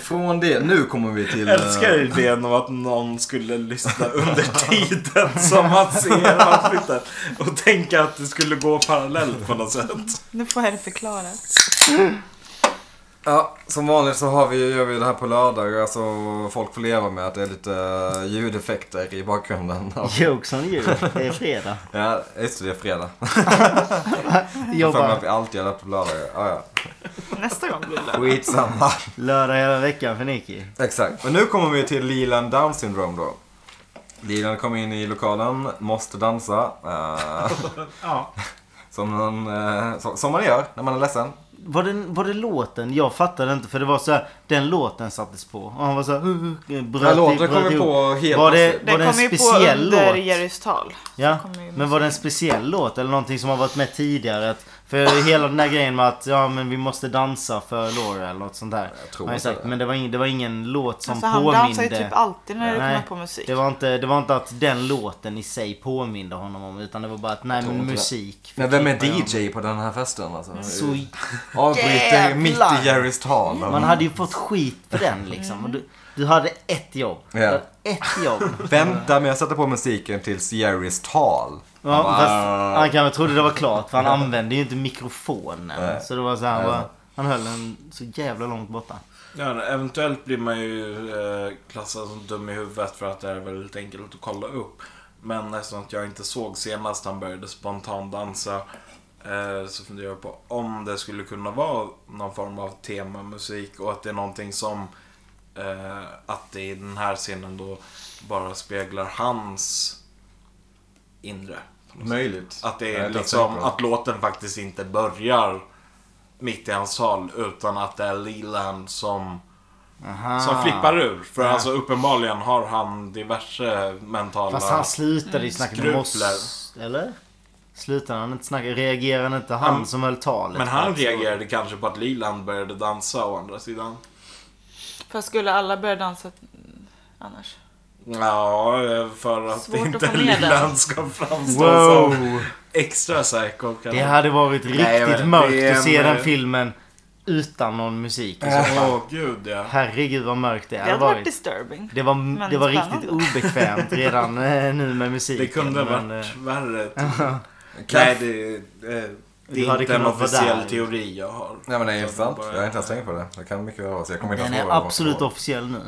Speaker 3: Från det, nu kommer vi till... eh,
Speaker 2: Jag älskar idén om att någon skulle lyssna under (laughs) tiden som man ser avsnittet och tänka att det skulle gå parallellt på något sätt.
Speaker 4: Nu får jag det förklarat.
Speaker 3: Ja, som vanligt så har vi, gör vi det här på lördag. Alltså folk får leva med att det är lite eh, ljudeffekter i (laughs) bakgrunden.
Speaker 1: Jokes on you. Det är fredag.
Speaker 3: Ja, just det, det är fredag. Jag får med
Speaker 1: (laughs) Jobbar
Speaker 3: att vi alltid gör det här på lördag. Ja, ja.
Speaker 4: Nästa gång blir det
Speaker 3: (laughs)
Speaker 4: lördag.
Speaker 3: Skitsamma.
Speaker 1: lördag hela veckan för Nicky.
Speaker 3: Exakt. Men nu kommer vi till Leland Down syndrom då. Leland kommer in i lokalen, måste dansa. (laughs) eh,
Speaker 2: Ja.
Speaker 3: som, man, eh, så- som man gör när man är ledsen.
Speaker 1: Var det, var det låten? Jag fattade inte för det var så här, den låten sattes på. Och han var så här, "Hu, hu", bröt
Speaker 3: Den här
Speaker 1: i-
Speaker 3: låten
Speaker 1: bröt
Speaker 3: kom vi
Speaker 1: ihop.
Speaker 3: på helt
Speaker 1: Var det,
Speaker 3: plötsligt.
Speaker 1: var
Speaker 4: Den
Speaker 1: det en
Speaker 4: kommer ju på
Speaker 1: speciell
Speaker 4: under
Speaker 1: låt?
Speaker 4: Jerrys tal.
Speaker 1: Ja,
Speaker 4: kommer ju
Speaker 1: men var det en speciell låt eller någonting som har varit med tidigare? Att För hela den där grejen med att ja, men vi måste dansa för Laura eller något sånt där.
Speaker 3: Jag
Speaker 1: Har
Speaker 3: tror
Speaker 1: jag
Speaker 3: inte
Speaker 1: sagt,
Speaker 3: det.
Speaker 1: men det var, ingen, det var ingen låt som
Speaker 4: Alltså, han dansar ju
Speaker 1: påminde.
Speaker 4: typ alltid när det
Speaker 1: Nej,
Speaker 4: kommer på musik.
Speaker 1: det, var inte, det var inte att den låten i sig påminde honom om utan det var bara att nej
Speaker 3: tror
Speaker 1: men
Speaker 3: inte det.
Speaker 1: musik.
Speaker 3: Men vem är
Speaker 1: förknippar jag
Speaker 3: DJ på den här festen alltså?
Speaker 1: med- Så
Speaker 3: Avbryter mitt
Speaker 1: Jävlar!
Speaker 3: i Jerrys tal.
Speaker 1: Man hade ju fått skit för den
Speaker 4: Mm.
Speaker 1: liksom. Och Du, du hade ett jobb. Du
Speaker 3: Ja.
Speaker 1: hade ett jobb.
Speaker 3: Vänta med att sätta på musiken tills Jerrys tal.
Speaker 1: Ja,
Speaker 3: bara, "Ah,
Speaker 1: fast
Speaker 2: "Ah."
Speaker 1: han kanske trodde det var klart för
Speaker 2: (laughs)
Speaker 1: han använde ju inte mikrofonen.
Speaker 3: Nej.
Speaker 1: Så det var så här, han,
Speaker 3: Nej.
Speaker 1: bara, han höll den så jävla långt borta.
Speaker 2: Ja, eventuellt blir man ju eh, klassad som dum i huvudet för att det är väldigt enkelt att kolla upp. Men eftersom att jag inte såg senast han började spontandansa eh, så funderar jag på om det skulle kunna vara någon form av temamusik och att det är någonting som eh, att det i den här scenen då bara speglar hans inre.
Speaker 3: Möjligt.
Speaker 2: Att det
Speaker 3: Nej,
Speaker 2: är
Speaker 3: låter
Speaker 2: liksom,
Speaker 3: bra.
Speaker 2: att låten faktiskt inte börjar mitt i hans tal utan att det är Leland som,
Speaker 1: Aha.
Speaker 2: som flippar ur. För
Speaker 1: Ja.
Speaker 2: alltså uppenbarligen har han diverse mentala...
Speaker 1: Fast han slutade ju snacka med
Speaker 2: Skrupler.
Speaker 1: Moss. Eller? Slutade han inte snacka? Reagerade inte han
Speaker 2: Han-
Speaker 1: som höll talet?
Speaker 2: men han reagerade kanske på att Leland började dansa å andra sidan.
Speaker 4: För skulle alla börja dansa annars?
Speaker 1: Mm.
Speaker 2: Ja, för att
Speaker 4: Svårt att
Speaker 2: inte
Speaker 4: få med den.
Speaker 2: Leland ska framstå som
Speaker 1: Wow!
Speaker 2: extra psycho. kanske.
Speaker 1: Det hade varit riktigt
Speaker 2: Nej, men det är
Speaker 1: mörkt att se
Speaker 2: en,
Speaker 1: den
Speaker 2: eh,
Speaker 1: filmen utan någon musik. i så
Speaker 2: Åh
Speaker 1: fall.
Speaker 2: gud ja.
Speaker 1: Herregud vad mörkt det
Speaker 4: Det
Speaker 1: hade
Speaker 4: hade varit
Speaker 1: varit.
Speaker 4: disturbing.
Speaker 1: Det var, det var riktigt
Speaker 4: spännande.
Speaker 1: obekvämt redan eh, nu med musiken.
Speaker 2: Det kunde ha
Speaker 1: men,
Speaker 2: varit
Speaker 1: eh,
Speaker 2: värre. typ.
Speaker 1: (laughs)
Speaker 2: Nej, det,
Speaker 3: Kaff-
Speaker 2: det,
Speaker 1: Du
Speaker 2: det är
Speaker 1: hade
Speaker 2: inte en
Speaker 1: kunnat vara
Speaker 2: officiell
Speaker 1: där.
Speaker 2: teori jag har.
Speaker 3: Nej men det är
Speaker 2: Så
Speaker 3: intressant.
Speaker 2: bara-
Speaker 3: Jag har inte ens tänkt på det. Det kan mycket väl vara så. Jag kommer inte
Speaker 1: Den är
Speaker 3: ens ihåg vad det var för
Speaker 1: absolut
Speaker 3: år.
Speaker 1: officiell nu.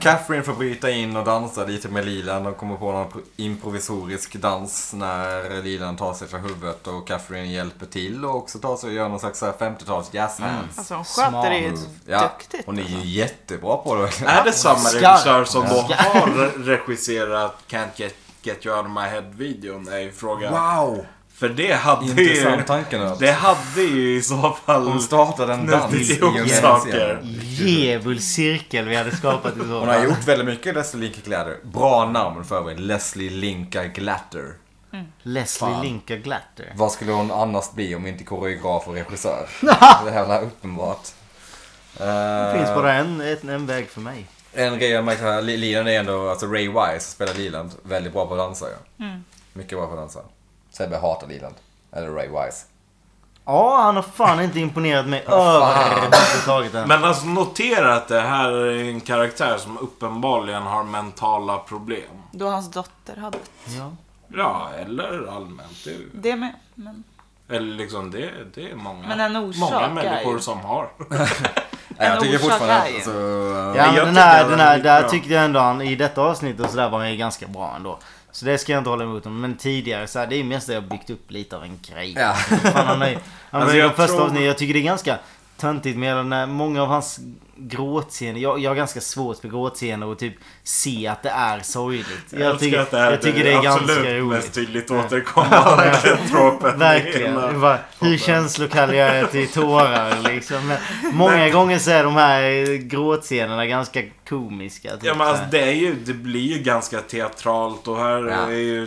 Speaker 3: Catherine får bryta in och dansa lite med Lilan och kommer på någon pro- improvisorisk dans när Lilan tar sig för huvudet och Catherine hjälper till och också tar sig och gör någon slags så här 50-tals jazz
Speaker 2: Mm.
Speaker 3: hands.
Speaker 4: Alltså hon sköter det ju
Speaker 3: Mm. Ja,
Speaker 4: duktigt.
Speaker 3: hon är ju jättebra på det verkligen.
Speaker 2: Är det samma
Speaker 1: Skarp.
Speaker 2: regissör som då har regisserat Can't Get, Get You Out of My Head-videon? Är ju frågan.
Speaker 3: Wow!
Speaker 2: För det hade ju...
Speaker 3: Intressant tanke nu.
Speaker 1: alltså-
Speaker 2: Det hade ju i så fall...
Speaker 3: Hon startade en
Speaker 2: Knutit
Speaker 3: dans i
Speaker 2: ihop
Speaker 3: en
Speaker 2: saker.
Speaker 3: scen.
Speaker 1: Djävulscirkel vi hade skapat i så
Speaker 3: Hon har gjort väldigt mycket Leslie Linka Glatter. Bra namn för övrigt. Leslie Linka Glatter.
Speaker 1: Leslie Linka Glatter.
Speaker 3: Vad skulle hon annars bli om inte koreograf
Speaker 1: (laughs)
Speaker 3: och regissör? det är jävla uppenbart. Eh.
Speaker 1: Det finns bara en, en, en väg för mig.
Speaker 3: En grej jag märkt här, Li- Leland är ändå, alltså Ray Wise spelar Leland väldigt bra på att dansa ja.
Speaker 4: Mm.
Speaker 3: Mycket bra på att dansa. Sebbe hatar Leland. Eller Ray Wise.
Speaker 1: Ja, han har fan inte imponerat mig överhuvudtaget än.
Speaker 2: Men alltså notera att det här är en karaktär som uppenbarligen har mentala problem.
Speaker 4: Då hans dotter hade
Speaker 1: Ja.
Speaker 2: Ja, eller allmänt. Det,
Speaker 4: det med. Men,
Speaker 2: eller liksom, det, det är många,
Speaker 4: men en orsak
Speaker 2: många
Speaker 4: är
Speaker 2: människor
Speaker 4: ju...
Speaker 2: som har.
Speaker 3: Nej, jag
Speaker 4: En
Speaker 3: tycker
Speaker 4: orsak
Speaker 3: fortfarande
Speaker 4: är ju-
Speaker 3: att... Alltså,
Speaker 1: Ja, men
Speaker 2: jag
Speaker 1: den
Speaker 2: tycker
Speaker 1: här,
Speaker 2: den
Speaker 1: den
Speaker 2: är
Speaker 1: här,
Speaker 2: riktigt
Speaker 1: där
Speaker 2: bra.
Speaker 1: tyckte jag ändå han, i detta avsnittet så där var han ju ganska bra ändå. Så det ska jag inte hålla emot honom. Men tidigare så här, det är mest där jag har byggt upp lite av en grej.
Speaker 3: Ja.
Speaker 1: Fan, han är, han
Speaker 2: Alltså,
Speaker 1: var ju
Speaker 2: jag
Speaker 1: de första
Speaker 2: tror-
Speaker 1: avsnitten, jag tycker det är ganska töntigt med hela den här, många av hans gråtscener. Jag, jag har ganska svårt för gråtscener och typ se att det är sorgligt. Jag,
Speaker 2: älskar
Speaker 1: tycker,
Speaker 2: att det här
Speaker 1: jag tycker det är
Speaker 2: absolut
Speaker 1: ganska roligt.
Speaker 2: mest tydligt återkommande
Speaker 1: (laughs)
Speaker 2: tropen. i
Speaker 1: Verkligen.
Speaker 2: hela-
Speaker 1: Det Bara, hur känslokall jag är till tårar liksom. Men Många gånger så är de här gråtscenerna ganska komiska. typ
Speaker 2: Ja men alltså
Speaker 1: så
Speaker 2: det, är ju, det blir ju ganska teatralt och här
Speaker 3: Ja.
Speaker 2: är ju,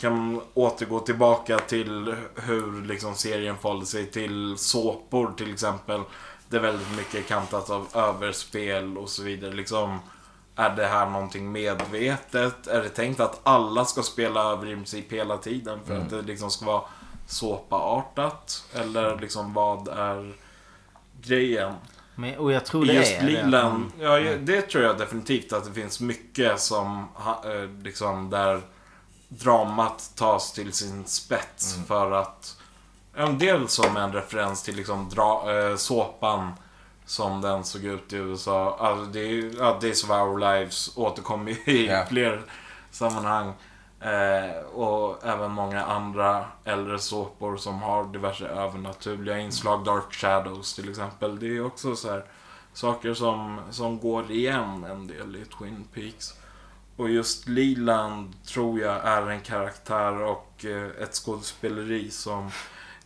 Speaker 2: kan man återgå tillbaka till hur liksom serien förhåller sig till såpor till exempel. Det är väldigt mycket kantat av överspel och så vidare. Liksom, är det här någonting medvetet? Är det tänkt att alla ska spela över i princip hela tiden för att det liksom ska vara såpaartat? Eller liksom vad är grejen?
Speaker 1: här. men, och jag tror det
Speaker 2: Just
Speaker 1: är det.
Speaker 2: Leland, ja, ju- det tror jag definitivt att det finns mycket som ha- eh, liksom där dramat tas till sin spets för att en del som en referens till liksom dra, eh, såpan som den såg ut i USA. Alltså det är ju, ja, Days of Our Lives återkommer ju i
Speaker 3: Ja.
Speaker 2: fler sammanhang. Eh, och även många andra äldre såpor som har diverse övernaturliga inslag. Dark Shadows till exempel. Det är ju också så här saker som, som går igen en del i Twin Peaks. Och just Leland tror jag är en karaktär och eh, ett skådespeleri som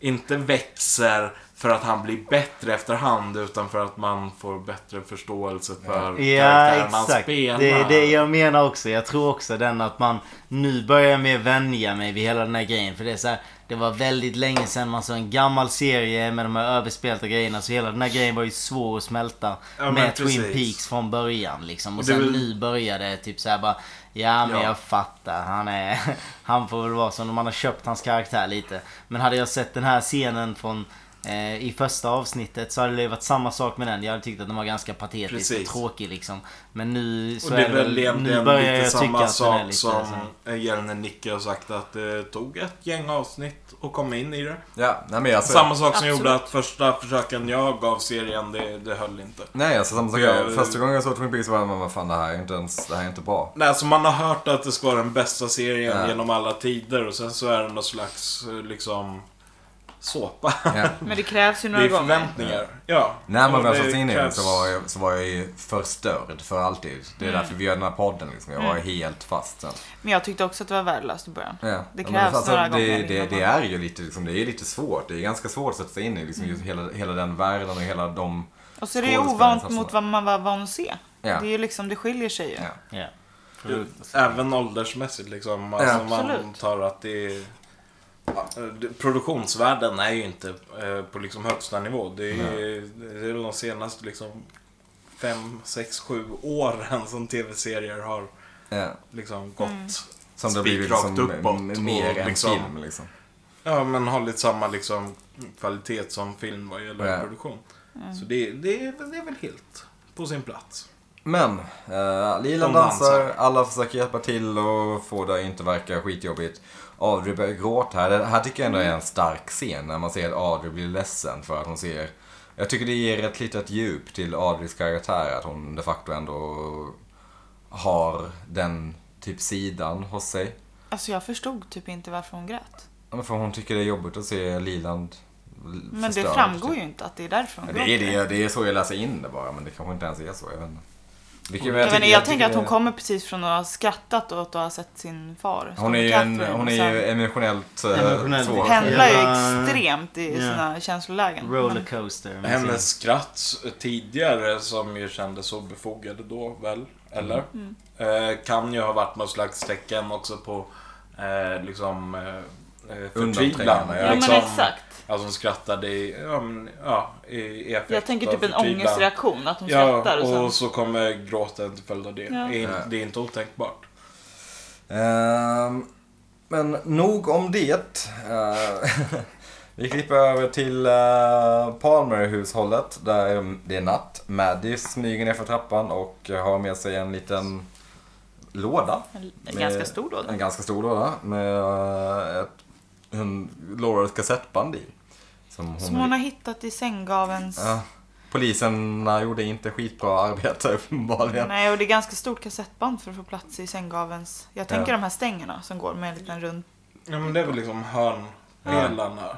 Speaker 2: inte växer för att han blir bättre efterhand utan för att man får bättre förståelse för
Speaker 1: Ja,
Speaker 2: karaktären man
Speaker 1: exakt.
Speaker 2: spelar.
Speaker 1: Det är det jag menar också. Jag tror också den att man... Nu börjar jag mer vänja mig vid hela den här grejen. För det är så här, Det var väldigt länge sedan man såg en gammal serie med de här överspelta grejerna. Så hela den här grejen var ju svår att smälta
Speaker 2: Ja, men
Speaker 1: med
Speaker 2: precis.
Speaker 1: Twin Peaks från början liksom. Och
Speaker 2: Och det är
Speaker 1: sen
Speaker 2: väl-
Speaker 1: nu började det typ så här bara... Ja men
Speaker 2: Ja.
Speaker 1: jag fattar. Han, är, (laughs) han får väl vara som man har köpt hans karaktär lite. Men hade jag sett den här scenen från eh, i första avsnittet så hade det ju varit samma sak med den. Jag hade tyckt att den var ganska patetisk
Speaker 2: Precis.
Speaker 1: och tråkig liksom. Men nu så
Speaker 2: Och det
Speaker 1: är
Speaker 2: är
Speaker 1: det
Speaker 2: väl
Speaker 1: väl, nu
Speaker 2: egentligen
Speaker 1: börjar
Speaker 2: lite
Speaker 1: jag tycka
Speaker 2: samma
Speaker 1: att den är
Speaker 2: sak
Speaker 1: lite
Speaker 2: som
Speaker 1: så.
Speaker 2: gällande Nicky har sagt att det tog ett gäng avsnitt att komma in i det.
Speaker 3: Ja, nej men jag ser...
Speaker 2: Samma sak som
Speaker 4: Absolut.
Speaker 2: gjorde att första försöken jag gav serien, det, det höll inte.
Speaker 3: Nej, alltså samma sak.
Speaker 2: Jag-
Speaker 3: Första gången jag såg Twin Peaks var jag vad fan det här är inte ens, det här är inte bra.
Speaker 2: Nej, alltså man har hört att det ska vara den bästa serien
Speaker 3: Ja.
Speaker 2: genom alla tider och sen så är den någon slags eh, liksom såpa.
Speaker 3: Ja.
Speaker 4: Men det krävs ju
Speaker 2: Det
Speaker 4: några
Speaker 2: är
Speaker 4: gånger.
Speaker 2: förväntningar. Ja.
Speaker 3: När man
Speaker 2: Och
Speaker 3: väl
Speaker 2: det
Speaker 3: satt sig in i den
Speaker 2: krävs-
Speaker 3: så var, jag, så var jag ju förstörd för alltid. Det är
Speaker 2: Mm.
Speaker 3: därför vi gör den här podden liksom. Jag var helt fast sen.
Speaker 4: Men jag tyckte också att det var värdelöst i början.
Speaker 3: Ja.
Speaker 4: Mm. Det
Speaker 3: men alltså,
Speaker 4: krävs några
Speaker 3: det,
Speaker 4: gånger
Speaker 3: Det,
Speaker 4: innan
Speaker 3: det är
Speaker 4: man-
Speaker 3: ju lite, liksom, det är lite svårt. Det är ganska svårt att sätta sig in i liksom,
Speaker 4: Mm.
Speaker 3: just hela, hela den världen och hela de...
Speaker 4: Och så är det ju
Speaker 3: skådespelaren
Speaker 4: ovant
Speaker 3: som-
Speaker 4: mot vad man var van att se.
Speaker 3: Ja.
Speaker 4: Det är ju liksom, det skiljer sig ju.
Speaker 3: Ja.
Speaker 1: Ja.
Speaker 2: Även åldersmässigt liksom.
Speaker 3: Ja.
Speaker 2: Alltså man
Speaker 4: Absolut.
Speaker 2: tar att det är... Ja, det- Produktionsvärden är ju inte eh, på liksom högsta nivå. Det är ju det är de senaste liksom 5, 6, 7 åren som tv-serier har
Speaker 3: Ja.
Speaker 2: liksom gått
Speaker 4: Mm.
Speaker 3: Som det har blivit
Speaker 2: spikrakt
Speaker 3: liksom,
Speaker 2: uppåt.
Speaker 3: m- mer
Speaker 2: och
Speaker 3: än
Speaker 2: liksom,
Speaker 3: film liksom.
Speaker 2: Ja, men hållit samma liksom kvalitet som film vad gäller
Speaker 3: Ja.
Speaker 2: produktion. Så det, det, är- det är väl helt på sin plats.
Speaker 3: Mm. Men, uh, Lilan
Speaker 2: De dansar.
Speaker 3: dansar, alla försöker hjälpa till och få det att inte verka skitjobbigt. Audrey börjar gråta här. Det här tycker jag ändå är en stark scen när man ser att Audrey blir ledsen för att hon ser... Jag tycker det ger ett litet djup till Audreys karaktär att hon de facto ändå har den typ sidan hos sig.
Speaker 4: Alltså jag förstod typ inte varför hon grät.
Speaker 3: Ja, men För hon tycker det är jobbigt att se Liland
Speaker 4: Men det framgår ju inte att det är därför hon
Speaker 3: Det är,
Speaker 4: gråter.
Speaker 3: det, det är så jag läser in det bara, men det kanske inte ens är så. Jag vet inte. Vilket-
Speaker 4: Jag, jag, jag tänker att
Speaker 3: tycker
Speaker 4: hon
Speaker 3: det-
Speaker 4: kommer precis från att ha skrattat åt att ha sett sin far.
Speaker 3: Hon är ju, en, hon är ju emotionellt eh,
Speaker 1: Emotionellt.
Speaker 3: svår.
Speaker 4: Pendlar liksom ju
Speaker 1: Ja.
Speaker 4: extremt i
Speaker 1: Ja.
Speaker 4: sina känslolägen. Men,
Speaker 1: Rollercoaster. med
Speaker 2: Hennes
Speaker 1: sin-
Speaker 2: skratt tidigare som ju kändes obefogade då väl, eller?
Speaker 4: Mm.
Speaker 2: Eh, kan ju ha varit något slags tecken också på eh, liksom eh, eh, förtvivlan.
Speaker 3: Undanträngande,
Speaker 4: ja
Speaker 2: liksom,
Speaker 4: men exakt.
Speaker 2: Alltså hon skrattade i, ja, men, ja, i, i effekt
Speaker 4: Jag tänker
Speaker 2: av
Speaker 4: typ en
Speaker 2: förtvivlan.
Speaker 4: ångestreaktion. Att hon skrattar
Speaker 2: Ja,
Speaker 4: och sen...
Speaker 2: och så kommer gråten till följd av det.
Speaker 4: Ja.
Speaker 2: Det, är,
Speaker 3: Ja.
Speaker 2: det är inte otänkbart.
Speaker 3: Ehm, men nog om det. Eh, (laughs) vi klipper över till uh, Palmer-hushållet där eh, det är natt. Maddie smyger ner för trappan och har med sig en liten låda.
Speaker 4: En
Speaker 3: Med-
Speaker 4: ganska stor låda.
Speaker 3: En ganska stor låda med eh, ett, en Lauras kassettband i. Som hon,
Speaker 4: Som hon har hittat i sänggavens...
Speaker 3: Ja, poliserna gjorde inte skitbra arbete (laughs) uppenbarligen.
Speaker 4: Nej, och det är ganska stort kassettband för att få plats i sänggavens... Jag tänker
Speaker 3: Ja.
Speaker 4: de här stängerna som går med en liten rund...
Speaker 2: Ja men det är väl liksom hörnpelarna.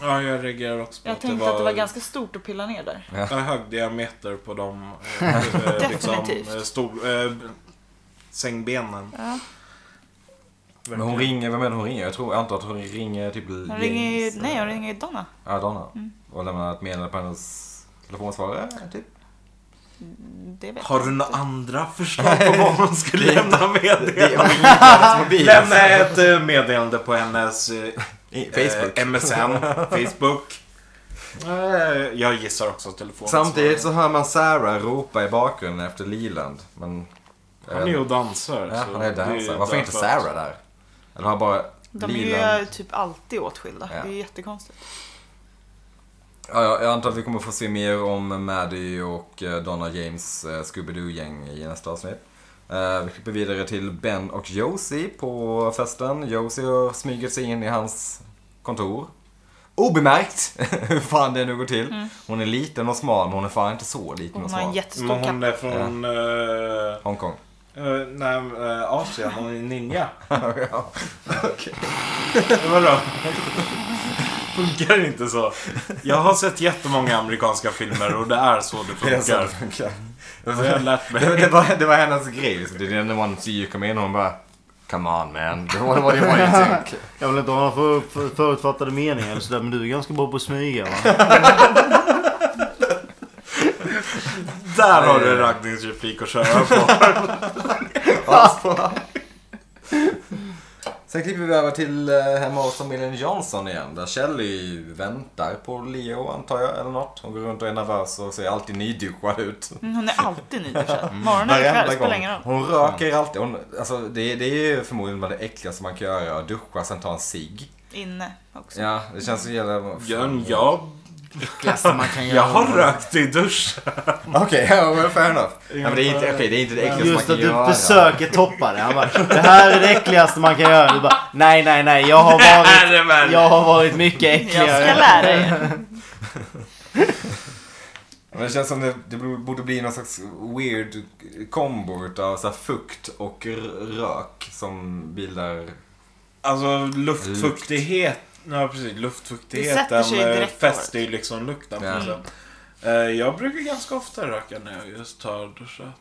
Speaker 2: Ja, jag reagerar också på
Speaker 4: Jag tänkte att det var ganska stort att pilla ner där.
Speaker 2: Jag har hög diameter på de
Speaker 4: (laughs)
Speaker 2: eh, liksom,
Speaker 4: Definitivt.
Speaker 2: eh, stor, eh, sängbenen.
Speaker 4: Ja.
Speaker 3: Men hon ringer, vem är det hon ringer? Jag, tror, jag antar att hon ringer typ
Speaker 4: Hon ringer
Speaker 3: gängs-
Speaker 4: ju... Mm. Nej, hon ringer ju Donna.
Speaker 3: Ja, Donna. Och lämnar ett meddelande på hennes telefonsvarare,
Speaker 2: (laughs)
Speaker 3: typ.
Speaker 4: Det vet
Speaker 2: Har
Speaker 4: jag
Speaker 2: du
Speaker 4: inte.
Speaker 2: några andra förslag på vad hon (laughs) skulle lämna meddelande?
Speaker 3: Mobil.
Speaker 2: Lämna ett eh, meddelande på hennes eh,
Speaker 3: I- (laughs) Facebook.
Speaker 2: eh,
Speaker 3: (laughs)
Speaker 2: MSN, Facebook. Eh, Jag gissar också telefon.
Speaker 3: Samtidigt så hör man Sarah ropa i bakgrunden efter Leland. Men... jag
Speaker 2: Han är
Speaker 3: vet
Speaker 2: ju
Speaker 3: inte.
Speaker 2: och dansar.
Speaker 3: Ja,
Speaker 2: så
Speaker 3: han är
Speaker 2: det ju
Speaker 3: dansare. Varför är inte
Speaker 2: därför
Speaker 3: Sarah där? Eller har bara
Speaker 4: De är ju
Speaker 3: Leland...
Speaker 4: typ alltid åtskilda.
Speaker 3: Ja.
Speaker 4: Det är jättekonstigt.
Speaker 3: Ja, jag, jag antar att vi kommer få se mer om Maddie och eh, Donna James eh, Scooby-Doo-gäng i nästa avsnitt. Eh, vi klipper vidare till Ben och Josie på festen. Josie har smugit sig in i hans kontor. Obemärkt! (laughs) Hur fan det nu går till. Hon är liten och smal, men hon är fan inte så liten och
Speaker 4: Mm. Hon har en
Speaker 3: smal.
Speaker 2: att-
Speaker 4: jättestor
Speaker 2: Men hon
Speaker 4: kapp.
Speaker 2: är från... eh,
Speaker 3: Hongkong. (laughs)
Speaker 2: eh, nej, eh, Asien. Hon är ninja.
Speaker 3: ja.
Speaker 2: Vadå? Funkar det inte så? Jag har sett jättemånga amerikanska filmer och det är så det
Speaker 3: (laughs) Det är så
Speaker 2: funkar.
Speaker 3: det funkar.
Speaker 2: Det har jag lärt mig.
Speaker 3: Det, det, var, det var hennes grej. liksom. Det är den one you kom in och hon bara Come on man. (laughs) Det var det var, det var ju typ.
Speaker 1: Jag vill inte ha några för, för, förutfattade meningar eller sådär men du är ganska bra på att smyga va?
Speaker 2: (laughs) Där har du en raggningsreplik att köra
Speaker 3: (laughs)
Speaker 2: på.
Speaker 3: Sen klipper vi över till eh, hemma hos familjen Johnson igen. Där Shelly väntar på Leo antar jag eller något. Hon går runt och är nervös och ser alltid nyduschad ut.
Speaker 4: Mm, Hon är alltid nyduschad. Morgon eller kväll, spelar ingen roll.
Speaker 3: Hon röker
Speaker 1: Mm.
Speaker 3: alltid. Hon, alltså, det, det är ju förmodligen bland det äckligaste man kan göra. Duscha sen ta en cigg.
Speaker 4: Inne också.
Speaker 3: Ja, det känns så jävla...
Speaker 2: Björn, jag,
Speaker 1: Äckligaste man kan göra.
Speaker 2: jag har rökt i duschen.
Speaker 3: Okej, (laughs) ja, men fair enough. Ja, men det, är inte, okay, det är inte det äckligaste man
Speaker 1: Just
Speaker 3: kan
Speaker 1: att
Speaker 3: göra.
Speaker 1: du försöker toppa det. Han bara, det här är det äckligaste man kan göra. Du bara, nej, nej, nej. Jag har
Speaker 2: Är
Speaker 1: varit,
Speaker 2: det väl?
Speaker 1: jag har varit mycket
Speaker 4: Jag ska
Speaker 1: äckligare.
Speaker 4: lära er.
Speaker 3: Men det känns som det, det borde bli någon slags weird kombo utav så här fukt och r- rök som bildar...
Speaker 2: Alltså luftfuktighet. Ja precis, luftfuktigheten
Speaker 4: Det sätter sig direkt i
Speaker 2: eh,
Speaker 4: håret.
Speaker 2: fäster ju liksom lukten
Speaker 3: Ja.
Speaker 2: på sig. Eh, Jag brukar ganska ofta röka när jag just har duschat.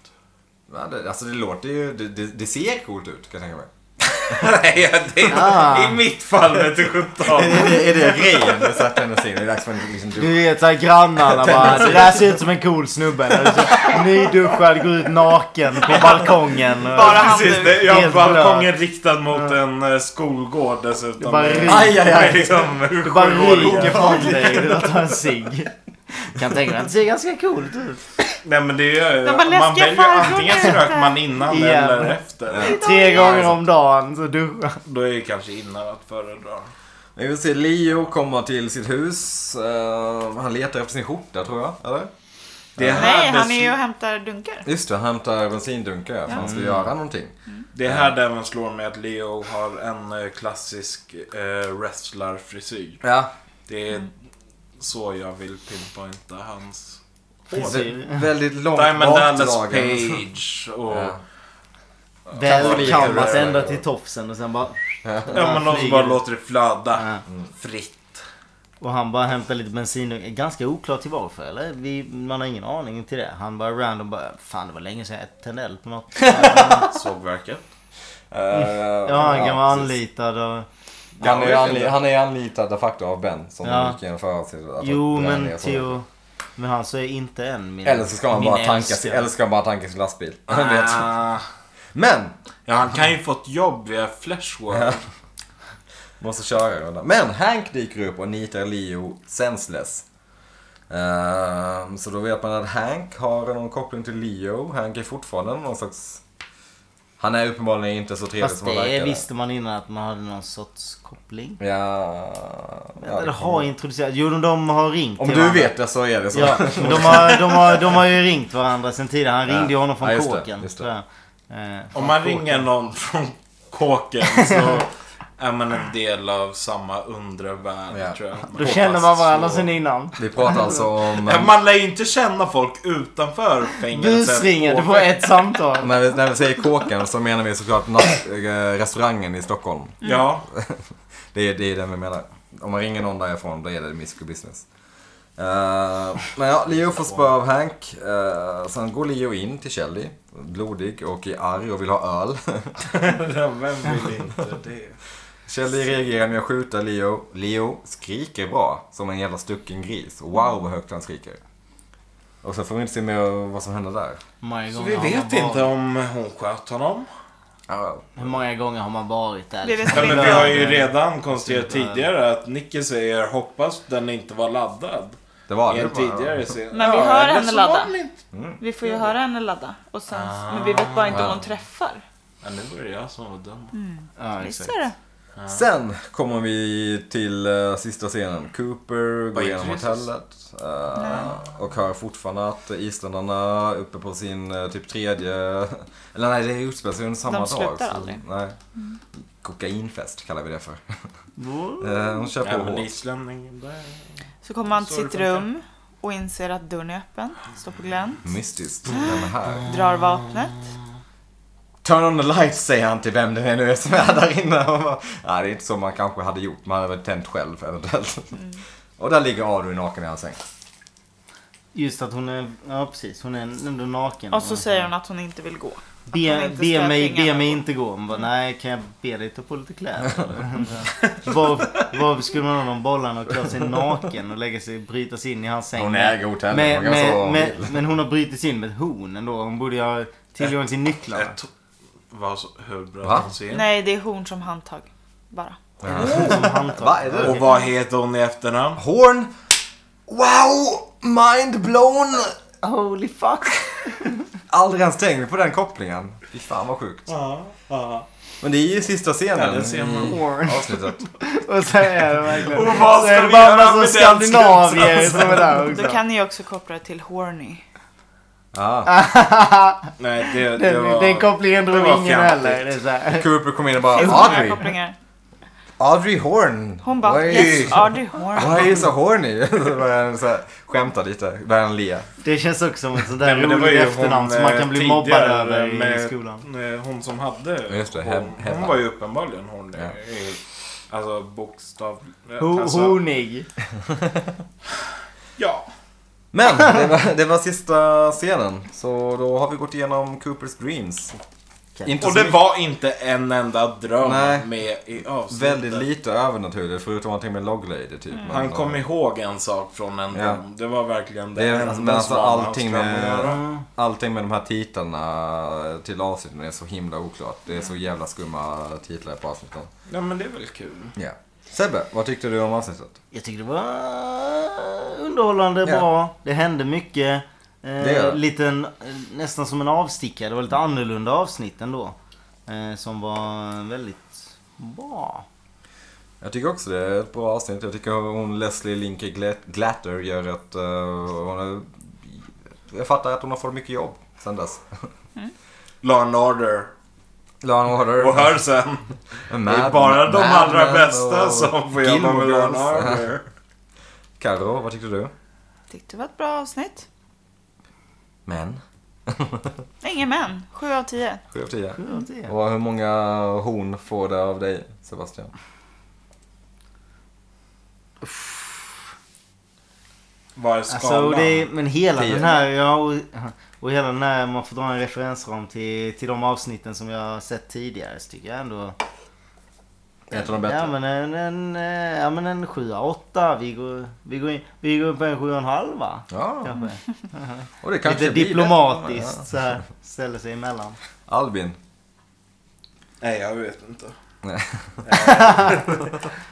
Speaker 3: Ja, det, alltså det låter ju... Det, det, det ser coolt ut kan jag tänka mig.
Speaker 2: Nej, det är
Speaker 1: Ah.
Speaker 2: i mitt fall vete sjutton.
Speaker 3: Är, det- är det grejen? Det är så här tendensin. Det är dags för en liksom...
Speaker 1: Du vet såhär grannarna
Speaker 2: (laughs)
Speaker 1: bara, det där ser ut som en cool snubbe. Eller så, Nyduschad, går ut naken på balkongen.
Speaker 4: Bara
Speaker 2: Precis, det, jag har
Speaker 1: Helt blöt.
Speaker 2: balkongen riktad mot en eh, skolgård dessutom.
Speaker 1: Bara
Speaker 2: Med-
Speaker 1: ryker.
Speaker 3: Aj, aj, aj.
Speaker 2: Liksom,
Speaker 1: Du bara ryker
Speaker 2: sjuåringar.
Speaker 1: från
Speaker 3: (laughs)
Speaker 1: dig. Du tar en cigg. Kan tänka mig att det ser ganska coolt ut.
Speaker 2: Nej men det är ju,
Speaker 4: De bara,
Speaker 2: man
Speaker 4: läskiga
Speaker 2: väljer
Speaker 4: farbror
Speaker 2: antingen
Speaker 4: där
Speaker 2: så röker
Speaker 4: ute.
Speaker 2: man innan
Speaker 1: Igen.
Speaker 2: eller efter.
Speaker 1: Tre gånger om dagen så duschar
Speaker 2: Då är ju kanske innan att föredra.
Speaker 3: Vi vill se Leo komma till sitt hus. Eh, han letar efter sin skjorta tror jag, eller?
Speaker 2: Det här
Speaker 4: Nej, han är
Speaker 2: beslut-
Speaker 4: ju och hämtar dunkar.
Speaker 3: Just det, han hämtar bensindunkar för han ska göra någonting.
Speaker 2: Det är här där man slår med att Leo har en eh, klassisk eh, wrestlarfrisyr.
Speaker 3: Ja.
Speaker 2: Det är så jag vill pinpointa hans...
Speaker 1: Frisyr.
Speaker 3: Väldigt långt
Speaker 2: Diamond Dallas
Speaker 3: bakdragen.
Speaker 2: Page och...
Speaker 3: Ja.
Speaker 1: Mm.
Speaker 2: Ja,
Speaker 1: Väl kammas
Speaker 3: Ja.
Speaker 1: ända till tofsen och sen bara...
Speaker 2: men de som bara låter det flöda.
Speaker 1: Ja.
Speaker 2: Fritt.
Speaker 1: Och han bara hämtar lite bensin. Ganska oklart till varför eller? Vi, man har ingen aning till det. Han bara random bara, fan det var länge sedan jag tände eld på något.
Speaker 2: (laughs) Sågverket.
Speaker 1: Ja, han kan vara
Speaker 3: Eh, precis.
Speaker 1: anlitad och...
Speaker 3: Han är, anli- han är anlitad de facto av Ben som
Speaker 1: Ja.
Speaker 3: gick igenom förhållandet.
Speaker 1: Jo men Theo... Men han säger inte än min...
Speaker 3: Eller så ska han
Speaker 1: min
Speaker 3: bara tanka
Speaker 1: älskade.
Speaker 3: sin, eller ska han bara tanka sin lastbil. (laughs) Han vet.
Speaker 2: Ah.
Speaker 3: Men!
Speaker 2: Ja, han kan ju få ett jobb via Fleshworld.
Speaker 3: Måste köra en runda. Men Hank dyker upp och nitar Leo senseless. Ehm, så då vet man att Hank har någon koppling till Leo. Hank är fortfarande någon slags... Han är uppenbarligen inte så trevlig
Speaker 1: Fast
Speaker 3: som han
Speaker 1: det
Speaker 3: verkar.
Speaker 1: visste man innan att man hade någon sorts koppling.
Speaker 3: Ja... ja
Speaker 1: Eller
Speaker 3: det
Speaker 1: har introducerat. Jo de- de har ringt
Speaker 3: Om
Speaker 1: till
Speaker 3: du
Speaker 1: varandra.
Speaker 3: vet det så är det så.
Speaker 1: Ja, men de har, de, har, de har ju ringt varandra sen tidigare. Han ringde ju honom från
Speaker 3: Ja, just det,
Speaker 1: kåken.
Speaker 3: just det.
Speaker 1: tror jag. Eh, från
Speaker 2: Om man
Speaker 1: kåken.
Speaker 2: ringer någon från kåken så är man en del av samma undre värld
Speaker 3: Ja.
Speaker 2: tror jag.
Speaker 1: Då känner man varandra
Speaker 2: Så-
Speaker 1: sen innan.
Speaker 3: (laughs) Vi pratar alltså om...
Speaker 2: Men... Man lär ju inte känna folk utanför fängelset.
Speaker 1: Busringer, du
Speaker 2: Och-
Speaker 1: får ett samtal.
Speaker 3: När vi, när vi säger kåken så menar vi såklart natt, eh, restaurangen i Stockholm.
Speaker 2: (laughs) Ja,
Speaker 3: Det är, det är den vi menar. Om man ringer någon därifrån då är det Miss Good Business. Eh, men ja, Leo får spö av Hank. Uh, sen går Leo in till Shelly. Blodig och är arg och vill ha öl. (laughs)
Speaker 2: vem vill inte det?
Speaker 3: Shelly reagerar med att skjuta Leo. Leo skriker bra, som en jävla stucken gris. Wow vad högt han skriker. Och sen får vi inte se mer vad som händer där.
Speaker 1: Många
Speaker 2: Så
Speaker 1: gånger
Speaker 2: vi
Speaker 1: har man
Speaker 2: vet
Speaker 1: varit-
Speaker 2: inte om hon sköt honom.
Speaker 3: Ja,
Speaker 1: Hur många gånger har man varit där?
Speaker 4: Det vet
Speaker 2: Ja,
Speaker 1: liksom?
Speaker 4: vi
Speaker 2: men vi har ju redan konstaterat
Speaker 1: Inte-
Speaker 2: tidigare att Nicky säger hoppas den inte var laddad.
Speaker 3: det var
Speaker 2: I
Speaker 3: det.
Speaker 2: en tidigare scen.
Speaker 4: Men vi
Speaker 2: Ja,
Speaker 4: hör
Speaker 2: eller
Speaker 4: henne
Speaker 2: så
Speaker 4: ladda.
Speaker 2: var den inte-
Speaker 4: Vi får ju höra henne ladda. Och sen, men vi vet bara inte om hon träffar.
Speaker 2: Ja, nu var det jag som var dum.
Speaker 1: Mm. Ja,
Speaker 4: Visst
Speaker 1: exakt.
Speaker 4: är det?
Speaker 3: Sen kommer vi till eh, sista scenen. Cooper går
Speaker 2: Vad
Speaker 3: igenom
Speaker 2: Jesus?
Speaker 3: hotellet eh, och hör fortfarande att isländarna uppe på sin eh, typ tredje... (laughs) Eller nej, det utspelar sig under samma
Speaker 4: De
Speaker 3: dag.
Speaker 4: slutar
Speaker 3: så-
Speaker 4: aldrig. Mm.
Speaker 3: Nej. Kokainfest kallar vi det för.
Speaker 1: Då-
Speaker 3: Eh, Hon kör på
Speaker 2: Ja, men
Speaker 3: hårt.
Speaker 2: islänningen där.
Speaker 4: Så kommer han till
Speaker 2: Så det
Speaker 4: sitt
Speaker 2: funkar.
Speaker 4: rum och inser att dörren är öppen. Står på glänt.
Speaker 3: Mystiskt. Vem är här?
Speaker 4: Drar vapnet.
Speaker 3: Turn on the lights säger han till vem det nu är som är där inne. (laughs) Och bara, nej, det är inte så man kanske hade gjort. Man hade väl tänt själv eventuellt.
Speaker 4: Mm.
Speaker 3: Och där ligger Adrian naken i hans säng.
Speaker 1: Just att hon är, ja precis, hon är ändå naken.
Speaker 4: Och så säger hon att hon inte vill gå. Att de
Speaker 1: Be,
Speaker 4: inte Mm.
Speaker 1: be,
Speaker 4: ska
Speaker 1: mig,
Speaker 4: tvinga
Speaker 1: be
Speaker 4: någon.
Speaker 1: mig inte gå. Hon bara, nej kan jag be dig ta på lite kläder? (laughs) eller?" Var, var skulle man ha de bollarna och klä sig naken och lägga sig, bryta sig in i hans säng?
Speaker 5: Hon äger hotellet,
Speaker 1: Men-
Speaker 5: hon kan
Speaker 1: men-
Speaker 5: sova om hon
Speaker 1: men-
Speaker 5: vill.
Speaker 1: Men hon har brutit sig in med ett horn ändå. Hon borde ju ha tillgång till nycklarna.
Speaker 2: Ett... Vad så- hur
Speaker 3: Va?
Speaker 2: bröt hon sig in?
Speaker 4: Nej, det är horn som handtag. Bara.
Speaker 1: Som handtag.
Speaker 3: Va, är det?
Speaker 5: Och vad heter hon i efternamn?
Speaker 3: Horn. Wow! Mind blown!
Speaker 1: Holy fuck.
Speaker 3: Aldrig ens tänkt på den kopplingen. Fy fan vad sjukt.
Speaker 2: Ja, ja.
Speaker 3: Men det är ju sista scenen
Speaker 2: Ja, det ser man.
Speaker 3: i
Speaker 1: Horn.
Speaker 2: (laughs)
Speaker 3: avslutet.
Speaker 1: Och så är det verkligen.
Speaker 2: Och vad
Speaker 1: så
Speaker 2: ska
Speaker 1: är det
Speaker 2: vi
Speaker 1: bara
Speaker 2: göra
Speaker 1: en massa
Speaker 2: med den
Speaker 1: skandinavier som är där
Speaker 4: Då
Speaker 1: också.
Speaker 4: kan ni ju också koppla det till horny.
Speaker 3: Ah.
Speaker 2: Nej, det, det
Speaker 1: Den,
Speaker 2: var...
Speaker 1: den kopplingen
Speaker 2: det
Speaker 1: drog
Speaker 2: var
Speaker 1: ingen
Speaker 2: fjantigt.
Speaker 1: heller. Det är så här.
Speaker 3: Cooper kom in och
Speaker 4: Det
Speaker 3: bara
Speaker 4: finns många
Speaker 3: Audrey.
Speaker 4: kopplingar.
Speaker 3: Audrey Horn.
Speaker 4: Hon bara
Speaker 3: Why-
Speaker 4: yes, Audrey horn.
Speaker 3: Why are you so horny? (laughs) Så började han så här skämta lite. Började han le.
Speaker 1: Det känns också som ett sånt där
Speaker 2: Nej, men det var
Speaker 1: roligt
Speaker 2: ju
Speaker 1: efternamn
Speaker 2: hon,
Speaker 1: som man
Speaker 2: eh,
Speaker 1: kan bli
Speaker 2: tidigare
Speaker 1: mobbad över i
Speaker 2: med-
Speaker 1: skolan.
Speaker 2: eh, Hon som hade
Speaker 3: Just det, Heb-
Speaker 2: hon, hon
Speaker 3: Hebba.
Speaker 2: var ju uppenbarligen hon.
Speaker 3: Ja.
Speaker 2: eh, Alltså bokstav...
Speaker 1: Ho-
Speaker 2: alltså,
Speaker 1: Honig.
Speaker 2: Ja.
Speaker 3: Men det var, det var sista scenen. Så då har vi gått igenom Coopers dreams.
Speaker 1: Okej.
Speaker 3: Inte
Speaker 2: Och
Speaker 3: så
Speaker 2: det var inte en enda dröm
Speaker 3: Nej.
Speaker 2: med i avsnittet.
Speaker 3: Väldigt lite övernaturligt förutom någonting med Log Lady typ. Men,
Speaker 2: Mm. Han kom ihåg en sak från en
Speaker 3: Ja.
Speaker 2: dröm. Det var verkligen det,
Speaker 3: Det är
Speaker 2: enda
Speaker 3: alltså- men alltså
Speaker 2: som han
Speaker 3: allting
Speaker 2: ska
Speaker 3: med-
Speaker 2: göra.
Speaker 3: Allting med de här titlarna till avsnitten är så himla oklart. Det är så jävla skumma titlar på avsnitten.
Speaker 2: Ja men det är väl kul.
Speaker 3: Ja. Sebbe, vad tyckte du om avsnittet?
Speaker 1: Jag tyckte det var underhållande,
Speaker 3: Ja.
Speaker 1: bra. Det hände mycket.
Speaker 3: Det gör
Speaker 1: Eh,
Speaker 3: det. Mm.
Speaker 1: liten, eh, nästan som en avstickare. Det var lite annorlunda avsnitt ändå. Eh, som var väldigt bra.
Speaker 3: Jag tycker också det är ett bra avsnitt. Jag tycker hon Leslie Linke Gla- Glatter gör ett... eh, hon är, jag fattar att hon har fått mycket jobb sen dess.
Speaker 2: Law and Order.
Speaker 3: (laughs) Law and Order.
Speaker 2: Och hör
Speaker 3: (laughs)
Speaker 2: sen.
Speaker 3: Mad-
Speaker 2: Det är bara de
Speaker 3: Mad
Speaker 2: allra
Speaker 3: Men
Speaker 2: bästa
Speaker 3: och
Speaker 2: som får jobba
Speaker 3: Gilmore
Speaker 2: med Law and
Speaker 3: Girls. (laughs)
Speaker 2: Order.
Speaker 3: Karo, vad tyckte du?
Speaker 4: Tyckte det var ett bra avsnitt.
Speaker 3: (laughs) Men?
Speaker 4: Ingen men. 7 av 10.
Speaker 3: 7 av 10.
Speaker 1: Hur var det?
Speaker 3: Och hur många horn får det av dig, Sebastian?
Speaker 2: Vad är
Speaker 1: Alltså,
Speaker 2: skalan?
Speaker 1: det, men hela
Speaker 3: Tio.
Speaker 1: den här, ja, och, och hela den här, man får dra en referensram till, till de avsnitten som jag har sett tidigare. Så tycker jag ändå...
Speaker 3: Ett av de bättre.
Speaker 1: Ja men en, en, eh, ja, men en 7-8. Vi går, vi, går in, vi går upp på en 7,5 va?
Speaker 3: Ja,
Speaker 1: Kanske.
Speaker 3: och det
Speaker 1: Lite
Speaker 3: kanske blir
Speaker 1: diplomatiskt
Speaker 3: det.
Speaker 1: så här, ställer sig emellan.
Speaker 3: Albin. (laughs)
Speaker 2: Nej jag vet inte.
Speaker 3: Nej.
Speaker 2: Eh,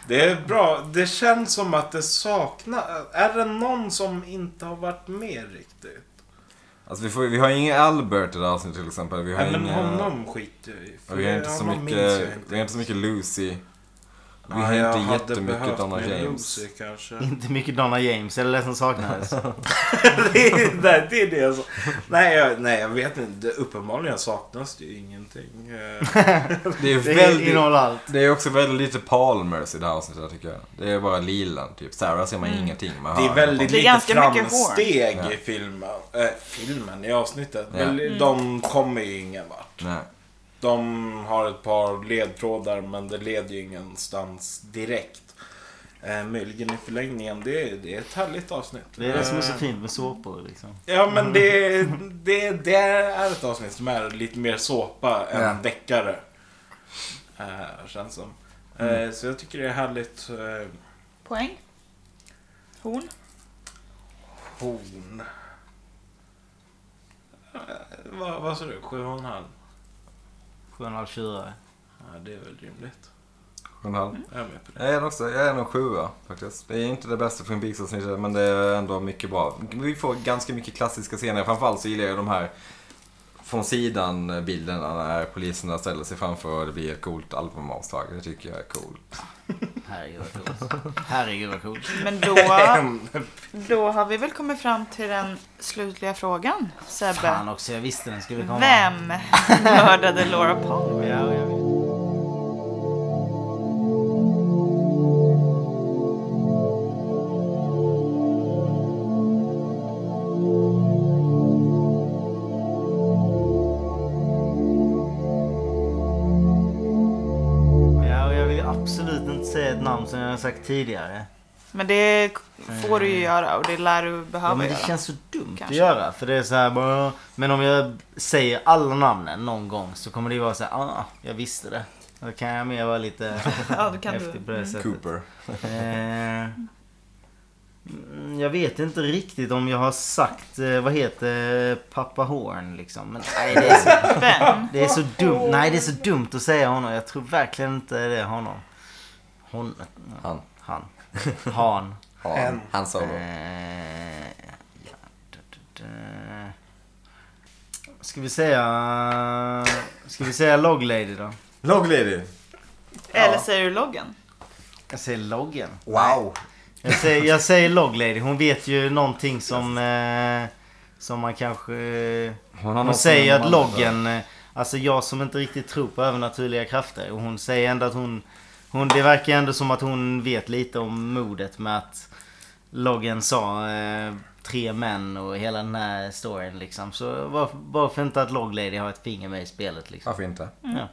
Speaker 2: det är bra. Det känns som att det saknas. Är det någon som inte har varit med riktigt?
Speaker 3: Alltså vi, får, vi har ingen Albert i det här avsnittet till exempel. Vi har
Speaker 2: Nej men
Speaker 3: ingen...
Speaker 2: honom skiter jag i. för
Speaker 3: eh, Vi har inte så
Speaker 2: honom minns jag
Speaker 3: mycket, vi har inte så mycket Lucy. Vi har
Speaker 2: Ja, jag
Speaker 3: inte
Speaker 2: hade
Speaker 3: jättemycket
Speaker 2: behövt
Speaker 3: Donna
Speaker 2: mer
Speaker 3: James.
Speaker 2: Lucy, kanske.
Speaker 1: Inte mycket Donna James, eller det som
Speaker 3: (laughs)
Speaker 1: saknades.
Speaker 2: det, är, (laughs) (laughs) nej, det är det jag sa. Nej, jag, nej, jag vet inte. Det- Uppenbarligen saknas det ju ingenting. Eh,
Speaker 3: Det är
Speaker 1: Det
Speaker 3: väldigt...
Speaker 1: innehåller allt.
Speaker 3: Det är också väldigt lite Palmers i det här avsnittet tycker jag. Det är bara lilan typ. Sarah ser man
Speaker 1: Mm.
Speaker 3: ingenting. Man
Speaker 2: Det är
Speaker 3: hör
Speaker 2: väldigt
Speaker 4: Det är
Speaker 2: lite
Speaker 4: ganska mycket hår.
Speaker 2: framsteg
Speaker 3: Ja.
Speaker 2: i filmen. Eh, filmen, i avsnittet.
Speaker 3: Ja.
Speaker 2: Men
Speaker 4: Mm.
Speaker 2: de kommer ju ingen vart.
Speaker 3: Nej.
Speaker 2: De har ett par ledtrådar men det leder ju ingenstans direkt. Eh, möjligen i förlängningen. Det, är- det är ett härligt avsnitt.
Speaker 1: Det är det som är så
Speaker 2: Eh,
Speaker 1: fint med såpor liksom.
Speaker 2: Ja men det, det, det är ett avsnitt som är lite mer såpa än
Speaker 3: Ja.
Speaker 2: deckare. Eh, känns som. Eh, Så jag tycker det är härligt. eh,
Speaker 4: Poäng. Horn.
Speaker 2: Horn. Eh, Vad, vad sa du? Sju och en halv?
Speaker 1: 7,5 tjurar.
Speaker 2: Ja, det är väl rimligt.
Speaker 3: Sju och en halv.
Speaker 2: Jag är med på det.
Speaker 3: Jag är, också, jag är nog sjua faktiskt. Det är inte det bästa Twin Peaks-avsnittet men det är ändå mycket bra. Vi får ganska mycket klassiska scener. Framförallt så gillar jag de här från sidan bilderna när poliserna ställer sig framför och det blir ett coolt albumomslag. Det tycker jag är coolt.
Speaker 1: Herregud vad coolt. Herregud vad coolt.
Speaker 4: Men då, då har vi väl kommit fram till den slutliga frågan,
Speaker 1: Fan
Speaker 4: Sebbe.
Speaker 1: också, jag visste den skulle komma.
Speaker 4: Vem mördade Laura Palmer?
Speaker 1: Ja, jag vet. Ja, och jag vill absolut inte säga ett namn som jag har sagt tidigare.
Speaker 4: Men det får du ju göra och det lär du behöva
Speaker 1: Eh. Ja, men det
Speaker 4: göra.
Speaker 1: känns så dumt
Speaker 4: Kanske.
Speaker 1: att göra. För det är så här bara... Men om jag säger alla namnen någon gång så kommer det ju vara så här, ah, jag visste det. Då kan jag mer vara lite
Speaker 4: (laughs) Ja, då kan du- Mm.
Speaker 1: häftig på det sättet.
Speaker 3: Cooper.
Speaker 1: Eh, mm, jag vet inte riktigt om jag har sagt, eh, vad heter pappa Horn liksom. Men nej, det är så,
Speaker 4: Vem?
Speaker 1: det är så dumt. Nej, det är så dumt att säga honom. Jag tror verkligen inte det är honom. Hon, eh,
Speaker 3: Han.
Speaker 1: han. Han.
Speaker 3: Han. Han Solo.
Speaker 1: Eh, ja, du, du, du. Ska vi säga... Ska vi säga Log Lady då?
Speaker 5: Log lady.
Speaker 4: Eller säger du loggen?
Speaker 1: Jag säger loggen.
Speaker 3: Wow!
Speaker 1: Jag säger, jag säger Log Lady. Hon vet ju någonting som... Eh, som man kanske... eh,
Speaker 3: Hon,
Speaker 1: Hon säger att loggen... eh, Alltså jag som inte riktigt tror på övernaturliga krafter. Och hon säger ändå att hon... hon det verkar ändå som att hon vet lite om mordet med att loggen sa eh, tre män och hela den här storyn liksom. Så varför, varför inte att Log Lady har ett finger med i spelet liksom?
Speaker 3: Varför inte?
Speaker 1: Ja.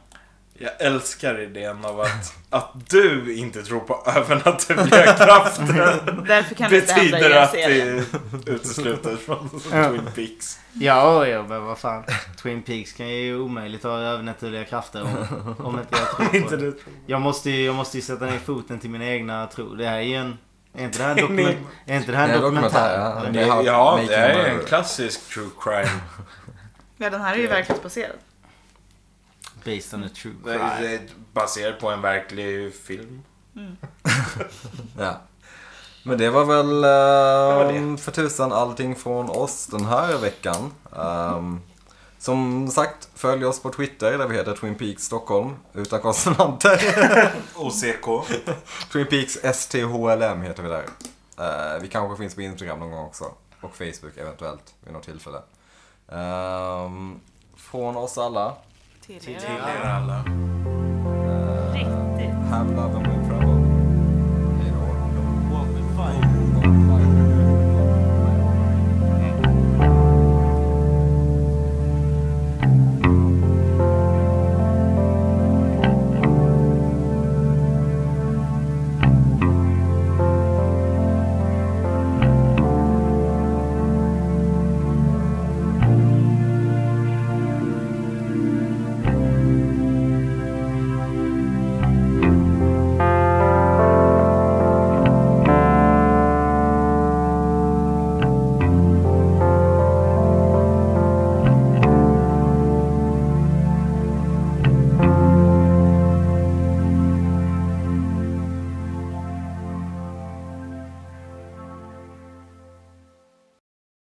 Speaker 2: Jag älskar idén av att, att du inte tror på övernaturliga (laughs) krafter.
Speaker 4: Därför kan du inte ändra
Speaker 2: Betyder
Speaker 4: i
Speaker 2: att
Speaker 4: serien.
Speaker 2: det utesluter från Twin Peaks.
Speaker 1: Ja, ja, men vad fan. Twin Peaks kan ju omöjligt ha övernaturliga krafter om, om inte jag (laughs) tror på det. Jag måste ju, jag måste ju sätta ner foten till mina egna tro. Det här är ju en... Är inte det här (laughs) en, dokument, är inte det här
Speaker 3: Det
Speaker 1: en
Speaker 3: är
Speaker 1: dokumentär?
Speaker 3: dokumentär, ja.
Speaker 1: Eller?
Speaker 3: Det är halv-
Speaker 2: Eh, ja,
Speaker 3: making
Speaker 2: det är
Speaker 3: murder.
Speaker 2: en klassisk true crime.
Speaker 4: Ja, den här är ju verklighetsbaserad.
Speaker 1: Based on a true
Speaker 2: Det
Speaker 1: crime.
Speaker 2: är- det är Baserat på en verklig film.
Speaker 3: Ja. Men det var väl
Speaker 2: var
Speaker 3: ehm, för tusan allting från oss den här veckan. Ehm, som sagt, följ oss på Twitter där vi heter Twin Peaks Stockholm utan konsonanter.
Speaker 5: OCK.
Speaker 3: (laughs) Twin Peaks STHLM heter vi där. Eh, vi kanske finns på Instagram någon gång också. Och Facebook eventuellt vid något tillfälle. Ehm, från oss alla.
Speaker 4: Till er.
Speaker 5: Till er alla.
Speaker 3: eh, Have love and